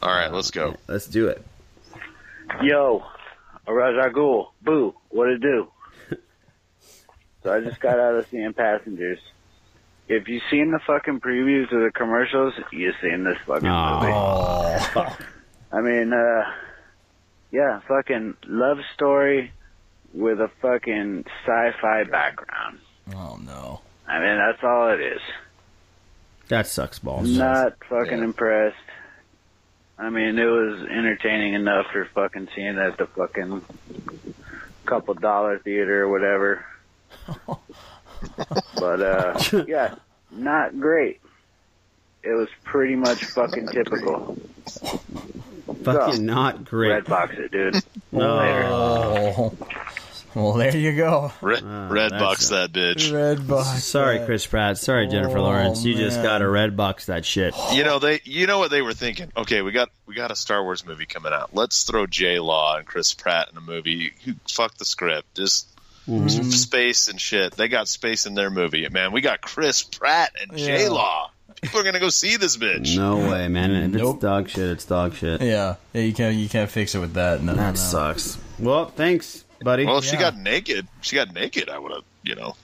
all right, let's go. Let's do it. Yo, Rajagul, boo, what it do? so I just got out of seeing passengers. If you've seen the fucking previews of the commercials, you've seen this fucking movie. I mean, uh, yeah, fucking love story with a fucking sci-fi background. Oh no. I mean, that's all it is. That sucks balls. Not fucking impressed. I mean, it was entertaining enough for fucking seeing it at the fucking couple dollar theater or whatever. but uh yeah, not great. It was pretty much fucking typical. Fucking So, not great. Red box it, dude. Oh. Well, there you go. Red, red box that bitch. Red box. Uh, Sorry, Chris Pratt. Sorry, Jennifer Oh, Lawrence. You just man. got to red box that shit. You know they. You know what they were thinking. Okay, we got we got a Star Wars movie coming out. Let's throw J Law and Chris Pratt in a movie. Who fuck the script? Just Mhm. space and shit. They got space in their movie. Man, we got Chris Pratt and J Law. People are gonna go see this bitch. No way, man. If it's dog shit, it's dog shit. Yeah. Yeah. You can't. You can't fix it with that. No. That sucks. Well, thanks, buddy. Well, if she got naked, if she got naked. I would have. You know.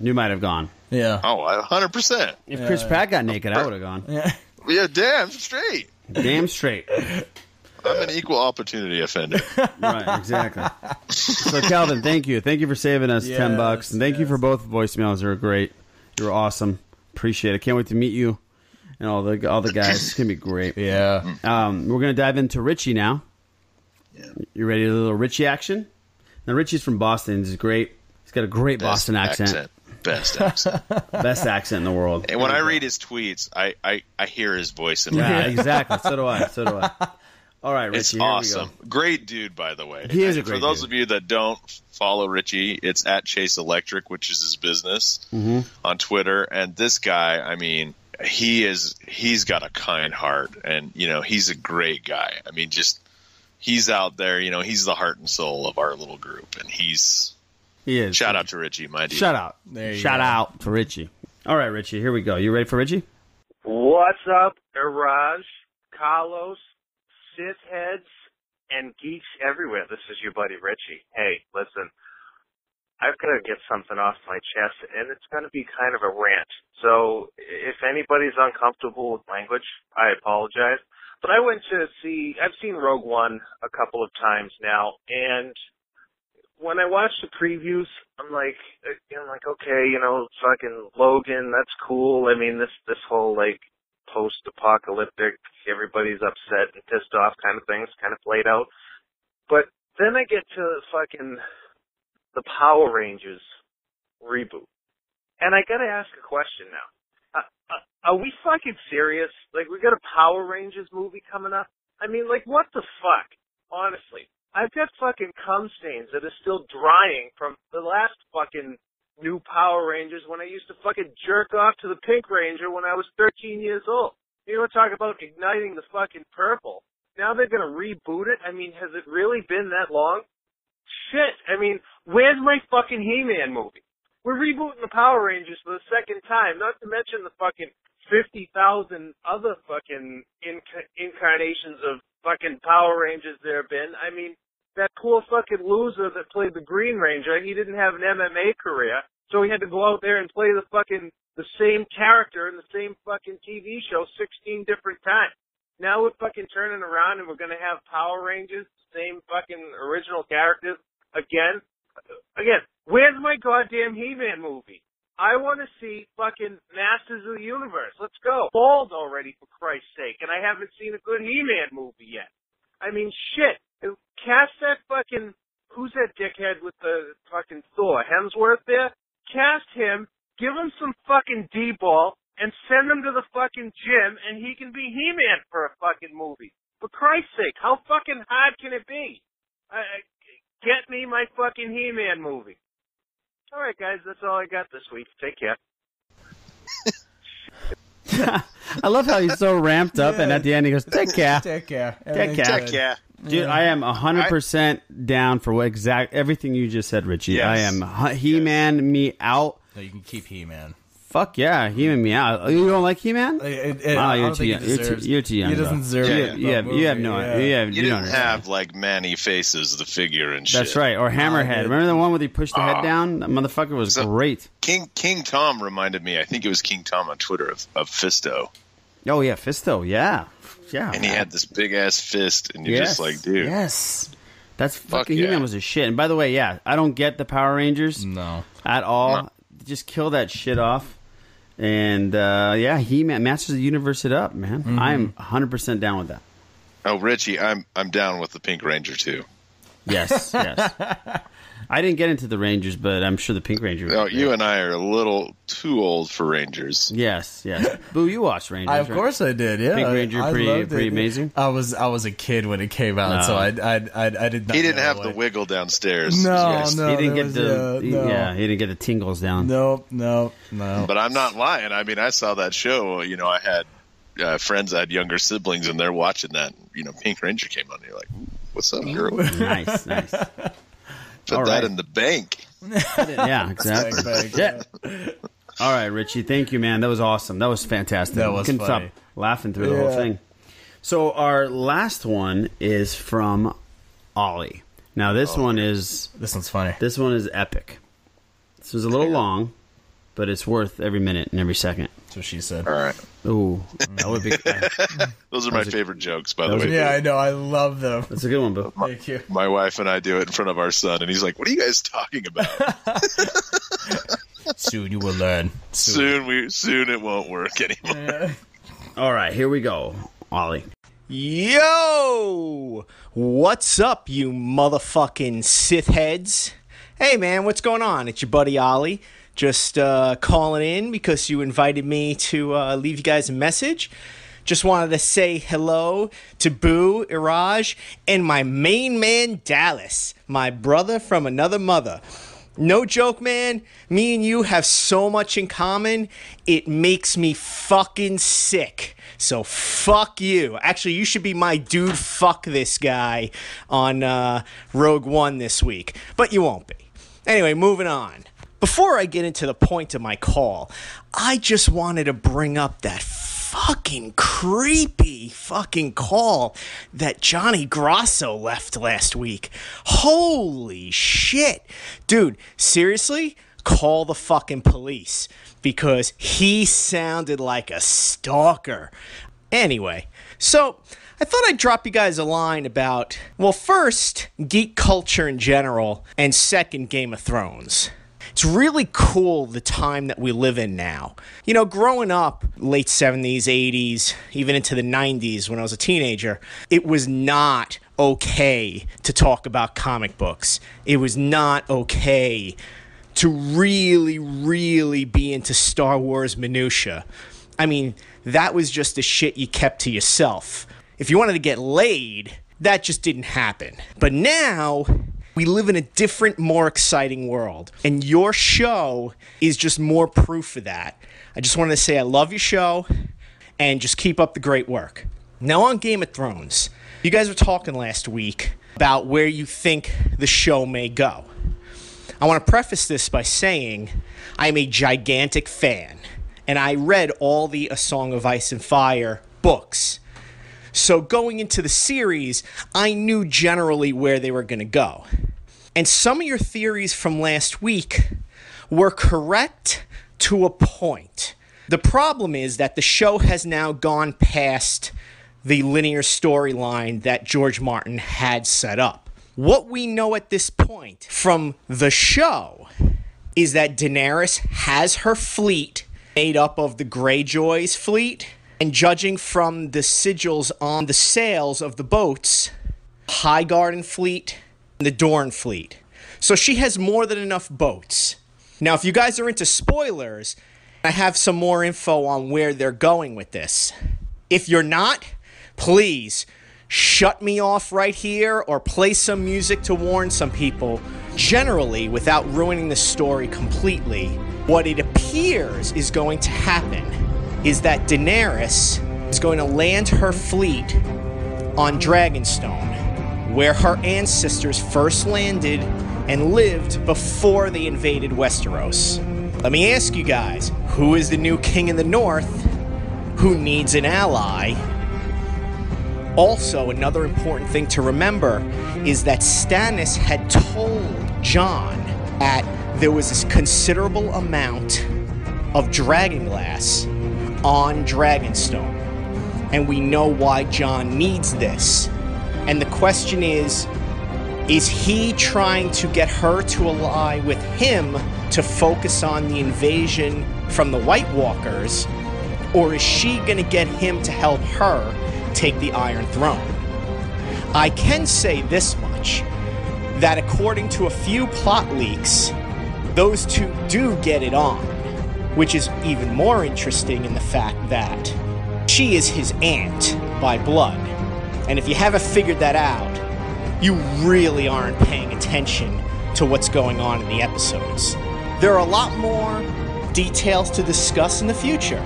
You might have gone. Yeah. Oh, I- 100%. If Chris Pratt got naked, I would have gone. Yeah. Yeah, damn straight. Damn straight. I'm an equal opportunity offender. right, exactly. So, Calvin, thank you. Thank you for saving us ten Yes, bucks, and thank you for both voicemails. They were great. You were awesome. Appreciate it. Can't wait to meet you and all the all the guys. It's gonna *laughs* be great. Yeah. Um, we're gonna dive into Richie now. You ready? A little Richie action. Now, Richie's from Boston. He's great. He's got a great Boston accent. Best accent. *laughs* Best accent in the world. And when I read his tweets, I, I, I hear his voice in my yeah, head. exactly. So *laughs* do I. So do I. All right, Richie. It's here we go. awesome. Great dude, by the way. He is a And great For those of you that don't follow Richie, it's at Chase Electric, which is his business Mhm. on Twitter. And this guy, I mean, he is he's got a kind heart and you know, he's a great guy. I mean, just he's out there, you know, he's the heart and soul of our little group and he's He is. Shout out to Richie, my dude. Shout out. There you Shout go. out to Richie. All right, Richie, here we go. You ready for Richie? What's up, Iraj, Kalos, Sith heads, and geeks everywhere? This is your buddy Richie. Hey, listen, I've got to get something off my chest, and it's going to be kind of a rant. So if anybody's uncomfortable with language, I apologize. But I went to see, I've seen Rogue One a couple of times now, and when I watched the previews, I'm like, uh, you know, I'm like, okay, you know, fucking Logan, that's cool. I mean, this this whole like post-apocalyptic, everybody's upset and pissed off kind of things kind of played out. But then I get to fucking the Power Rangers, reboot. And I gotta ask a question now. Uh, uh, are we fucking serious? Like, we got a Power Rangers movie coming up? I mean, like, what the fuck? Honestly. I've got fucking cum stains that are still drying from the last fucking new Power Rangers when I used to fucking jerk off to the Pink Ranger when I was 13 years old. You know, talk about igniting the fucking purple. Now they're gonna reboot it? I mean, has it really been that long? Shit, I mean, where's my fucking He-Man movie? We're rebooting the Power Rangers for the second time, not to mention the fucking 50,000 other fucking inc- incarnations of fucking Power Rangers there have been. I mean, that poor fucking loser that played the Green Ranger, he didn't have an MMA career, so he had to go out there and play the fucking the same character in the same fucking TV show 16 different times. Now we're fucking turning around and we're gonna have Power Rangers, same fucking original characters again. Again, where's my goddamn He-Man movie? I want to see fucking Masters of the Universe. Let's go. Bald already, for Christ's sake, and I haven't seen a good He-Man movie yet. I mean, shit. Cast that fucking who's that dickhead with the fucking Thor Hemsworth there. Cast him. Give him some fucking D-ball and send him to the fucking gym, and he can be He-Man for a fucking movie. For Christ's sake, how fucking hard can it be? I, I, get me my fucking He-Man movie. All right, guys, that's all I got this week. Take care. I love how he's so ramped up, and at the end he goes, "Take care, *laughs* Take care. take care, Everything's good. dude." I am hundred percent down for what exact everything you just said, Richie. Yes. I am hu- He-Man me out. No, you can keep He-Man. Fuck yeah, He-Man me out. You don't like He-Man? It- it- Wow, I you're don't too think young. he You're too, deserves- you're too young. he doesn't bro. deserve You, it. you have, you have no. Yeah. You have. You, You, don't didn't understand. have like Manny Faces the figure and shit. That's right. Oh, Or Hammerhead. Remember the one where he pushed the head Ah. down? That motherfucker was great. King King Tom reminded me. I think it was King Tom on Twitter of, of Fisto, Oh yeah, Fisto. Yeah, yeah. and he had this big ass fist, and you're Yes. just like, dude, Yes. That's fucking yeah. He-Man was a shit. And by the way, yeah, I don't get the Power Rangers. No. At all. Just kill that shit off. And uh, yeah, He-Man Masters of the Universe it up, man. Mm-hmm. I'm 100% down with that. oh Richie, I'm I'm down with the Pink Ranger too. Yes, *laughs* yes. I didn't get into the Rangers, but I'm sure the Pink Ranger. Oh, you and I are a little too old for Rangers. Yes, yes. Boo, you watched Rangers. I, of right? course I did. Yeah, Pink I- Ranger, I pretty, loved pretty it. amazing. I was I was a kid when it came out, No. so I I I, I did not. He didn't know have what- the wiggle downstairs. No, no, he didn't there get was- uh, the yeah, no. yeah, he didn't get the tingles down. Nope, nope, no. But I'm not lying. I mean, I saw that show. You know, I had uh, friends, I had younger siblings, and they're watching that. and, You know, Pink Ranger came on. And you're like, what's up, hero? nice, nice. *laughs* Put All that right. in the bank. *laughs* Mm-hmm. *laughs* yeah, exactly. Yeah. All right, Richie. Thank you, man. That was awesome. That was fantastic. That was Couldn't funny. stop laughing through the Yeah. whole thing. So our last one is from Ollie. Now this one is Oh. this one's funny. This one is epic. This was a little long, but it's worth every minute and every second. That's what she said. All right. Ooh, that would be. Those are That my was a- favorite jokes, by that the was way. a- Yeah, I know. I love them. That's a good one, Boo. Thank you. My wife and I do it in front of our son, and he's like, "What are you guys talking about?" Soon you will learn. soon we, soon it won't work *laughs* anymore. All right, here we go, Ollie. Yo! What's up, you motherfucking Sith heads? Hey, man, what's going on? It's your buddy Ollie. Just uh, calling in because you invited me to uh, leave you guys a message. Just wanted to say hello to Boo, Iraj, and my main man, Dallas, my brother from another mother. No joke, man. Me and you have so much in common. It makes me fucking sick. So fuck you. Actually, you should be my dude. Fuck this guy on uh, Rogue One this week, but you won't be. Anyway, moving on. Before I get into the point of my call, I just wanted to bring up that fucking creepy fucking call that Johnny Grosso left last week. Holy shit. Dude, seriously? Call the fucking police because he sounded like a stalker. Anyway, so I thought I'd drop you guys a line about, well, first, geek culture in general, and second, Game of Thrones. It's really cool the time that we live in now. You know, growing up, late 70s, 80s, even into the 90s when I was a teenager, it was not okay to talk about comic books. It was not okay to really, really be into Star Wars minutia. I mean, that was just the shit you kept to yourself. If you wanted to get laid, that just didn't happen. But now we live in a different, more exciting world. And your show is just more proof for that. I just wanted to say I love your show and just keep up the great work. Now, on Game of Thrones, you guys were talking last week about where you think the show may go. I want to preface this by saying I'm a gigantic fan, and I read all the A Song of Ice and Fire books. So going into the series, I knew generally where they were going to go. And some of your theories from last week were correct to a point. The problem is that the show has now gone past the linear storyline that George Martin had set up. What we know at this point from the show is that Daenerys has her fleet made up of the Greyjoys fleet and judging from the sigils on the sails of the boats, High Garden Fleet and the Dorn Fleet. So she has more than enough boats. Now, if you guys are into spoilers, I have some more info on where they're going with this. If you're not, please shut me off right here or play some music to warn some people, generally without ruining the story completely. What it appears is going to happen is that Daenerys is going to land her fleet on Dragonstone, where her ancestors first landed and lived before they invaded Westeros. Let me ask you guys who is the new king in the north who needs an ally? Also, another important thing to remember is that Stannis had told John that there was this considerable amount of dragonglass on Dragonstone. And we know why John needs this. And the question is is he trying to get her to ally with him to focus on the invasion from the White Walkers? Or is she going to get him to help her take the Iron Throne? I can say this much that according to a few plot leaks, those two do get it on which is even more interesting in the fact that she is his aunt by blood. And if you haven't figured that out, you really aren't paying attention to what's going on in the episodes. There are a lot more details to discuss in the future.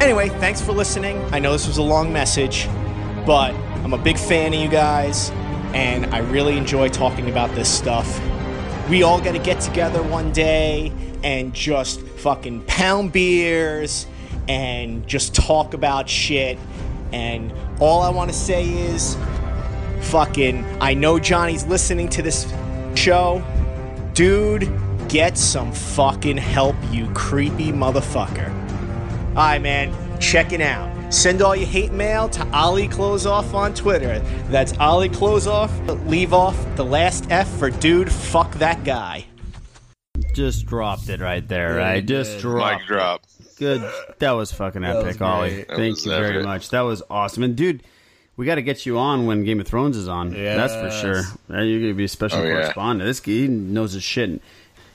Anyway, thanks for listening. I know this was a long message, but I'm a big fan of you guys, and I really enjoy talking about this stuff. We all got to get together one day and just fucking pound beers and just talk about shit. And all I want to say is fucking, I know Johnny's listening to this show. Dude, get some fucking help, you creepy motherfucker. All right, man, check it out. Send all your hate mail to Ollie Close Off on Twitter. That's Ollie Close Off. Leave off the last F for dude, fuck that guy. Just dropped it right there, Yeah, right? you Just did. dropped. Mic drop. it. Good. That was fucking That epic, was Ollie. great. That Thank was you very epic. much. That was awesome. And dude, we got to get you on when Game of Thrones is on. That's for Yes. sure. Uh, You're going to be a special Oh, yeah. correspondent. This guy he knows his shit.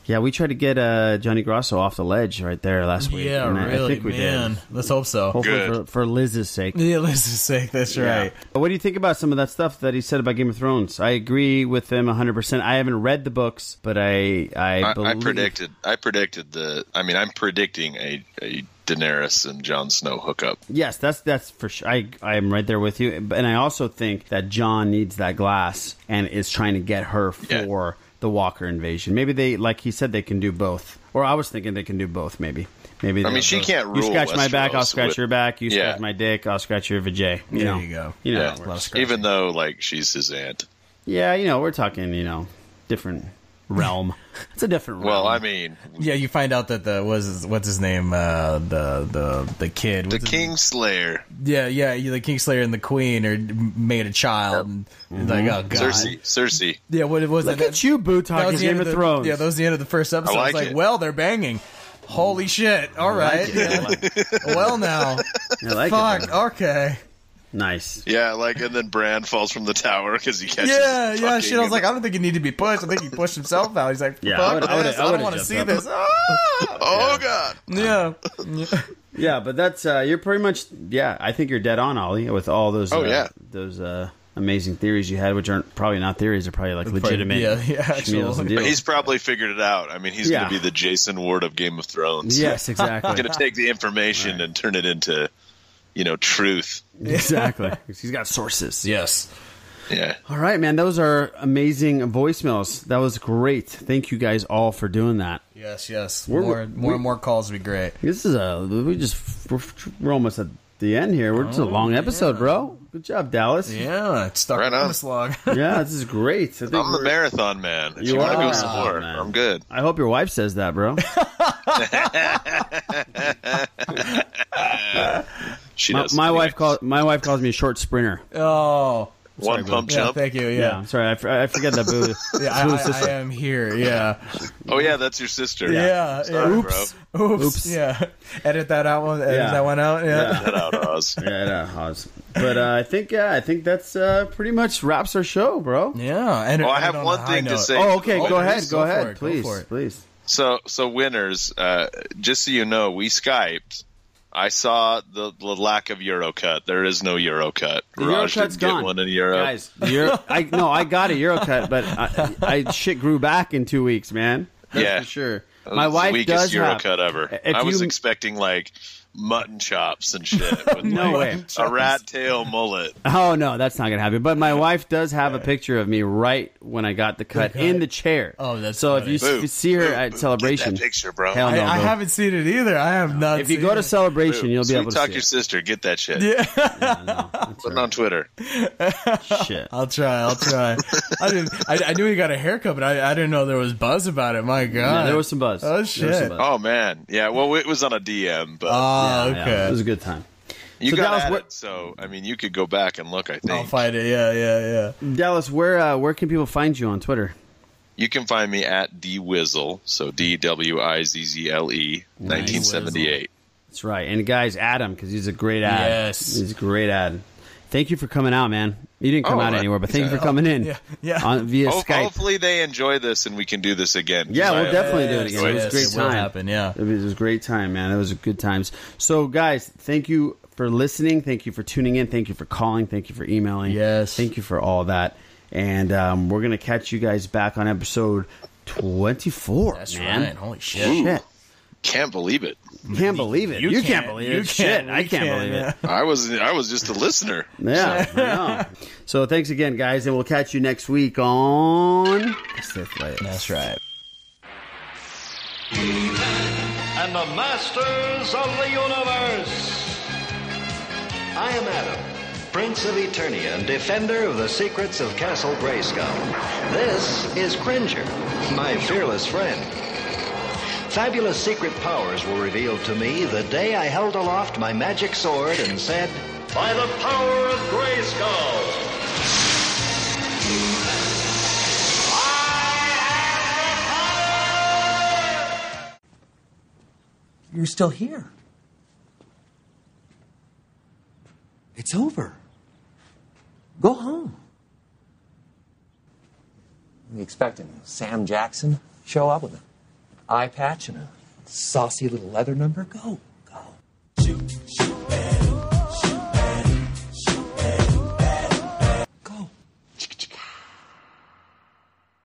Yeah, we tried to get uh, Johnny Grosso off the ledge right there last week. Yeah, and I- I really, think we man. did. Let's hope so. Hopefully for, for Liz's sake. Yeah, let's just say that's Yeah. right. But What do you think about some of that stuff that he said about Game of Thrones? I agree with him 100%. I haven't read the books, but I I, I, I believe predicted. I predicted the. I mean, I'm predicting a, a Daenerys and Jon Snow hookup. Yes, that's that's for sure. I I am right there with you, and I also think that John needs that glass and is trying to get her for the Walker invasion. Maybe they, like he said, they can do both. Or I was thinking they can do both. Maybe, maybe. I they'll- mean, she can't You rule scratch my back, I'll Westeros scratch with- your back. You Yeah. scratch my dick, I'll scratch your vajay. You There know, you go. You know, Yeah. how it works. Even though like she's his aunt. yeah, you know, we're talking, you know, different realm. *laughs* it's a different realm. Well, I mean, Yeah, you find out that the was his- what's his name uh, the the the kid the what's his- Kingslayer. Yeah, yeah, you- the Kingslayer and the Queen are made a child. And it's Like, oh god, Cersei. Cersei. Yeah, what it was. Mm-hmm. Look that- at you, Boo, That talking was the end Game of the- Thrones. Yeah, that was the end of the first episode. I I like was like, it. well, they're banging. Holy shit! All like right. it. Yeah. *laughs* well now, I like it, fuck. okay. Nice. Yeah, like and then Bran falls from the tower because he catches. Yeah, him yeah, fucking shit. I was and- like, I don't think it needed to be pushed. I think he pushed himself out. He's like, Yeah, I fuck would've- I this. would've- I I, don't would've want to jumped see up. this. Ah! oh god. *laughs* Yeah. Yeah, but that's uh, you're pretty much yeah. I think you're dead on, Ollie, with all those. Oh, uh, yeah. those uh, amazing theories you had, which aren't probably not theories. They're probably like legitimate. *laughs* schmeals and But deals. he's probably figured it out. I mean, he's Yeah. going to be the Jason Ward of Game of Thrones. *laughs* Yes, exactly. he's going to take the information and turn it into, you know, truth. exactly. 'Cause He's got sources. *laughs* Yes. Yeah. All right, man. Those are amazing voicemails. That was great. Thank you guys all for doing that. Yes, yes. We're- more, more we- and more calls would be great. This is a we just we're, we're almost at the end here. We're just a Oh, long episode, bro. Good job, Dallas. Yeah, it's stuck Right on. this long. *laughs* yeah, this is great. I think I'm the we're- marathon man. If you, You want to are. Oh, go some more, Man. I'm good. I hope your wife says that, bro. *laughs* *laughs* she my, does. my wife calls my wife calls me a short sprinter. Oh. One bro. pump Yeah, jump. thank you. Yeah. I'm sorry. I, fr- I forget that *laughs* boo. Yeah, I, boo I- sister. I am here. Yeah. Oh yeah, that's your sister. Yeah. Sorry, yeah. bro. Oops. Oops. Yeah. Edit that out. One. Edit Yeah. that one out. Yeah. That out, Oz. *laughs* yeah, yeah, Oz. But uh, I think yeah, I think that's uh, pretty much wraps our show, bro. Yeah. And Well, I have one thing to say. Oh, okay. Oh, go please, ahead. Go, go for ahead, it, go please, for it. please. So, so winners, uh, just so you know, we Skyped. I saw the, the lack of Eurocut. There is no Eurocut. The Raj Eurocut's didn't get gone. one in Europe. Guys, *laughs* the Euro, I no, I got a Eurocut, but I, I shit grew back in two weeks, man. That's yeah, for sure. That was My the wife weakest does have. Eurocut ever. If I was you- expecting like mutton chops and shit. With *laughs* No like, way. A rat tail mullet. Oh no, that's not gonna happen. But *laughs* my wife does have a picture of me right when I got the cut in the chair. Oh, that's so. If you, funny. s- see her at celebration, picture, bro. Hell no, I, I bro. haven't seen it either. I have not. If you seen go it. to celebration, you'll be Sweet able to talk see your it. sister. Get that shit. Yeah. *laughs* Put it on Twitter. Shit. I'll try. I'll try. I didn't. I, I knew he got a haircut, but I, I didn't know there was buzz about it. My God, there was some buzz. There Oh was some shit! buzz. Oh man, yeah. Well, it was on a DM, but Oh, Yeah, okay. it was a good time. you So got Dallas, at what- it. So I mean, you could go back and look. I think I'll find it. Yeah, yeah, yeah. Dallas, where uh, where can people find you on Twitter? You can find me at dwizzle, so D W I Z Z L E, nineteen seventy eight. That's right. And guys, Adam, because he's a great ad. Yes. he's a great ad. Thank you for coming out, man. You didn't come Oh, out I- anywhere, but thank you for coming in. Yeah, yeah. On, via Ho- Skype. Hopefully, they enjoy this and we can do this again. 'cause Yeah, I we'll have definitely do it enjoyed again. It was a this. great will time. happen, yeah. it was a great time, man. It was good times. So, guys, thank you for listening. Thank you for tuning in. Thank you for calling. Thank you for emailing. Yes, thank you for all that. And um, we're gonna catch you guys back on episode twenty-four. That's man. right. Holy shit. Can't believe it. Can't believe it. You, can't, believe it. you Shit, can't, I we can't, believe it. I was I was just a listener. Yeah, I *laughs* know. So thanks again, guys, and we'll catch you next week on Sith Light. That's right. and the masters of the universe. I am Adam, Prince of Eternia and defender of the secrets of Castle Grayskull. This is Cringer, my fearless friend. Fabulous secret powers were revealed to me the day I held aloft my magic sword and said, By the power of Grayskull! You're still here. It's over. Go home. We expecting Sam Jackson show up with an eye patch and a saucy little leather number. Go.